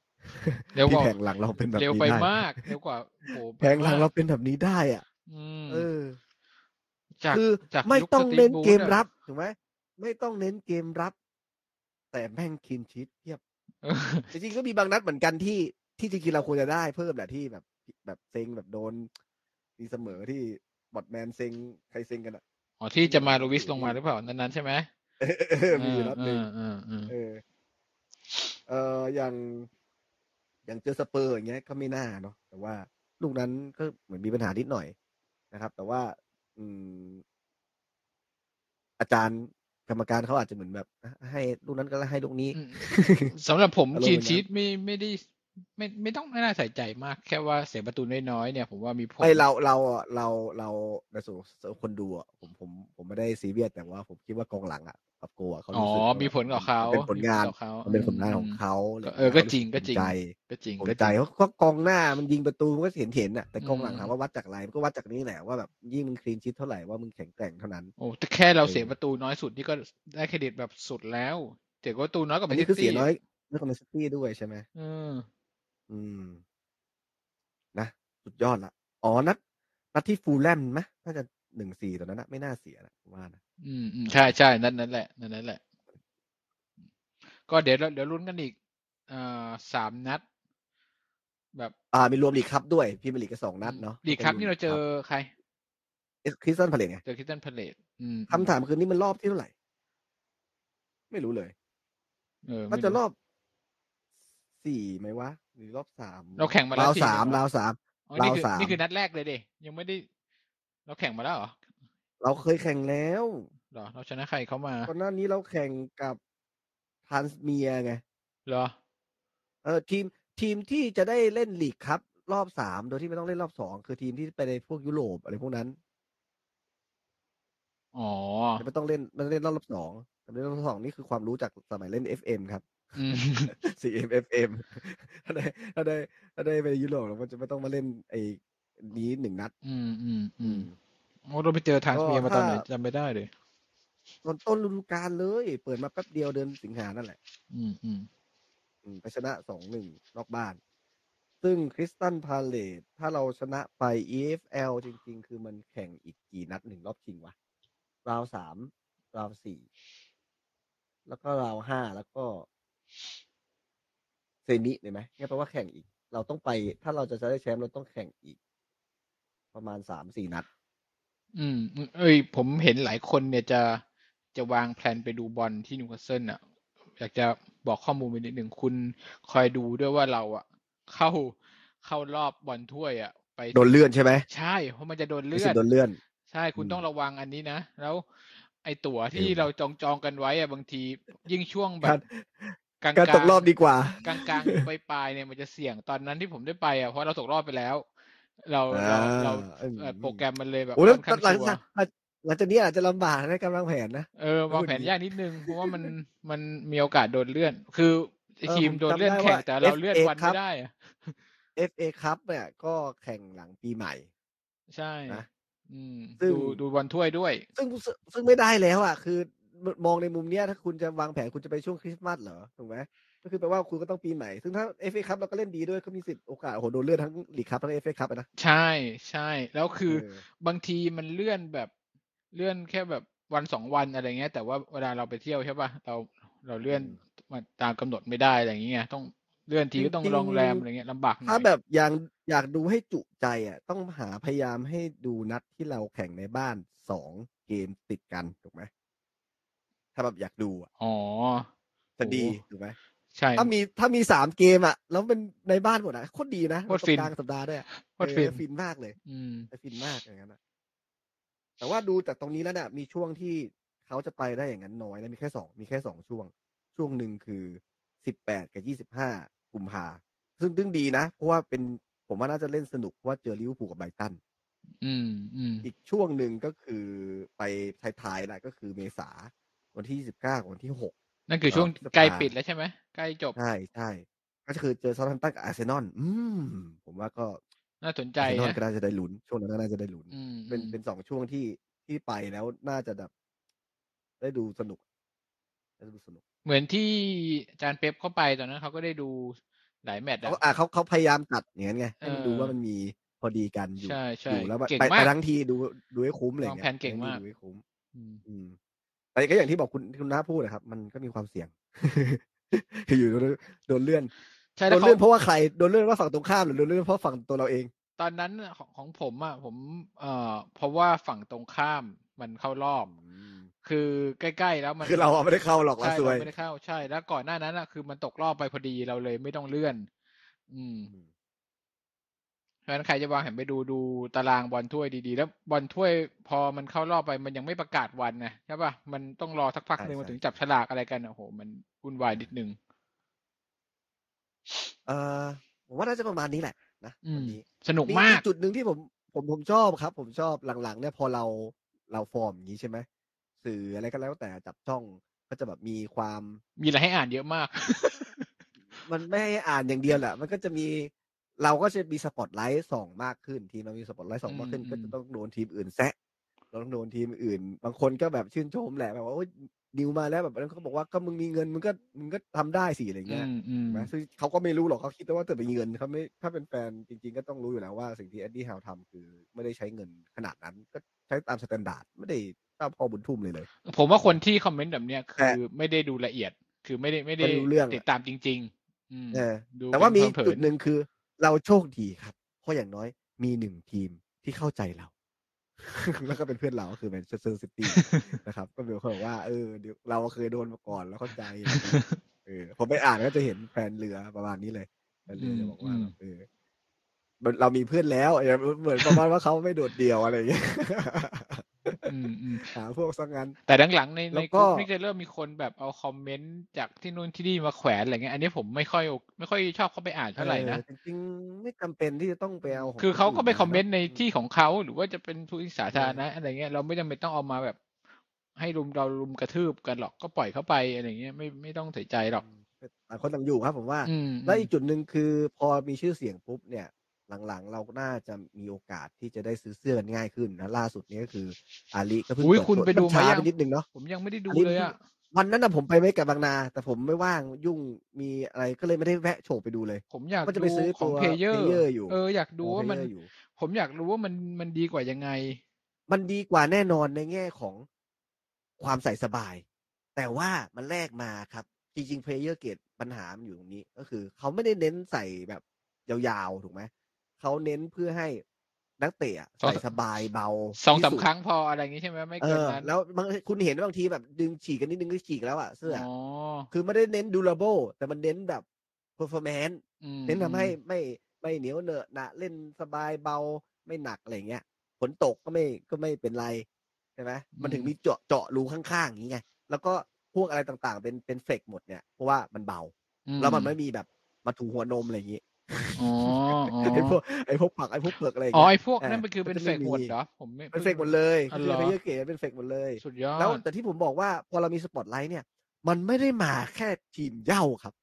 Speaker 2: เร็วก
Speaker 1: ที่
Speaker 2: ว่า
Speaker 1: แผงหลังเราเป็นแบบ
Speaker 2: เร็ว
Speaker 1: นี้
Speaker 2: ไป
Speaker 1: ได้
Speaker 2: มาก เร็วกว่าโอ้โห
Speaker 1: แผงหลังเราเป็นแบบนี้ได้อ่ะ
Speaker 2: อืม
Speaker 1: เออ
Speaker 2: จาก
Speaker 1: คือ
Speaker 2: จาก
Speaker 1: ไม่
Speaker 2: ยุค
Speaker 1: ต้อง
Speaker 2: สตีฟ
Speaker 1: เน้น
Speaker 2: บูธ
Speaker 1: เกม
Speaker 2: อะ
Speaker 1: รับถูกไหมไม่ต้องเน้นเกมรับ แต่แม่งคินชีตเทียบ
Speaker 2: เออ
Speaker 1: จริงๆก็มีบางนัดเหมือนกันที่ที่จริงๆเราควรจะได้เพิ่มแหละที่แบบ แบบเซ็งแบบโดนตีเสมอที่บอดแมนเซ็งใครเซ็งกันอ่ะ
Speaker 2: อ๋อที่จะมาลูวิสลงมาหรือเปล่า นั้นๆใช่ไหม
Speaker 1: เออเออมีอยู่นัดหนึ่ง
Speaker 2: เออเออ
Speaker 1: เอ
Speaker 2: เออ
Speaker 1: อ เอออย่าง อย่างเจอสเปอร์อย่างเงี้ยก็ไม่น่าเนาะ แต่ว่าลูกนั้นก็เหมือนมีปัญหานิดหน่อยนะครับ แต่ว่า อืม อาจารย์กรรมการเขาอาจจะเหมือนแบบ ให้ลูกนั้นก็ให้ลูกนี้
Speaker 2: อืมสำหรับผม
Speaker 1: อารมณ์
Speaker 2: คีน
Speaker 1: แบบนั้น
Speaker 2: ชีตไม่ไม่ได้ไม่ไม่ต้องไม่น่าใส่ใจมาก แค่ว่าเสียประตูน้อยๆเนี่ย ผมว่ามีผล
Speaker 1: ไอเราเราอะเราเราในส่วนของคนดูอะผมผมผมไม่ได้ซีเรียสแต่ว่าผมคิดว่ากองหลังอ่ะกับโกอะเขา
Speaker 2: อ๋อ
Speaker 1: รู้สึกว่า
Speaker 2: มีผลกับเขา
Speaker 1: นเป็นผลงาน
Speaker 2: กับเขา
Speaker 1: มันเป็นผลงาน
Speaker 2: ม
Speaker 1: ของเขา
Speaker 2: ก็เออก็จริงก็จริง
Speaker 1: ใจ
Speaker 2: ก็จริง
Speaker 1: ผม
Speaker 2: ก็จ
Speaker 1: ใจ
Speaker 2: ริง
Speaker 1: เพราะเพราะกองหน้ามันยิงประตูมันก็เห็นเห็นอ่ะแต่กองหลัง
Speaker 2: อืม
Speaker 1: ถามว่าวัดจากอะไรมันก็วัดจากนี้แหละว่าแบบยิ่งมึงคลีนชิตเท่าไหร่ว่ามึงแข็งแกร่งเท่านั้น
Speaker 2: โอ้แต่แค่เรา
Speaker 1: เออ
Speaker 2: เสียประตูน้อยสุดนี่ก็ได้เครดิตแบบสุดแล้วเสียประตูน้อยกว่า
Speaker 1: อันนี้คือเสีย
Speaker 2: แม
Speaker 1: น้อ
Speaker 2: ซิตี้
Speaker 1: ยเรื่องของแมนซิตี้ด้วยใช่ไหม
Speaker 2: เออ
Speaker 1: อืม นะ สุดยอดละอ๋อนัดนัดที่ฟูลแลมไหมน่าจะ หนึ่งสี่ตอนนั้นนะไม่น่าเสียนะผมว่านะ
Speaker 2: อืมอืมใช่ใช่นั่นนั่นแหละนั่นนั่นแหละ ก็เดี๋ยวเราเดี๋ยวลุ้นกันอีกเอ่อสามนัด แบบ
Speaker 1: อ่ามีรวมลีกครับด้วยพี่มีลีกก็สองนัดเนาะ
Speaker 2: ลีกครับนี่เราเจอใคร
Speaker 1: คริสตันพาเลตไง
Speaker 2: เจอคิสตันพาเลตอืม
Speaker 1: คำถามคือนี่มันรอบที่เท่าไหร่ ไม่รู้เลย
Speaker 2: เออ
Speaker 1: น่า
Speaker 2: ไม่
Speaker 1: จะร
Speaker 2: รู้
Speaker 1: อบสี่ไหมวะ หรือรอบสาม
Speaker 2: เราแข่งมาแล้ว
Speaker 1: ราว
Speaker 2: สี่
Speaker 1: สาม
Speaker 2: ใช่ไหม
Speaker 1: ราวสาม
Speaker 2: อ๋อนี่คือ
Speaker 1: ราวสาม
Speaker 2: นี่คือนัดแรกเลยเดยังไม่ได้ เราแข่งมาแล้วเหรอ
Speaker 1: เราเคยแข่งแล้ว
Speaker 2: เหรอ เราชนะใครเขามา
Speaker 1: ก่อนหน้านี้เราแข่งกับทรานสเมียไง
Speaker 2: เหรอ
Speaker 1: เออทีมทีมที่จะได้เล่นลีกครับ รอบสามโดยที่ไม่ต้องเล่นรอบสองคือทีมที่ไปในพวกยุโรปอะไรพวกนั้น
Speaker 2: อ๋อ
Speaker 1: จะไม่ต้องเล่นไมันเล่นรอบสองแต่เล่นรอบสองนี่คือความรู้จากสมัยเล่น FM ครับ
Speaker 2: อืม
Speaker 1: CMFM ถ้าได้ถ้าได้ถ้าได้ไปยุโรปแล้วมันจะไม่ต้องมาเล่นไอ้นี้หนึ่งนัด
Speaker 2: อืมอืมอืมโอ้เราไปเจอทางสเปียร์มาตอนไหนจำไม่ได้เลย
Speaker 1: ตอนต้นฤดูกาลเลย เปิดมาแป๊บเดียวเดือนสิงหานั่นแหละ
Speaker 2: อืมอืม
Speaker 1: อืมไปชนะสองหนึ่งนอกบ้าน ซึ่งคริสตันพาเลตถ้าเราชนะไป EFL จริง ๆ คือมันแข่งอีกกี่นัดหนึ่งรอบชิงวะ ราวสามราวสี่แล้วก็ราวห้าแล้วก็เซมิเลยไหมเนี่ยแปลว่าแข่งอีก เราต้องไป ถ้าเราจะได้แชมป์เราต้องแข่งอีก ประมาณสามสี่นัด
Speaker 2: อืมอืมเอ้ย ผมเห็นหลายคนเนี่ยจะจะวางแผนไปดูบอลที่นิวคาสเซิลอ่ะ อยากจะบอกข้อมูลไปนิดหนึ่งคุณคอยดูด้วยว่าเราอ่ะ เข้าเข้ารอบบอลถ้วยอ่ะ ไป
Speaker 1: โดนเลื่อนใช่ไหม
Speaker 2: ใช่เพราะมันจะโดน
Speaker 1: รู้
Speaker 2: เลื่
Speaker 1: สึ
Speaker 2: อก น
Speaker 1: โดนเลื่อน
Speaker 2: ใช่คุณ
Speaker 1: อืม
Speaker 2: ต้องระวังอันนี้นะ แล้ว ไอตั๋วที่
Speaker 1: เออ
Speaker 2: เราจองจองกันไว้อะบางที ยิ่งช่วงแบ
Speaker 1: การ
Speaker 2: บกลาง
Speaker 1: การตกรอบดีกว่า
Speaker 2: กลางกลางๆไปปลายๆเนี่ยมันจะเสี่ยงตอนนั้นที่ผมได้ไปอ่ะเพราะเราตกรอบไปแล้ว เราเราเรา
Speaker 1: อ่า
Speaker 2: เอ่อโปรแกรมมันเลยแบบ
Speaker 1: โอ้แล้ว
Speaker 2: ค่อน
Speaker 1: ห
Speaker 2: ข้าง
Speaker 1: ลัง
Speaker 2: ชัว
Speaker 1: จาก
Speaker 2: ร์
Speaker 1: หลังจากนี้อาจจะลำบากในการวางแผนนะ
Speaker 2: เออวางแผนยากนิดนึงเพราะว่า มันมันมีโอกาสโดนเลื่อน คือไอ
Speaker 1: เออ
Speaker 2: ทีม
Speaker 1: ผม
Speaker 2: โดนเลื่อน
Speaker 1: จำได้
Speaker 2: แข่ง
Speaker 1: ว่า
Speaker 2: แต่เราเลื่อน
Speaker 1: FA
Speaker 2: วัน
Speaker 1: ครั
Speaker 2: ไม่
Speaker 1: บ
Speaker 2: ได้อะ
Speaker 1: FA ครับเนี่ยก็แข่งหลังปีใหม่
Speaker 2: ใช่
Speaker 1: นะ
Speaker 2: อืม
Speaker 1: ซึ่ง
Speaker 2: ดูดูบอลถ้วยด้วย
Speaker 1: ซึ่งซึ่งซึ่งไม่ได้แล้วอ่ะคือมองในมุมเนี้ยถ้าคุณจะวางแผนคุณจะไปช่วงคริสต์มาสเหรอถูกไหมก็คือแปลว่าคุณก็ต้องปีใหม่ ซึ่งถ้า FA ครับเราก็เล่นดีด้วยก็มีสิทธิ์โอกาสโอ้โหโดนเลื่อนทั้งลีกครับทั้ง FA ครับนะ
Speaker 2: ใช่ใช่แล้วคือ
Speaker 1: เออบ
Speaker 2: างทีมันเลื่อนแบบเลื่อนแค่แบบวันสองวันอะไรเงี้ย แต่ว่าเวลาเราไปเที่ยวใช่ป่ะเราเราเลื่อนมาตามกำหนดไม่ได้อะไรอย่างเงี้ยต้องเลื่อนทีก็ต้องโรงแรมอะไรเงี้ยลำบากหน่
Speaker 1: ถ้า
Speaker 2: อย
Speaker 1: แบบอยากอยากดูให้จุใจอ่ะต้องหาพยายามให้ดูนัดที่เราแข่งในบ้านสองเกมติดกันถูกไหมถ้าแบบอยากดูอ่ะ
Speaker 2: อ๋อ
Speaker 1: จะดีถูกไหม
Speaker 2: ใช่
Speaker 1: ถ้ามีถ้ามีสามเกมอ่ะ แล้วเป็นในบ้านหมดอ่ะโคตรดีนะ
Speaker 2: โคตรฟิน
Speaker 1: กลางสัปดาห์ด้วยอะ
Speaker 2: โคตรฟิน
Speaker 1: เออฟินมากเลย
Speaker 2: อืม
Speaker 1: เออฟินมากอย่างนั้นอะแต่ว่าดูจากตรงนี้แล้วเนี่ยมีช่วงที่เขาจะไปได้อย่างนั้นน้อยนะมีแค่สองมีแค่สองช่วง ช่วงหนึ่งคือสิบแปดกับยี่สิบห้ากุมภาซึ่งซึ่งดีนะ เพราะว่าเป็นผมว่าน่าจะเล่นสนุกเพราะว่าเจอลิเวอร์พูลกับไบรตัน
Speaker 2: อืมอืม
Speaker 1: อีกช่วงหนึ่งก็คือไปท้ายๆนะก็คือเมษาวันที่สิบเก้าวันที่หก
Speaker 2: นั่นคือช่วง
Speaker 1: เอ่อ
Speaker 2: ใกล้ปิดแล้วใช่ไหมใกล้จบ
Speaker 1: ใช่ใช่ก็คือเจอซา u t แฮมป์ตันกับอาร์เซนอลอืมผมว่าก็
Speaker 2: น่าสนใจ
Speaker 1: อาร์เซนอล
Speaker 2: นะ
Speaker 1: ก็น่าจะได้ลุ้น ช่วงนั้นก็น่าจะได้ลุ้น
Speaker 2: อืม
Speaker 1: เป็น
Speaker 2: อืม
Speaker 1: เป็นสองช่วงที่ที่ไปแล้วน่าจะแบบได้ดูสนุกได้ดูสนุก
Speaker 2: เหมือนที่อาจารย์เป๊ปเข้าไปตอนนั้นเขาก็ได้ดูหลายแมตช์อะ
Speaker 1: เขาอ่ะเขาเขาพยายามตัดอย่างนั้นไงให้มัน
Speaker 2: เออ
Speaker 1: ดูว่ามันมีพอดีกันอยู่
Speaker 2: ใช่ใช่
Speaker 1: อยู่แล้วแบบ
Speaker 2: เก่ง
Speaker 1: ไป
Speaker 2: มาก
Speaker 1: ไปทั้งทีดูดูให้คุ้มอะไรเลยว
Speaker 2: าง
Speaker 1: เงี้ย
Speaker 2: แผนเก่งมาก
Speaker 1: ดูให้คุ้ม
Speaker 2: อืม
Speaker 1: อืมแต่ก็อย่างที่บอกคุณคุณน้าพูดนะครับ มันก็มีความเสี่ยง อยู่ๆโดนโดนเลื่อน
Speaker 2: ใช่
Speaker 1: โด
Speaker 2: แล้ว
Speaker 1: น
Speaker 2: เขา
Speaker 1: เลื่อนเพราะว่าใครโดนเลื่อนว่าฝั่งตรงข้ามหรือโดนเลื่อนเพราะฝั่งตัวเราเอง
Speaker 2: ตอนนั้นน่ะของของผมอ่ะผมเอ่อเพราะว่าฝั่งตรงข้ามมันเข้ารอบ
Speaker 1: อืม
Speaker 2: คือใกล้ๆแล้วมัน
Speaker 1: คือเราอะไม่ได้เข้าหรอกเรา
Speaker 2: ใช่
Speaker 1: ซวย
Speaker 2: เราไม่ได้เข้าใช่ แล้วก่อนหน้านั้นอ่ะคือมันตกรอบไปพอดีเราเลยไม่ต้องเลื่อน อืมเพราะฉะนั้นใครจะวางแผนไปดูดูตารางบอลถ้วยดีๆ แล้วบอลถ้วยพอมันเข้ารอบไปมันยังไม่ประกาศวันนะใช่ป่ะมันต้องรอสักพักหนึ่ง
Speaker 1: ใช่
Speaker 2: มันถึง
Speaker 1: ใช่
Speaker 2: จับฉลากอะไรกันอะโอ้โหมันวุ่นวายนิดนึง
Speaker 1: เออผมว่าน่าจะประมาณนี้แหละนะ
Speaker 2: อื
Speaker 1: วั
Speaker 2: ม
Speaker 1: นนี้
Speaker 2: สนุก
Speaker 1: มี
Speaker 2: มา
Speaker 1: อี
Speaker 2: ก
Speaker 1: กจุดหนึ่งที่ผมผมผมชอบครับ ผมชอบหลังๆ เนี่ยพอเราเราฟอร์มอย่างนี้ใช่ไหมสื่ออะไรก็แล้วแต่จับจ้องก็จะแบบมีความ
Speaker 2: มีอะไรให้อ่านเยอะมาก
Speaker 1: มันไม่ให้อ่านอย่างเดียวแหละมันก็จะมีเราก็จะมีสปอตไลท์ส่องมากขึ้น ทีมเรามีสปอตไลท์ส่องมากขึ้น
Speaker 2: อืม
Speaker 1: ก็จะต้องโดนทีมอื่นแซะเราต้องโดนทีมอื่น บางคนก็แบบชื่นชมแหละแบบว่าโอ้ย ดิวมาแล้วแบบนั้นเขาบอกว่าก็มึงมีเงินมึงก็มึงก็ทำได้สิอะไร
Speaker 2: อื
Speaker 1: เงี้ย
Speaker 2: มอืม
Speaker 1: นะซึ่งเขาก็ไม่รู้หรอกเขาคิดแต่ว่าแต่เป็นเงินเขาไม่ถ้าเป็นแฟนจริง ๆ ก็ต้องรู้อยู่แล้วว่าสิ่งที่เอ็ดดี้ฮาวทำคือไม่ได้ใช้เงินขนาดนั้น ก็ใช้ตามสแตนดาร์ดไม่ได้ตามพอบุญทุ่มเลยเลย
Speaker 2: ผมว่าคนที่คอมเมนต์แบบเนี้ย
Speaker 1: แต่
Speaker 2: คือไม่ได้ดูละเอียด คือไม่ได้ไม่ได้
Speaker 1: ไม่รู้เรื่อง
Speaker 2: ติดตามจริง ๆ อืม
Speaker 1: เออ
Speaker 2: ดู
Speaker 1: แต่ว่ามี
Speaker 2: เผินๆ
Speaker 1: จุดหนึ่งคือ เราโชคดีครับ เพราะอย่างน้อยมีหนึ่งทีมที่เข้าใจเรา แล้วก็เป็นเพื่อนเราก็คือแมนเชสเตอร์ซิตี้ นะครับ ก็มีคนบอกว่าเออเดี๋ยวเราเคยโดนมาก่อนแล้วเข้าใจอะไรเงี้ยเออผมไปอ่านก็จะเห็นแฟนเรือประมาณนี้เลยแฟนเรือจะบอกว่าแบบเออเรามีเพื่อนแล้วเออเห มือนประมาณว่าเขาไม่โดดเดี่ยวอะไรอย่างเงี้ย
Speaker 2: อืมอืม
Speaker 1: หาพวกสังงาน
Speaker 2: แต่หลังๆใน
Speaker 1: แล้
Speaker 2: ใน
Speaker 1: ว
Speaker 2: ก
Speaker 1: ก็
Speaker 2: ลุ่มนี่จะเริ่มมีคนแบบเอาคอมเมนต์จากที่นู่นที่นี่มาแขวนอะไรเงี้ยอันนี้ผมไม่ค่อย ไม่ค่อยชอบเข้าไปอ่านเท่าไหร่นะ
Speaker 1: ออจริงๆไม่จำเป็นที่จะต้องไปเอาขง
Speaker 2: คือเขาก็ไป
Speaker 1: น
Speaker 2: คอมเมนต์
Speaker 1: ะ
Speaker 2: ใน
Speaker 1: รับ
Speaker 2: ที่ของเขาหรือว่าจะเป็นพื้นสาธารณะอะไรเงี้ยเราไม่จำเป็นต้องเอามาแบบ ให้รุมเรารุมกระทืบกันหรอกก็ปล่อยเข้าไปอะไรเงี้ยไม่ไม่ต้องใส่ใจหรอก
Speaker 1: ต่างคนต่างอยู่ครับผมว่า
Speaker 2: อืม
Speaker 1: แล้วอีกจุดหนึ่งคือพอมีชื่อเสียงปุ๊บเนี่ย หลังๆ เราน่าจะมีโอกาสที่จะได้ซื้อเสื้อกันง่ายขึ้นนะล่าสุดนี้ก็คืออาลีก็เพิ่ง
Speaker 2: อุ๊ย
Speaker 1: เปิ
Speaker 2: คุณ
Speaker 1: ตัว
Speaker 2: ไปดู
Speaker 1: มันช้า
Speaker 2: มายัง
Speaker 1: ไปนิดนึงเนาะ
Speaker 2: ผมยังไม่ได้ดู
Speaker 1: อันนี้
Speaker 2: เลยอ่ะ
Speaker 1: วันนั้นนะผมไปไม่กับบางนา แต่ผมไม่ว่างยุ่งมีอะไรก็เลยไม่ได้แวะโฉบไปดูเลย
Speaker 2: ผมอยาก
Speaker 1: มันจะไป
Speaker 2: ดู
Speaker 1: ซื้อ
Speaker 2: ของ
Speaker 1: ตัว
Speaker 2: เพเยอร์
Speaker 1: Player อยู่
Speaker 2: เอออยากดูว่ามัน
Speaker 1: เพลเยอร์อยู่
Speaker 2: ผมอยากรู้ว่ามันมันดีกว่ายังไง
Speaker 1: มันดีกว่าแน่นอนในแง่ของความใส่สบาย แต่ว่ามันแลกมาครับ จริงๆเพลเยอร์เกตปัญหามันอยู่ตรงนี้ ก็คือ เขาไม่ได้เน้นใส่แบบยาวๆ ถูกไหม เขาเน้นเพื่อให้นักเตะอะ
Speaker 2: สอง
Speaker 1: ใส่สบายเบา
Speaker 2: สองสาม
Speaker 1: ที่ด
Speaker 2: ครั้งพออะไรอย่างงี้ใช่ไหมไม่
Speaker 1: เอ
Speaker 2: เกิน
Speaker 1: อ
Speaker 2: นั้น
Speaker 1: แล้วบางคุณเห็นว่าบางทีแบบดึงฉีกกันนิดนึงก็ฉีกแล้วอะเสื้ออ
Speaker 2: อ๋อ
Speaker 1: คือไม่ได้เน้นดู r า b l e แต่มันเน้นแบบ performance
Speaker 2: อืม
Speaker 1: เน้นทำให้ไม่ไม่เหนียวเหนอะหนะเล่นสบายเบาไม่หนักอะไรเงี้ยฝนตกก็ไม่ก็ไม่เป็นไรใช่ไหมมันถึง
Speaker 2: อืม
Speaker 1: มีเจาะเจาะรูข้างๆอย่างงี้ไงแล้วก็พวกอะไรต่างๆ เป็นเป็นเฟกหมดเนี่ยเพราะว่ามันเบา
Speaker 2: อื
Speaker 1: แล้วมันไม่มีแบบมาถูหัวนมอะไรอย่างงี้
Speaker 2: อ๋ออ๋อ
Speaker 1: ไอ้พวกไอ้พวกผักไอ้พวกเปลือกอะไรอย่าง
Speaker 2: อ๋อ
Speaker 1: เงี้ย
Speaker 2: ไอ้พวกนั่
Speaker 1: เอ
Speaker 2: น
Speaker 1: อ
Speaker 2: มันคือเป็น
Speaker 1: มัน
Speaker 2: เฟ
Speaker 1: จะ
Speaker 2: ก
Speaker 1: ไม่
Speaker 2: หมด
Speaker 1: มี
Speaker 2: เหรอผมไม่
Speaker 1: เป็นเฟกหมดเลย
Speaker 2: อ๋อ
Speaker 1: คือ
Speaker 2: เหรอ
Speaker 1: เพลเยอร์เกตเป็นเฟกหมดเลย
Speaker 2: สุดยอด
Speaker 1: แล้วแต่ที่ผมบอกว่าพอเรามีสปอตไลท์เนี่ย มันไม่ได้มาแค่ทีมเหย้าครับ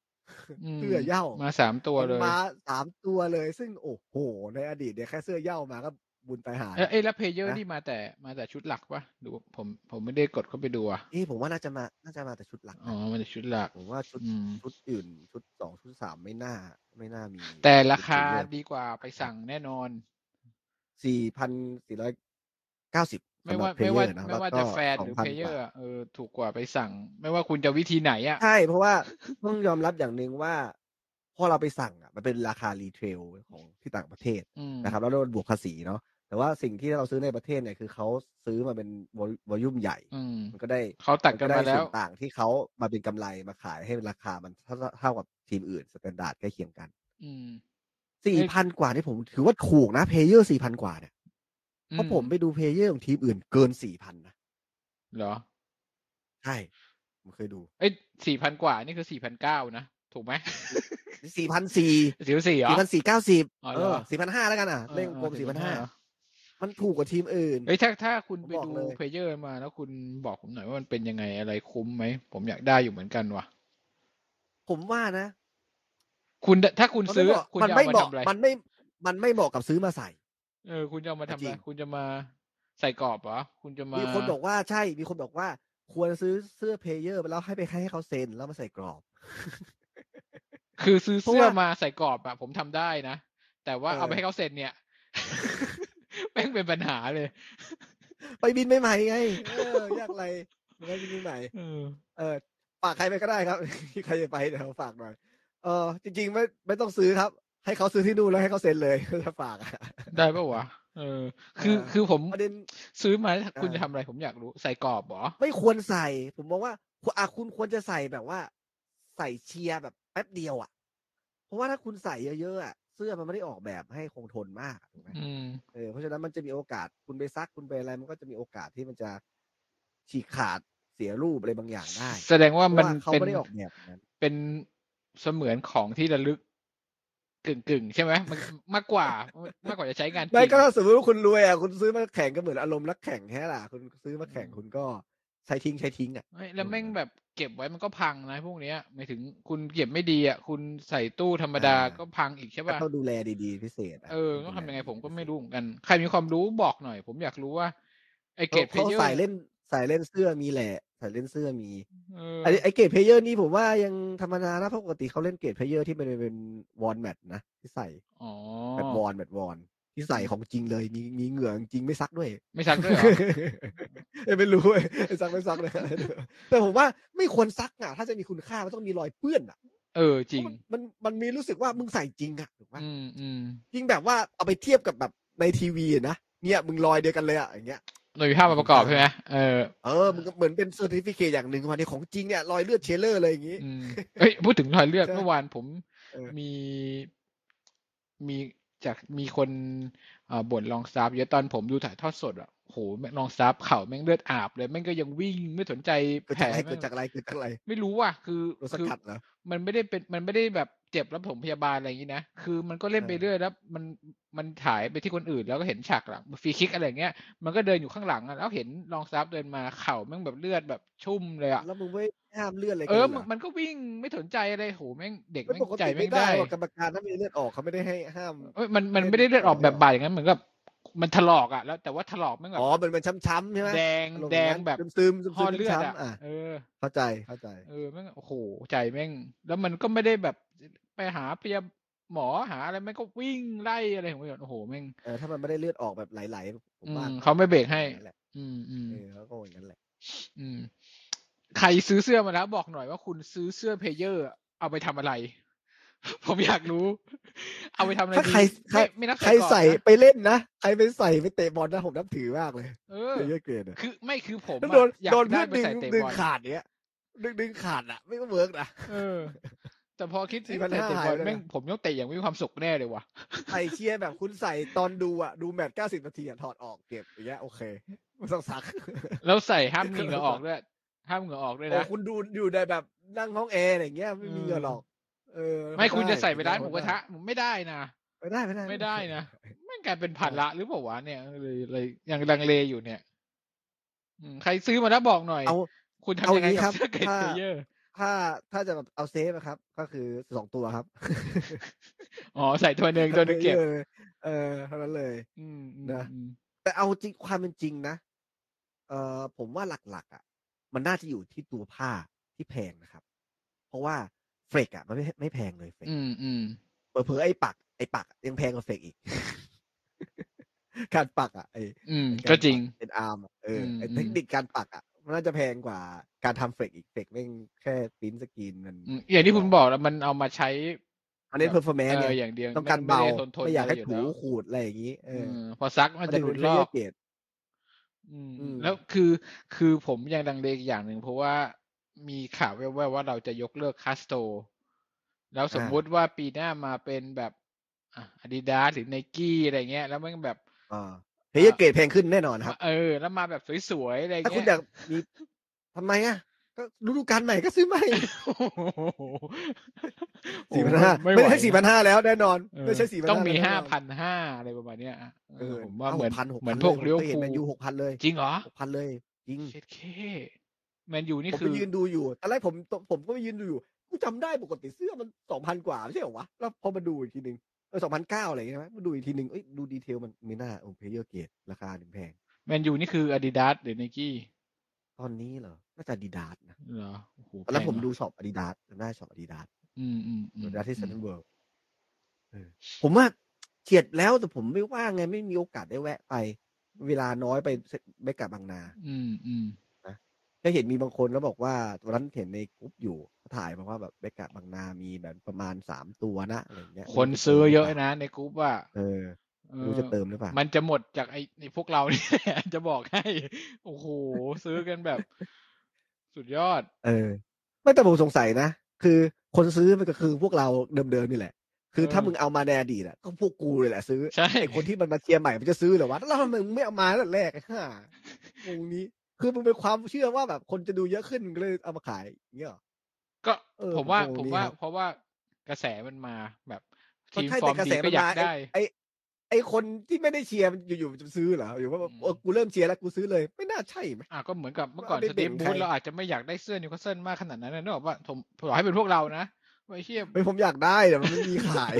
Speaker 2: ม
Speaker 1: เสื้อเหย้า
Speaker 2: มาสามตัว
Speaker 1: มัน
Speaker 2: เลย
Speaker 1: มาสามตัวเลย ซึ่งโอ้โห ในอดีตเนี่ยแค่เสื้อเหย่ามาก็บุญตายหา
Speaker 2: เอ้ยเอ้ยแล้วเพลเยอร์
Speaker 1: นะ
Speaker 2: นี่มาแต่มาแต่ชุดหลักปะดูผมผมไม่ได้กดเข้าไปดูอ่ะ
Speaker 1: นี่ผมว่าน่าจะมา น่าจะมาแต่ชุดหลัก
Speaker 2: อ๋อ
Speaker 1: นะ
Speaker 2: มันจะชุดหลัก
Speaker 1: ผมว่าชุด
Speaker 2: อืม
Speaker 1: ชุดอื่น ชุดสองชุดสามไม่น่า ไม่น่ามี
Speaker 2: แต่ราคา
Speaker 1: ดี
Speaker 2: ดีกว่าไปสั่งแน่นอน
Speaker 1: สี่พันสี่ร้อยเก้าสิบ
Speaker 2: ไม่ว่าไม่ว่าไม่ว่าจะแฟนหรือเพลเย
Speaker 1: ก
Speaker 2: อ
Speaker 1: ว่า
Speaker 2: ร์เออถูกกว่าไปสั่ง ไม่ว่าคุณจะวิธีไหนอ่ะ
Speaker 1: ใช่เพราะว่าต้องยอมรับอย่างหนึ่งว่า พอเราไปสั่งอ่ะมันเป็นราคารีเทลของที่ต่างประเทศ
Speaker 2: อืม
Speaker 1: นะครับ แล้วเราบวกภาษีเนาะแต่ว่าสิ่งที่เราซื้อในประเทศเนี่ยคือเขาซื้อมาเป็นวอลลุ่มใหญ่
Speaker 2: อืม
Speaker 1: มันก็ได้
Speaker 2: เขาตัดกันมา
Speaker 1: ได้
Speaker 2: แล้
Speaker 1: ส่
Speaker 2: ว
Speaker 1: วนต่างที่เขามาเป็นกำไรมาขายให้ราคามันเท่าเท่ากับทีมอื่นสแตนดาร์ดใกล้เคียงกัน
Speaker 2: อืม
Speaker 1: สี่พันกว่านี่ผมถือว่าถูกนะเพลเยอร์สี่พันกว่าเนี่ยเพราะผมไปดูเพลเยอร์ของทีมอื่นเกินสี่พันนะ
Speaker 2: เหรอ
Speaker 1: ใช่ผมเคยดู
Speaker 2: เอ้ยสี่พันกว่านี่คือสี่พันเก้านะ ถู กไหม
Speaker 1: สี่พันสี่
Speaker 2: สิวสี่เหรอ
Speaker 1: สี่พันสี่เก้าสิบ
Speaker 2: อ๋อเห
Speaker 1: เอ
Speaker 2: รอ
Speaker 1: อสี่พันห้าแล้วกันอ่ะ
Speaker 2: เออ
Speaker 1: เล่นกลม
Speaker 2: เออ
Speaker 1: สี่พันห้า
Speaker 2: 4,500เหรอ
Speaker 1: มันถูกกว่าทีมอื่น
Speaker 2: เอ้ยถ้าถ้าคุณ
Speaker 1: ผม
Speaker 2: ไป
Speaker 1: บอก
Speaker 2: ดู
Speaker 1: เลย
Speaker 2: เพลเยอร์มาแล้วคุณบอกผมหน่อยว่ามันเป็นยังไงอะไรคุ้มไหม ผมอยากได้อยู่เหมือนกันว่ะ
Speaker 1: ผมว่านะ
Speaker 2: คุณถ้าคุณ
Speaker 1: มันไม่
Speaker 2: ซื้อ
Speaker 1: เหมาะ
Speaker 2: คุณ
Speaker 1: มัน
Speaker 2: จะเอา
Speaker 1: ไม่
Speaker 2: มา
Speaker 1: เหมาะ
Speaker 2: ทำอะไร
Speaker 1: มันไม่มันไม่เหมาะกับซื้อมาใส่
Speaker 2: เออคุณจะเอามาทำอะ
Speaker 1: จริ
Speaker 2: ไรง คุณจะมาใส่กรอบเหรอคุณจะมา
Speaker 1: มี
Speaker 2: มี
Speaker 1: คนบอกว่าใช่มีคนบอกว่า ควรซื้อเสื้อเพลเยอร์ไปแล้วให้ไปให้เขาเซ็นแล้วมาใส่กรอบ
Speaker 2: คือซื้อ
Speaker 1: เพราะ
Speaker 2: เสื้อ
Speaker 1: ว่า
Speaker 2: มาใส่กรอบอะผมทำได้นะ แต่ว่า
Speaker 1: เออ
Speaker 2: เอาไปให้เขาเซ็นเนี่ย แม่งเป็นปัญหาเลย
Speaker 1: ไปบินใหม่ๆไงเออยากไรมันก็บินใหม่
Speaker 2: เออ
Speaker 1: เออฝากใครไปก็ได้ครับ ที่ใครจะไปเดี๋ยวฝากหน่อยเออจริง ๆ ไม่ไม่ต้องซื้อครับ ให้เขาซื้อที่นู่นแล้วให้เขาเซ็นเลย จะฝากอะ
Speaker 2: ได้ปะวะเออ คือ
Speaker 1: เออ
Speaker 2: คือผม
Speaker 1: ประเด็น
Speaker 2: ซื้อมาแล้วคุณ
Speaker 1: เออ
Speaker 2: จะทำอะไร ผมอยากรู้ใส่กรอบเหรอ
Speaker 1: ไม่ควรใส่ ผมมองว่าคุณอาคุณควรจะใส่แบบว่า ใส่เชียร์แบบแป๊บเดียวอะ่ะ เพราะว่าถ้าคุณใส่เยอะๆอะเสื้อมันไม่ได้ออกแบบให้คงทนมากถูกไหม
Speaker 2: อืม
Speaker 1: เออเพราะฉะนั้นมันจะมีโอกาสคุณไปซักคุณไปอะไร มันก็จะมีโอกาสที่มันจะฉีกขาดเสียรูปอะไรบางอย่างได้
Speaker 2: แสดงว่า
Speaker 1: เพราะ
Speaker 2: มัน
Speaker 1: ว่าเขา
Speaker 2: เป็น
Speaker 1: ไม่ได้ออกแบบนั้น
Speaker 2: เป็นเสมือนของที่ระลึกกึ่งกึ่งๆใช่ไหมมันมากกว่า มากกว่าจะใช้งานจริง
Speaker 1: ไม่ก็ถ้าสมมติว่าคุณรวยอ่ะคุณซื้อมาแข่งก็เหมือนอารมณ์นักแข่งแค่ล่ะคุณซื้อมาแข่ง
Speaker 2: อืม
Speaker 1: คุณก็ใช้ทิ้งใช้ทิ้งอ่ะ
Speaker 2: เฮ้ยแล้ว
Speaker 1: เออ
Speaker 2: แม่งแบบเก็บไว้มันก็พังนะพวกเนี้ยหมายถึงคุณเก็บไม่ดีอ่ะคุณใส่ตู้ธรรมดา
Speaker 1: อ่า
Speaker 2: ก็พังอีกใช่
Speaker 1: ก็
Speaker 2: ป่ะ
Speaker 1: ต้องดูแลดีๆ พิเศษะ
Speaker 2: เออต้อง ทำยังไง
Speaker 1: ดูแลดีๆ
Speaker 2: ผมก็
Speaker 1: พิเศ
Speaker 2: ไม่
Speaker 1: ษ
Speaker 2: รู้เหมือนกัน ใครมีความรู้บอกหน่อย ผมอยากรู้ว่าไอเกรดเพ
Speaker 1: เขา
Speaker 2: เยอ
Speaker 1: ใส่
Speaker 2: ร์
Speaker 1: เล่น สายเล่นเสื้อมีแหละสายเล่นเสื้อมี
Speaker 2: เออ
Speaker 1: ไอ้ไอ้เกตเพลเยอร์นี่ผมว่ายังธรรมดานะเพราะปกติเขาเล่นเกตเพลเยอร์ที่เป็นเป็นวอนแมทนะที่ใส่
Speaker 2: อ๋อ
Speaker 1: แมทวอนแมทวอนที่ใส่ของจริงเลย มีมีเหงื่อจริงไม่ซักด้วย
Speaker 2: ไม่ซักด้วยเหรอ
Speaker 1: เอ้ยไม่รู้เว้ยไอ้ซักไม่ซักเลย แต่ผมว่าไม่ควรซักอ่ะ ถ้าจะมีคุณค่ามันต้องมีรอยเปื้อนอ่ะ
Speaker 2: เออจริง
Speaker 1: มันมันมันมีรู้สึกว่ามึงใส่จริงอ่ะถูกปะ
Speaker 2: อืมอืม
Speaker 1: จริงแบบว่าเอาไปเทียบกับแบบในทีวีอะนะเนี่ยมึงรอยเดียวกันเลยอ่ะอย่างเงี้ย
Speaker 2: หน่วยภาพมาประกอบใช่ไหมเออ
Speaker 1: เออมันก็เหมือนเป็นเซอร์ติฟิเคอย่างหนึ่งวันนี้ของจริงเนี่ยรอยเลือดเชลเลอร์อะไรอย่างงี้
Speaker 2: อืมเอ้ยพูดถึงรอยเลือด
Speaker 1: ใช่
Speaker 2: เมื่อวานผม
Speaker 1: เออ
Speaker 2: มีมีจากมีคนเอ่อบ่นลองซับเยอะตอนผมดูถ่ายทอดสดอ่ะโหแม่งลองซับเข่าแม่งเลือดอาบเลยแม่งก็ยังวิ่งไม่สนใจ
Speaker 1: เกิด
Speaker 2: แผล
Speaker 1: จากอะไร
Speaker 2: แม่
Speaker 1: เกิด
Speaker 2: ง
Speaker 1: จากอะไรเกิดจากอะไร
Speaker 2: ไม่รู้ว่ะคือ
Speaker 1: โดนส
Speaker 2: คือ
Speaker 1: กัดเหรอ
Speaker 2: มันไม่ได้เป็นมันไม่ได้แบบเจ็บแล้วผมพยาบาลอะไรอย่างนี้นะ คือมันก็เล่นไป
Speaker 1: เออ
Speaker 2: เรื่อยแล้วมันมันถ่ายไปที่คนอื่นแล้วก็เห็นฉากหลังฟรีคิกอะไรอย่างเงี้ยมันก็เดินอยู่ข้างหลังอะแล้วเห็นรองซับเดินมาเข่าแม่งแบบเลือดแบบชุ่มเลยอะ
Speaker 1: แล้วมึงไม่ห้ามเลือดอะไรกั
Speaker 2: เอน
Speaker 1: ห
Speaker 2: อ
Speaker 1: ร
Speaker 2: มันมันก็วิ่งไม่สนใจอะไรโหแม่งเด็ก
Speaker 1: ไม่
Speaker 2: แม่
Speaker 1: ป
Speaker 2: ง
Speaker 1: ก
Speaker 2: ใจ
Speaker 1: ติ
Speaker 2: แม่
Speaker 1: ไม่
Speaker 2: ง
Speaker 1: ได้
Speaker 2: ได้
Speaker 1: หรอกกรรมการถ้ามีเลือดออกเขาไม่ได้ให้ห้าม
Speaker 2: เอ้ยมันมัน
Speaker 1: ไม่
Speaker 2: ไม่
Speaker 1: ได้
Speaker 2: ได้เลือดออก
Speaker 1: ไม่
Speaker 2: แบ
Speaker 1: ได้
Speaker 2: บบาดอย่างนั้นเหมือนกับมันถลอกอะแล้วแต่ว่าถลอกแม่งแบ
Speaker 1: อ๋
Speaker 2: บ
Speaker 1: อมันเป็นช้ำๆใช่ไหม
Speaker 2: แดง
Speaker 1: อารมณ์
Speaker 2: แดง
Speaker 1: นั้น
Speaker 2: แบบ
Speaker 1: ซึมๆซึมๆ
Speaker 2: ห่อเลือดอะ
Speaker 1: ช้ำๆอ่ะ
Speaker 2: เออ
Speaker 1: เข้าใจเข้าใจ
Speaker 2: เออแม่งโอ้โหใจแม่ง แล้วมันก็ไม่ได้แบบไปหาพยาหมอหาอะไรแม่งก็วิ่งไล่อะไรของมันอยู่โอ้โหแม่ง
Speaker 1: เออถ้ามันไม่ได้เลือดออกแบบไหลๆผมว่า
Speaker 2: อืมเขาไม่เบรกให้
Speaker 1: แหละ
Speaker 2: อืมอืม
Speaker 1: เออเขาก็อย่างนั้นแหละ
Speaker 2: อืมใครซื้อเสื้อมาแล้วบอกหน่อยว่าคุณซื้อเสื้อเพลเยอร์ เอาไปทำอะไร ผมอยากรู้ เอาไปทำอะไร
Speaker 1: ถ้า
Speaker 2: ดี
Speaker 1: ใครใคร
Speaker 2: ไม่ไม่นับ
Speaker 1: ใคร
Speaker 2: ก่อนนะ
Speaker 1: ใส่ไปเล่นนะใครไปใส่ไปเตะบอลนะผมนับถือมากเลย
Speaker 2: เออ
Speaker 1: เยอะเกินอะ
Speaker 2: คือไม่คือผม
Speaker 1: แล้ว
Speaker 2: อะ
Speaker 1: โดน
Speaker 2: อยาก
Speaker 1: โดนเพื่
Speaker 2: ได้
Speaker 1: อนดึ
Speaker 2: ไป
Speaker 1: ง
Speaker 2: ใส่เตะ
Speaker 1: ดึ
Speaker 2: บ
Speaker 1: ง
Speaker 2: อล
Speaker 1: ขาดเนี้ยดึงดึงขาดอ่ะ ไม่ก็เวิร์กนะ
Speaker 2: เออ แต่พอคิด
Speaker 1: สี่
Speaker 2: ถึง
Speaker 1: พัน
Speaker 2: เตะ
Speaker 1: ห้า
Speaker 2: เตะบ
Speaker 1: หา
Speaker 2: อล
Speaker 1: ยไปแล้ว
Speaker 2: แม่งผมต้องเตะอย่างมีความสุขแน่เลยว่ะ
Speaker 1: ไอเชียร์แบบคุณใส่ตอนดูอ่ะ ดูแมตช์เก้าสิบนาทีอ่ะถอดออกเก็บอย่างเงี้ยโอเคไม่ต้องซัก
Speaker 2: แล้วใส่ห้ามมีเหงื่อออกด้วยห้ามเหงื่อออกด้วย
Speaker 1: โอ้
Speaker 2: นะ
Speaker 1: คุณดูอยู่ในแบบนั่งห้องแอร์อะไรเงี้ยไม่มีเหงื่อหรอก เออ
Speaker 2: ไม่คุณจะใส่ไปร้าน
Speaker 1: ด้
Speaker 2: หมูกระทะไม่ได้นะ
Speaker 1: ไม่ได้ไม่ได้
Speaker 2: ไม่ได้นะไม่งกลายเป็นผัดละหรือเปล่าวะเนี่ยเลยเลยยังลังเลอยู่เนี่ย อืมใครซื้อมาแล้วบอกหน่อย
Speaker 1: เอา
Speaker 2: คุณ
Speaker 1: เอา
Speaker 2: ทำยังไง
Speaker 1: อย่างนี้ครั
Speaker 2: กับบ เสื้อเกรด
Speaker 1: ถ้า
Speaker 2: เพลเยอร์
Speaker 1: ถ้าถ้าจะแบบเอาเซฟนะครับ ก็คือสองตัวครับ
Speaker 2: อ๋อใส่ตัวหนึ่งตัวหนึ่งเก็บ
Speaker 1: เออเท่านั้นเลย
Speaker 2: อืมอืม
Speaker 1: นะ
Speaker 2: อืม
Speaker 1: แต่เอาจริงความเป็นจริงนะ เอ่อผมว่าหลักๆอ่ะ มันน่าจะอยู่ที่ตัวผ้าที่แพงนะครับ เพราะว่าเฟกอ่ะ มันไม่ไม่แพงเลยเฟก
Speaker 2: อืมอืม
Speaker 1: เผลอๆไอ้ปัก ไอ้ปักยังแพงกว่าเฟกอีก การปักอ่ะไอ้
Speaker 2: อืม
Speaker 1: ไอ้า
Speaker 2: ก็จริง
Speaker 1: ปัเป็นอาร์มอะเอออ
Speaker 2: ม
Speaker 1: ไอ้
Speaker 2: อืม
Speaker 1: เทคนิคการปักอ่ะ มันน่าจะแพงกว่าการทำเฟกอีกเฟกแม่งแค่ปริ้นสกรีนมัน
Speaker 2: อืมอย่างที่คุณบอกแล้วมันเอามาใช้
Speaker 1: อันนี้เพอร์ฟอร์แมน
Speaker 2: เอ
Speaker 1: ซ์
Speaker 2: อ
Speaker 1: เนี่ย
Speaker 2: อย่างเดียว
Speaker 1: ต้องการเบา
Speaker 2: ไม่ได้ทนทน
Speaker 1: ไม่อยากให้
Speaker 2: ะร
Speaker 1: ถู
Speaker 2: แล้ว
Speaker 1: ขูดอะไรอย่างนี้ เออ
Speaker 2: มพอซักมันจะหลุดลอก
Speaker 1: เกรด
Speaker 2: อืม
Speaker 1: อืม
Speaker 2: แล้วคือคือผมยังดังเลอีกอย่างหนึ่งเพราะว่ามีข่าวแว่วๆว่าเราจะยกเลิกคาสโต แล้วสมมุติว่าปีหน้ามาเป็นแบบอาดิดาสหรือไนกี้อะไรเงี้ย แล้วมันแบบ
Speaker 1: อ่าเฮ้ยเกรดแพงขึ้นแน่นอนครับ
Speaker 2: เออ แล้วมาแบบสวยๆอะไร
Speaker 1: ถ้าคุ
Speaker 2: เงี้
Speaker 1: ณ
Speaker 2: ย
Speaker 1: อยากมีทำไมอ่ะ ก็ฤดูกาลใหม่ก็ซื้อใหม่
Speaker 2: โอ้โห
Speaker 1: สี่พันห้าไม่
Speaker 2: ว
Speaker 1: ใช่สี่พันห้าแล้วแน่นอน
Speaker 2: เออ
Speaker 1: ไม่ใช่สี่พัน
Speaker 2: ต้องมีห้าพันห้าอะไรประมาณเนี้ยอ่ะเออผมว่าเหมือน
Speaker 1: พันหก
Speaker 2: เหมือนพวกเลี้ยว
Speaker 1: เห็นแมนยู
Speaker 2: คู
Speaker 1: หกพันเลย
Speaker 2: จริงเหรอ
Speaker 1: หกพันเลยจริง
Speaker 2: เช็ดเคแมนยูนี่
Speaker 1: ผม
Speaker 2: คื
Speaker 1: ไป
Speaker 2: อ
Speaker 1: ยืนดูอยู่ตอนแรกผมผมก็ไปยืนดูอยู่กูจำได้ปกติเสื้อมันสองพันกว่าไม่ใช่เหรอวะ แล้วพอมาดูอีกทีหนึ่งเออสองพันเก้าอะไรอย่างเงี้ยใช่ไหมมาดูอีกทีหนึ่งเอ้ยดูดีเทลมันไม่น่าโอเพเยอร์เกตราคาถึงแพง
Speaker 2: แมนยูนี่คืออาดิดาสหรือไนกี้
Speaker 1: ตอนนี้เหรอน่าจะดีดาสนะ
Speaker 2: เหรอโอ้โห
Speaker 1: ตอนแรก
Speaker 2: พง
Speaker 1: ผม
Speaker 2: เะ
Speaker 1: ดูช็อปอาดิดาสจำได้ช็อปอาดิดาส
Speaker 2: อืมอืมอืม
Speaker 1: เดอะที่เซน
Speaker 2: อืม
Speaker 1: ต์เวิร์ผมว่าเฉียดแล้วแต่ผมไม่ว่างไงไม่มีโอกาสได้แวะไป เวลาน้อยไปไปกลับบางนา
Speaker 2: อืมอืม
Speaker 1: ก็เห็นมีบางคนแล้วบอกว่าวันนั้นเห็นในกรุ๊ปอยู่เขาถ่ายมาว่าแบบไปกลับบางนามีแบบประมาณสามตัวนะอะไรอย่างเงี้ย
Speaker 2: คนซื้อเยอะนะในกรุ๊ปว่า
Speaker 1: เออ
Speaker 2: เอ
Speaker 1: รู้จะเติมหรือเปล่า
Speaker 2: มันจะหมดจากไอ้ไอ้พวกเราเนี่ย จะบอกให้ โอ้โห ซื้อกันแบบ สุดยอด
Speaker 1: เออ ไม่แต่ผมสงสัยนะ คือคนซื้อมันก็คือพวกเราเดิมๆนี่แหละ คือ
Speaker 2: เออ
Speaker 1: ถ้ามึงเอามาในอดีตอะก็พวกกูเลยแหละซื้อ
Speaker 2: ใช่
Speaker 1: ไอคนที่มันมาเชียร์ใหม่มันจะซื้อเหรอวะแล้วทำไมมึงไม่เอามาตั้งแต่แรกอะฮ่างงนี้ คือมึงเป็นความเชื่อว่าแบบคนจะดูเยอะขึ้นมึงก็เลยเอามาขายอย่างเงี้ยเหรอ
Speaker 2: ก็
Speaker 1: เออ
Speaker 2: ผมว่า
Speaker 1: ผม
Speaker 2: ผ
Speaker 1: งง
Speaker 2: ม
Speaker 1: ดี
Speaker 2: ว่า
Speaker 1: ครับ
Speaker 2: เพราะว่ากระแสมันมาแบบทีม
Speaker 1: ใช่
Speaker 2: ฟอ
Speaker 1: แต่ก
Speaker 2: ร์ม
Speaker 1: ระ
Speaker 2: ดี
Speaker 1: แส
Speaker 2: ก็
Speaker 1: มั
Speaker 2: อยา
Speaker 1: นา
Speaker 2: ม
Speaker 1: ก ไอ
Speaker 2: ได้
Speaker 1: ไอไอคนที่ไม่ได้เชียร์มันอยู่ๆมันจะซื้อเหรออยู่ว่าแบบเออกูเริ่มเชียร์แล้วกูซื้อเลย ไม่น่าใช่ไหม
Speaker 2: อ่ะก็เหมือนกับเมื่อก่อน
Speaker 1: ว่าไม่
Speaker 2: ส
Speaker 1: เบ่
Speaker 2: ตีฟ
Speaker 1: ง
Speaker 2: บู
Speaker 1: ใค
Speaker 2: ธ
Speaker 1: ร
Speaker 2: เราอาจจะไม่อยากได้เสื้อนิวคาสเซิลมากขนาดนั้นนะนึกออกว่าผมผมอยากให้เป็นพวกเรานะไอ้เชี่ย
Speaker 1: ไม่ผมอยากได้แต่มันไม่มี ขาย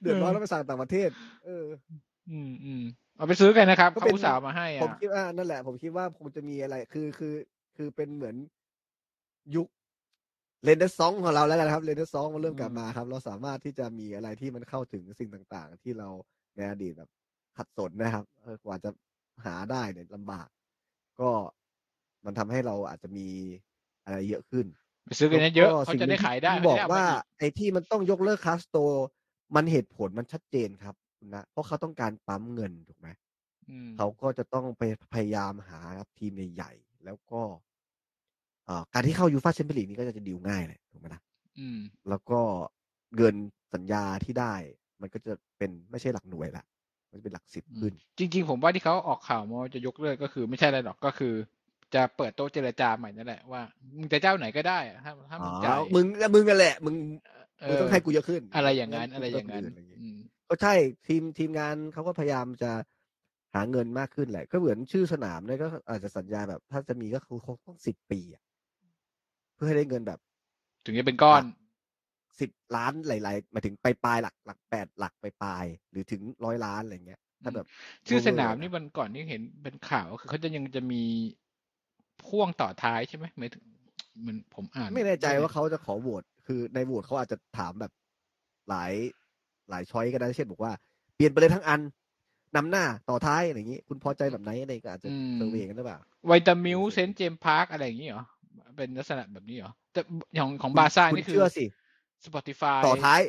Speaker 1: เดือดร้อนแล้วไปสั่งต่างประเทศ เออ
Speaker 2: อืมอืม เอาไปซื้อกันนะครับ
Speaker 1: ก็
Speaker 2: เขา
Speaker 1: เป็น
Speaker 2: อุตส่าห์มาให้
Speaker 1: ผม
Speaker 2: อ่ะ
Speaker 1: คิดว่านั่นแหละ ผมคิดว่าคงจะมีอะไรคือคือ คือเป็นเหมือนยุคเรนเดซองของเราแล้วกันะครับเรนเดซองมันเริ่มกลับมาครับ เราสามารถที่จะมีอะไรที่มันเข้าถึงสิ่งต่างๆ ที่เราในอดีตแบบขัดสนนะครับเออกว่าจะหาได้เนี่ยลำบาก ก็มันทำให้เราอาจจะมีอะไรเยอะขึ้น
Speaker 2: ไปซื้อกันเยอะๆ
Speaker 1: แล้วก็
Speaker 2: เขาจะได้ขายได้
Speaker 1: สิ่งห
Speaker 2: เข
Speaker 1: นึ่งที่
Speaker 2: จะ
Speaker 1: บอก
Speaker 2: ได้เม
Speaker 1: ว่า
Speaker 2: อีก
Speaker 1: ไอ้ที่มันต้องยกเลิกคาสโตมันเหตุผลมันชัดเจนครับคุณนะเพราะเขาต้องการปั๊มเงินถูกไหม
Speaker 2: อืม
Speaker 1: เขาก็จะต้องไปพยายามหาทีมใหญ่ๆแล้วก็เอ่อการที่เข้ายูฟาแชมเปี้ยนลีกนี่ก็จะดีลง่ายเลยถูกไหมนะ
Speaker 2: อืม
Speaker 1: แล้วก็เงินสัญญาที่ได้ มันก็จะเป็นไม่ใช่หลักหน่วยละมันจะเป็นหลักสิบขึ้น
Speaker 2: จริงๆ ผมว่าที่เขาออกข่าวมาว่าจะยกเลิกก็คือไม่ใช่อะไรหรอกก็คือ จะเปิดโต๊ะเจรจาใหม่นั่นแหละว่ามึงจะเจ้าไหนก็ได้อะถ้าถ้ามึงจ่าย
Speaker 1: มึงมึงกันแหละ มึง
Speaker 2: เ
Speaker 1: มึงต้องให้กูเยอะขึ้น
Speaker 2: อะไรอย่างนั้น
Speaker 1: ม่
Speaker 2: อะไรอย่างนั้น
Speaker 1: กูต้เ
Speaker 2: อืม
Speaker 1: ก็ใช่ทีมทีมงานเขาก็พยายามจะหาเงินมากขึ้นแหละ ก็เหมือนชื่อสนามเนี่ยก็อาจจะสัญญาแบบ ถ้าจะมีก็คือคงต้องสิบปีอะเพื่อให้ได้เงินแบบ
Speaker 2: ถึงจะเป็นก้อน
Speaker 1: สิบล้านหลายๆหมายถึงปลายปลายๆหลักหลักแปดหลักปลายปลายๆหรือถึงร้อยล้านอะไรเงี้ย ถ้าแบบ
Speaker 2: ชื่อสนามนี่มันก่อนที่เห็นเป็นข่าวก็คือเขาจะยังจะมีพ่วงต่อท้ายใช่ไหมหมายถึงเหมือนผมอ่าน
Speaker 1: ไม่แน่ใจว่าเขาจะขอโหวตคือในโหวตเขาอาจจะถามแบบหลายหลายช้อยก็ได้เช่นบอกว่าเปลี่ยนไปเลยทั้งอันนำหน้าต่อท้ายอะไรอย่างนี้ คุณพอใจแบบไหนอะไรก็อาจจะเซอร์เวย์กันหรือเปล่า
Speaker 2: ไวตามิลเซนเจมพาร์คอะไรอย่างนี้เหรอเป็นลักษณะแบบนี้เหรอแต่ของของบาซ่า
Speaker 1: คุณ
Speaker 2: นี่คือ
Speaker 1: เชื่อสิ
Speaker 2: Spotify
Speaker 1: ต่อท้าย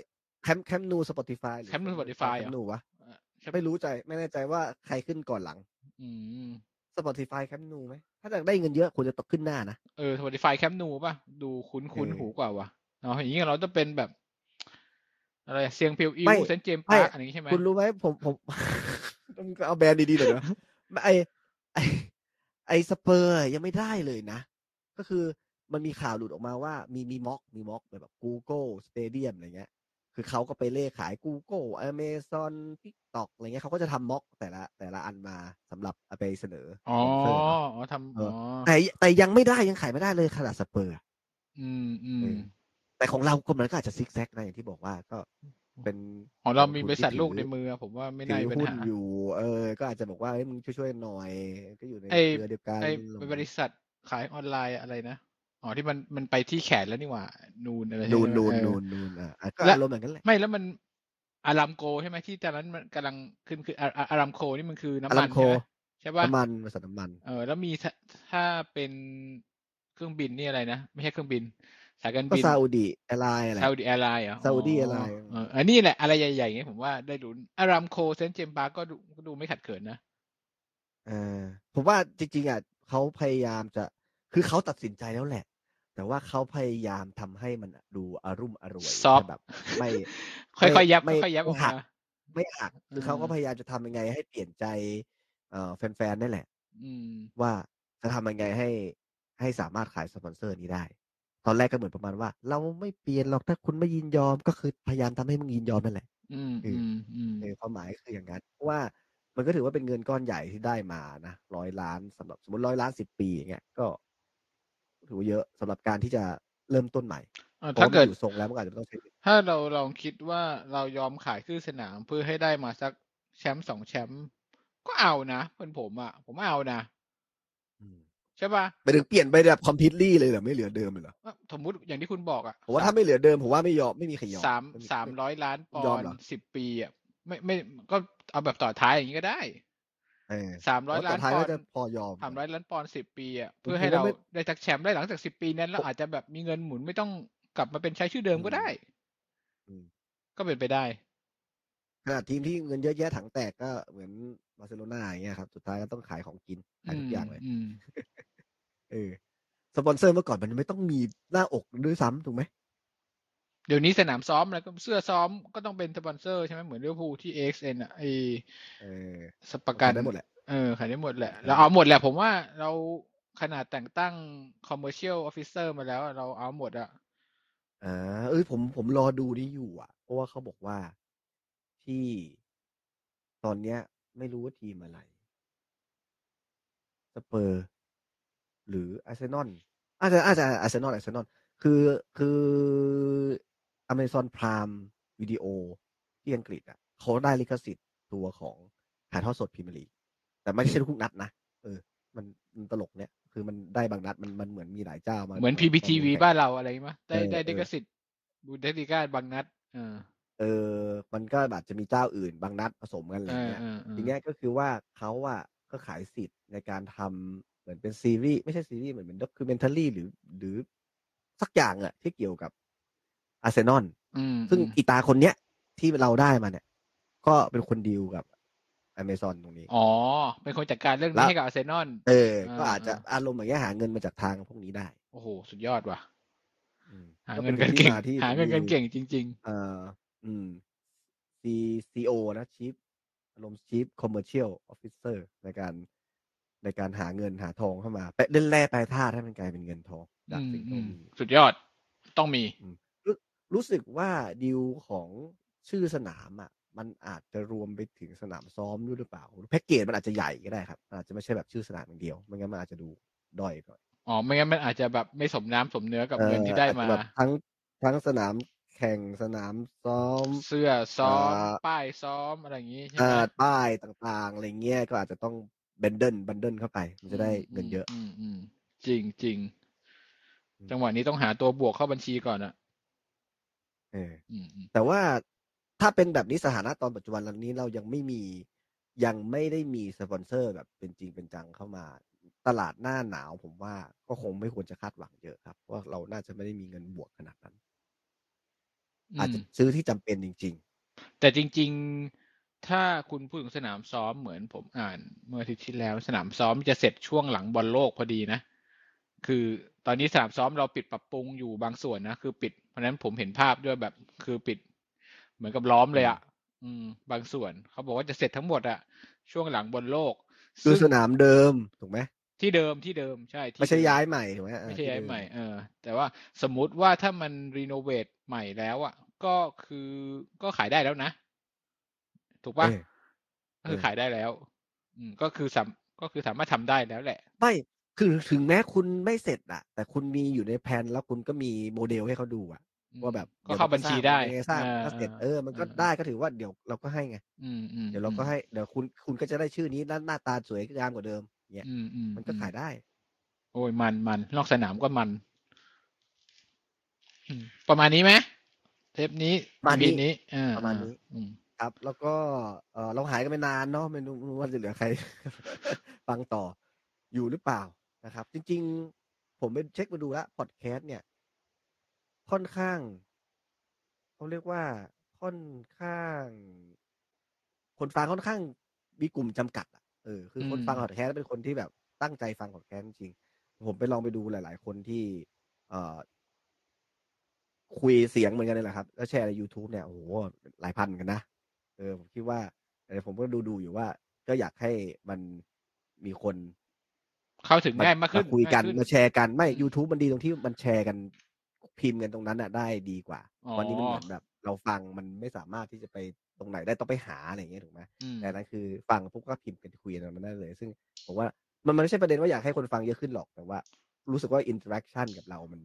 Speaker 1: แคมแคมนูสปอติฟาย
Speaker 2: แคมป์นู Spotify
Speaker 1: แค
Speaker 2: เหรอ
Speaker 1: มนูวะ
Speaker 2: ใช่ไหม
Speaker 1: ไม่รู้ใจไม่แน่ใจว่าใครขึ้นก่อนหลัง
Speaker 2: อืม
Speaker 1: สปอติฟายแคมนูไหมถ้าอยากได้เงินเยอะควรจะตกขึ้นหน้านะ
Speaker 2: เออ Spotify แคมนูป่ะ ดูคุ้น
Speaker 1: เอ
Speaker 2: คุ้น
Speaker 1: อ
Speaker 2: หูกว่าว่ะเอาอย่างนี้เราจะเป็นแบบ อะไรอะเซียงเพียวอิว
Speaker 1: ไม่
Speaker 2: เซนต์เจมส์
Speaker 1: ไม่
Speaker 2: พาร์คอะไรอย่างนี้ใช่ไหม
Speaker 1: คุณรู้ไหมผมผม ต้องเอาแบรนด์ดีๆหน่อยนะ ไอไอไอสเปอร์ยังไม่ได้เลยนะ ก็คือมันมีข่าวหลุดออกมาว่ามีมีม็อกมีม็อกแบบ Google Stadium อะไรเงี้ย คือเขาก็ไปเล่ขาย Google Amazon TikTok อะไรเงี้ยเขาก็จะทำม็อกแต่ละ แต่ละอันมาสำหรับเอาไปเสนอ
Speaker 2: อ๋อ
Speaker 1: สปอนเซอร์เนาะ
Speaker 2: อ๋อทำ
Speaker 1: เอ
Speaker 2: อ๋
Speaker 1: อ
Speaker 2: อ
Speaker 1: แต่แต่ยังไม่ได้ยังขายไม่ได้เลยขนาดสเปอร์อะ
Speaker 2: อืมอื
Speaker 1: เออ
Speaker 2: ม
Speaker 1: แต่ของเราก็มันก็อาจจะซิกแซกนะอย่างที่บอกว่าก็เป็น
Speaker 2: ของเรามี
Speaker 1: ทุน
Speaker 2: บริษัท
Speaker 1: ที่
Speaker 2: ลูก
Speaker 1: ถือ
Speaker 2: ในมืออะผมว่าไม่
Speaker 1: ถื
Speaker 2: น่า
Speaker 1: อ
Speaker 2: มีปัญ
Speaker 1: หุ้น
Speaker 2: หา
Speaker 1: อยู่ เออ ก็อาจจะบอกว่าเฮ้ยมึงช่วยๆหน่อย ก็อยู่ใน
Speaker 2: ไอ้
Speaker 1: เครือเดียวกัน
Speaker 2: ไอ้
Speaker 1: ลง
Speaker 2: บริษัทขายออนไลน์อะไรนะ อ๋อที่มันมันไปที่แขนแล้วนี่หว่า นูนอะไรใช่ไหม
Speaker 1: นูนนูน
Speaker 2: เออ
Speaker 1: นูนนูนอ่ะอ่ะก็
Speaker 2: และ
Speaker 1: อารมณ์เหมือนกันแหละ
Speaker 2: ไม่แล้วมันอารามโกใช่ไหมที่ตอนนั้นมันกำลังขึ้นคืออะอะอารามโกนี่มันคือน้ำ
Speaker 1: อา
Speaker 2: มั
Speaker 1: รั
Speaker 2: น
Speaker 1: มโค
Speaker 2: ใช่ไหมใช่ป่ะ
Speaker 1: น้ำมันบริษัทน้ำมัน
Speaker 2: เออแล้วมีถ้าถ้าเป็นเครื่องบินนี่อะไรนะ ไม่ใช่เครื่องบิน สายการ
Speaker 1: ก็
Speaker 2: บิน
Speaker 1: ซาอุดีแอร์ไลน์อะไร
Speaker 2: ซาอุดิแอร์ไลน์เหรอ
Speaker 1: Saudi Airline
Speaker 2: เอออันนี้แหละอะไรใหญ่ๆอย่างเงี้ยผมว่าได้ลุ้นอารามโคเซนเจมปาก็ดูก็ดูไม่ขัดเขินนะ
Speaker 1: เออผมว่าจริงๆอ่ะเขาพยายามจะคือเขาตัดสินใจแล้วแหละ แต่ว่าเขาพยายามทำให้มันดูอารุ่มอร่วย
Speaker 2: Soft
Speaker 1: แบบ ไม่
Speaker 2: ค่อยๆยับ
Speaker 1: ไม่
Speaker 2: ค่อยๆยับออก
Speaker 1: หั
Speaker 2: มา
Speaker 1: ก ไม่หักคือเขาก็
Speaker 2: อืม
Speaker 1: พยายามจะทำยังไงให้เปลี่ยนใจเอ่อแฟนๆนั่นแหละ
Speaker 2: อืม
Speaker 1: ว่าจะทำยังไงให้ให้สามารถขายสปอนเซอร์นี้ได้ ตอนแรกก็เหมือนประมาณว่า เราไม่เปลี่ยนหรอกถ้าคุณไม่ยินยอมก็คือพยายามทำให้มึงยินยอมนั่นแหละ
Speaker 2: อืมอืมอืม
Speaker 1: เออความหมายก็คืออย่างนั้นเพราะว่ามันก็ถือว่าเป็นเงินก้อนใหญ่ที่ได้มานะร้อยล้านสำหรับสมมติร้อยล้านสิบปีอย่างเงี้ยก็ถือว่าเยอะสำหรับการที่จะเริ่มต้นใหม่
Speaker 2: เออ
Speaker 1: เพ
Speaker 2: ถ้า
Speaker 1: ราะ
Speaker 2: เกิ
Speaker 1: มัน
Speaker 2: ด
Speaker 1: อยู่ทรงแล้วมันก็อาจจะต้องใช้
Speaker 2: ถ้าเราลองคิดว่าเรายอมขายชื่อสนามเพื่อให้ได้มาสักแชมป์สองแชมป์ก็เอานะเพื่อนผมอ่ะ ผมเอานะ
Speaker 1: อืม
Speaker 2: ใช่ป่ะ
Speaker 1: ไปถึงเปลี่ยนไปแบบคอมพิวตี้เลยเหรอไม่เหลือเดิมเลยเหรอ
Speaker 2: ว่าสมมุติอย่างที่คุณบอกอ่ะ
Speaker 1: ผมว่าถ้าไม่เหลือเดิมผมว่าไม่ยอมไม่มีใครยอม
Speaker 2: สาม
Speaker 1: ไ
Speaker 2: สามร้อยล้านป
Speaker 1: ยอ
Speaker 2: อ
Speaker 1: ม
Speaker 2: น
Speaker 1: เหรอ
Speaker 2: ด์สิบปีอ่ะไม่ไม่ก็เอาแบบต่อท้ายอย่างนี้ก็ได้
Speaker 1: เออ
Speaker 2: สามร้อย
Speaker 1: แต่
Speaker 2: ล้าน
Speaker 1: ท้าย
Speaker 2: ปอ
Speaker 1: ก็
Speaker 2: น
Speaker 1: จะ
Speaker 2: ด์
Speaker 1: พอยอม
Speaker 2: สามร้อยล้านปอนด์สิบปีอ่ะ
Speaker 1: ผม
Speaker 2: เพื่อให้
Speaker 1: คิดว่า
Speaker 2: เรา
Speaker 1: ไม่
Speaker 2: ได้จากแชมป์ได้หลังจากสิบปีนั้นเราอาจจะแบบมีเงินหมุนไม่ต้องกลับมาเป็นใช้ชื่อเดิมก็ได้
Speaker 1: อืม
Speaker 2: ก็เป็นไปได้
Speaker 1: ขนาดทีมที่เงินเยอะแยะถังแตกก็เหมือนบาร์เซโลนาอย่างเงี้ยครับ สุดท้ายก็ต้องขายของกินขายทุกอย่างเลย
Speaker 2: อืม
Speaker 1: เออ สปอนเซอร์เมื่อก่อนมันไม่ต้องมีหน้าอกด้วยซ้ำถูกไหม
Speaker 2: เดี๋ยวนี้สนามซ้อมแล้วก็เสื้อซ้อมก็ต้องเป็นสปอนเซอร์ใช่ไหมเหมือนลิเวอร์พูลที่ AXN อ่ะไอ
Speaker 1: เออ
Speaker 2: สปากัน
Speaker 1: ได้หมดแหละ
Speaker 2: เออขายได้หมดแหละ
Speaker 1: ขายได้
Speaker 2: เราเอาหมดแหละผมว่าเราขนาดแต่งตั้ง commercial officer มาแล้วอะเราเอาหมดอะ
Speaker 1: อ่าเอ้ยผมผมรอดูนี่อยู่อ่ะ เพราะว่าเขาบอกว่าที่ตอนเนี้ย ไม่รู้ว่าทีมอะไรสเปอร์ หรืออาร์เซนอลอาจจะอาจจะอาร์เซนอลอาร์เซนอลคือคืออเมซอนพรามวิดีโอที่อังกฤษอ่ะเขาได้ลิขสิทธิ์ตัวของแพ ถ่ายทอดสดพรีเมียร์ลีกแต่ไม่ใช่ทุกนัดนะเออ มันมันตลกเนี่ย คือมันได้บางนัดมันมันเหมือนมีหลายเจ้ามา
Speaker 2: เหมือน PPTV
Speaker 1: แข่ง
Speaker 2: บ้านเราอะไรมั้ยได้
Speaker 1: เออ
Speaker 2: ได้
Speaker 1: เออ
Speaker 2: ดิกสิทธิ์บูเดสติก้าบางนัดเออ
Speaker 1: เออ มันก็อาจจะมีเจ้าอื่น บางนัดผสมกันอะไร
Speaker 2: เออ
Speaker 1: เงี้ย
Speaker 2: เออเออ
Speaker 1: ทีเนี้ยก็คือว่าเขาอะก็ขายสิทธิ์ในการทำเหมือนเป็นซีรีส์ไม่ใช่ซีรีส์เหมือนเป็นด็อกิเมนทัลี่หรือ หรือสักอย่างอะที่เกี่ยวกับอาร์เซนอล
Speaker 2: อืม
Speaker 1: ซึ่ง
Speaker 2: อืม
Speaker 1: อีตาคนเนี้ยที่เราได้มาเนี่ย ก็เป็นคนดีลกับอเมซอนตรงนี้
Speaker 2: อ๋อ เป็นคนจัดการเรื่อง
Speaker 1: แล้
Speaker 2: นี้
Speaker 1: ว
Speaker 2: ให้กับอาร์เซนอล
Speaker 1: เออ ก็อาจจะ
Speaker 2: อ่า
Speaker 1: อารมณ์อย่างเงี้ยหาเงินมาจากทางพวกนี้ได้
Speaker 2: โอ้โห สุดยอดว่ะ
Speaker 1: อืม
Speaker 2: หา
Speaker 1: ป็
Speaker 2: เงินกันเก่ง
Speaker 1: ที่มที่
Speaker 2: หาเงินกันเก่งจริง
Speaker 1: เอ่ออืม CCO นะชีฟอารมณ์ชีฟคอมเมอร์เชียลออฟฟิเซอร์ในการในการหาเงินหาทองเข้ามาไปเล่นแร่แปรธาตุให้มันกลายเป็นเงินทอง
Speaker 2: ๆ
Speaker 1: จาก
Speaker 2: อืม
Speaker 1: สิ่ง
Speaker 2: อื
Speaker 1: ที่
Speaker 2: ม
Speaker 1: มี
Speaker 2: สุดยอดต้องมี
Speaker 1: รู้สึกว่าดีลของชื่อสนามอ่ะ มันอาจจะรวมไปถึงสนามซ้อมด้วยหรือเปล่าแพ็กเกจมันอาจจะใหญ่ก็ได้ครับมันอาจจะไม่ใช่แบบชื่อสนามอย่างเดียวไม่งั้นมันอาจจะดูด้อยหน่อย
Speaker 2: อ๋อ ไม่งั้นมันอาจจะแบบไม่สมน้ำสมเนื้อกับเงินที่ได้มา
Speaker 1: เอออจจะแบบทั้งทั้งสนามแข่งสนามซ้อม
Speaker 2: เสื้อซ้อม
Speaker 1: อ่า
Speaker 2: ป้ายซ้อมอะไรอย่างงี้ใช่ไห
Speaker 1: เอ่
Speaker 2: ม
Speaker 1: อป้ายต่างๆอะไรเงี้ยก็อาจจะต้องเบนเดิลบันเดิลเข้าไป มันจะได้เงินเยอะ
Speaker 2: มอืมจริงจริงๆ
Speaker 1: อืม
Speaker 2: จังหวะนี้ต้องหาตัวบวกเข้าบัญชีก่อนอะ
Speaker 1: เออ
Speaker 2: อืมอืม
Speaker 1: แต่ว่าถ้าเป็นแบบนี้สถานะตอนปัจจุบันนี้เรายังไม่มียังไม่ได้มีสปอนเซอร์แบบเป็นจริงเป็นจังเข้ามา ตลาดหน้าหนาวผมว่าก็คงไม่ควรจะคาดหวังเยอะครับว่าเราน่าจะไม่ได้มีเงินบวกขนาดนั้น
Speaker 2: อืม
Speaker 1: อาจจะซื้อที่จำเป็นจริง
Speaker 2: แต่จริงๆ ถ้าคุณพูดถึงสนามซ้อมเหมือนผมอ่านเมื่ออาทิตย์ที่แล้ว สนามซ้อมจะเสร็จช่วงหลังบอลโลกพอดีนะ คือตอนนี้สนามซ้อมเราปิดปรับปรุงอยู่บางส่วนนะคือปิด เพราะฉะนั้นผมเห็นภาพด้วยแบบคือปิด เหมือนกับล้อมเลยอะ่ะ อืม บางส่วนเขาบอกว่าจะเสร็จทั้งหมดอะช่วงหลังบอลโลก
Speaker 1: ๆ คือ
Speaker 2: ซึ่ง
Speaker 1: สนามเดิมถูกไหม
Speaker 2: ที่เดิมที่เดิมใช่ที่
Speaker 1: ไม่ใช่
Speaker 2: เดิ
Speaker 1: ย้ายใหม่ถูกไหมเออ
Speaker 2: ไม่ใช่
Speaker 1: ที่
Speaker 2: ย้าย
Speaker 1: เดิ
Speaker 2: ใหม่เออ แต่ว่าสมมุติว่าถ้ามันรีโนเวทใหม่แล้วอ่ะ ก็คือก็ขายได้แล้วนะ ถูกปะ
Speaker 1: เออ
Speaker 2: ก็คือ
Speaker 1: เออ
Speaker 2: ขายได้แล้ว อืม ก็คือสามก็คือสามารถทำได้แล้วแหละ
Speaker 1: ไม่คือถึงแม้คุณไม่เสร็จอะแต่คุณมีอยู่ในแผนแล้วคุณก็มีโมเดลให้เขาดูอะ
Speaker 2: อืม
Speaker 1: ว่าแบบ
Speaker 2: ก็เข้าบัญชีได้
Speaker 1: เยวเราสร้าง
Speaker 2: อ่
Speaker 1: มันก็เสร็จ
Speaker 2: อ่า
Speaker 1: เออมันก็
Speaker 2: า
Speaker 1: ได้ก็ถือว่าเดี๋ยวเราก็ให้ไง
Speaker 2: อืมอืม
Speaker 1: เดี๋ยวเราก็ให้เดี๋ยวคุณคุณก็จะได้ชื่อนี้หน้าหน้าตาสวยงามกว่าเดิมเนี่ย
Speaker 2: อืมอื
Speaker 1: มันก็ขายได้
Speaker 2: โอ้ยมันมันนอกสนามก็มันอืมประมาณนี้ไหมเทปนี้
Speaker 1: ประมาณนี้
Speaker 2: ปีนี้อ่
Speaker 1: ประมาณนี้
Speaker 2: อืม
Speaker 1: ครับ แล้วก็เออเราหายกันไปนานเนาะไม่รู้ไม่รู้ว่าจะเหลือใคร ฟังต่ออยู่หรือเปล่านะครับ จริง ๆ ผมไปเช็คมาดูแล้วพอดแคสต์เนี่ย ค่อนข้างเขาเรียกว่าค่อนข้าง คนฟังค่อนข้างมีกลุ่มจำกัดอะเออคืออ
Speaker 2: ม
Speaker 1: คนฟังพอดแคสต์เป็นคนที่แบบตั้งใจฟังพอดแคสต์จริงๆผมไปลองไปดูหลาย ๆ คนที่ เอ่อ คุยเสียงเหมือนกันเลยแหละครับแล้วแชร์ใน YouTube เนี่ยโอ้โหหลายพันเหมือนกันนะเออผมคิดว่าแต่ผมก็ดูดูๆอยู่ว่า ก็อยากให้มันมีคน
Speaker 2: เข้าถึงง่ายมากขึ้น
Speaker 1: มาคุยกัน
Speaker 2: ง่ขึ้
Speaker 1: มาแชร์กันไม่
Speaker 2: อืม
Speaker 1: YouTube มันดีตรงที่มันแชร์กันพิมพ์กันตรงนั้นน่ะได้ดีกว่า
Speaker 2: อ๋อ
Speaker 1: วันนี้มันเหมือนแบบ เราฟังมันไม่สามารถที่จะไปตรงไหนได้ต้องไปหาอะไรอย่างเงี้ยถูกไหม
Speaker 2: อืม
Speaker 1: แต่นั้นคือฟังปุ๊บก็พิมพ์กันคุยกันมันได้เลย ซึ่งผมว่ามันมันไม่ใช่ประเด็นว่าอยากให้คนฟังเยอะขึ้นหรอกแต่ว่า รู้สึกว่าอินเตอร์แอคชั่นกับเรามัน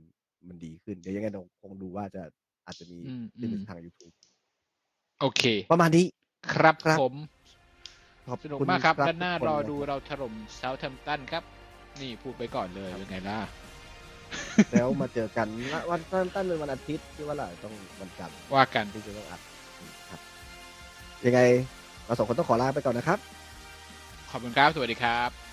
Speaker 1: มันดีขึ้น เดี๋ยวยังไงเราคงดูว่าจะอาจจะมี
Speaker 2: อืม
Speaker 1: ขึ้นไป
Speaker 2: อืม
Speaker 1: ทาง YouTube
Speaker 2: โอเค
Speaker 1: ประมาณนี้
Speaker 2: ครับ
Speaker 1: ครับ
Speaker 2: ผม
Speaker 1: ขอบ
Speaker 2: สนุก
Speaker 1: คุณ
Speaker 2: มากครับ ด้าน
Speaker 1: ทุ
Speaker 2: หน้า
Speaker 1: ค
Speaker 2: รอดู
Speaker 1: นะครับ
Speaker 2: เราถล่มเซาท์แทมป์ตันครับ นี่พูดไปก่อนเลยเป็นไงล่ะ
Speaker 1: แล้วมาเจอกันวันวันตั้นตั้นเป็นวันอาทิตย์ที่ว่าเราต้องวันจันทร์
Speaker 2: ว่ากัน
Speaker 1: ที่จะต้องอัดครับ ยังไงเราสองคนต้องขอลาไปก่อนนะครับ
Speaker 2: ขอบคุณครับ สวัสดีครับ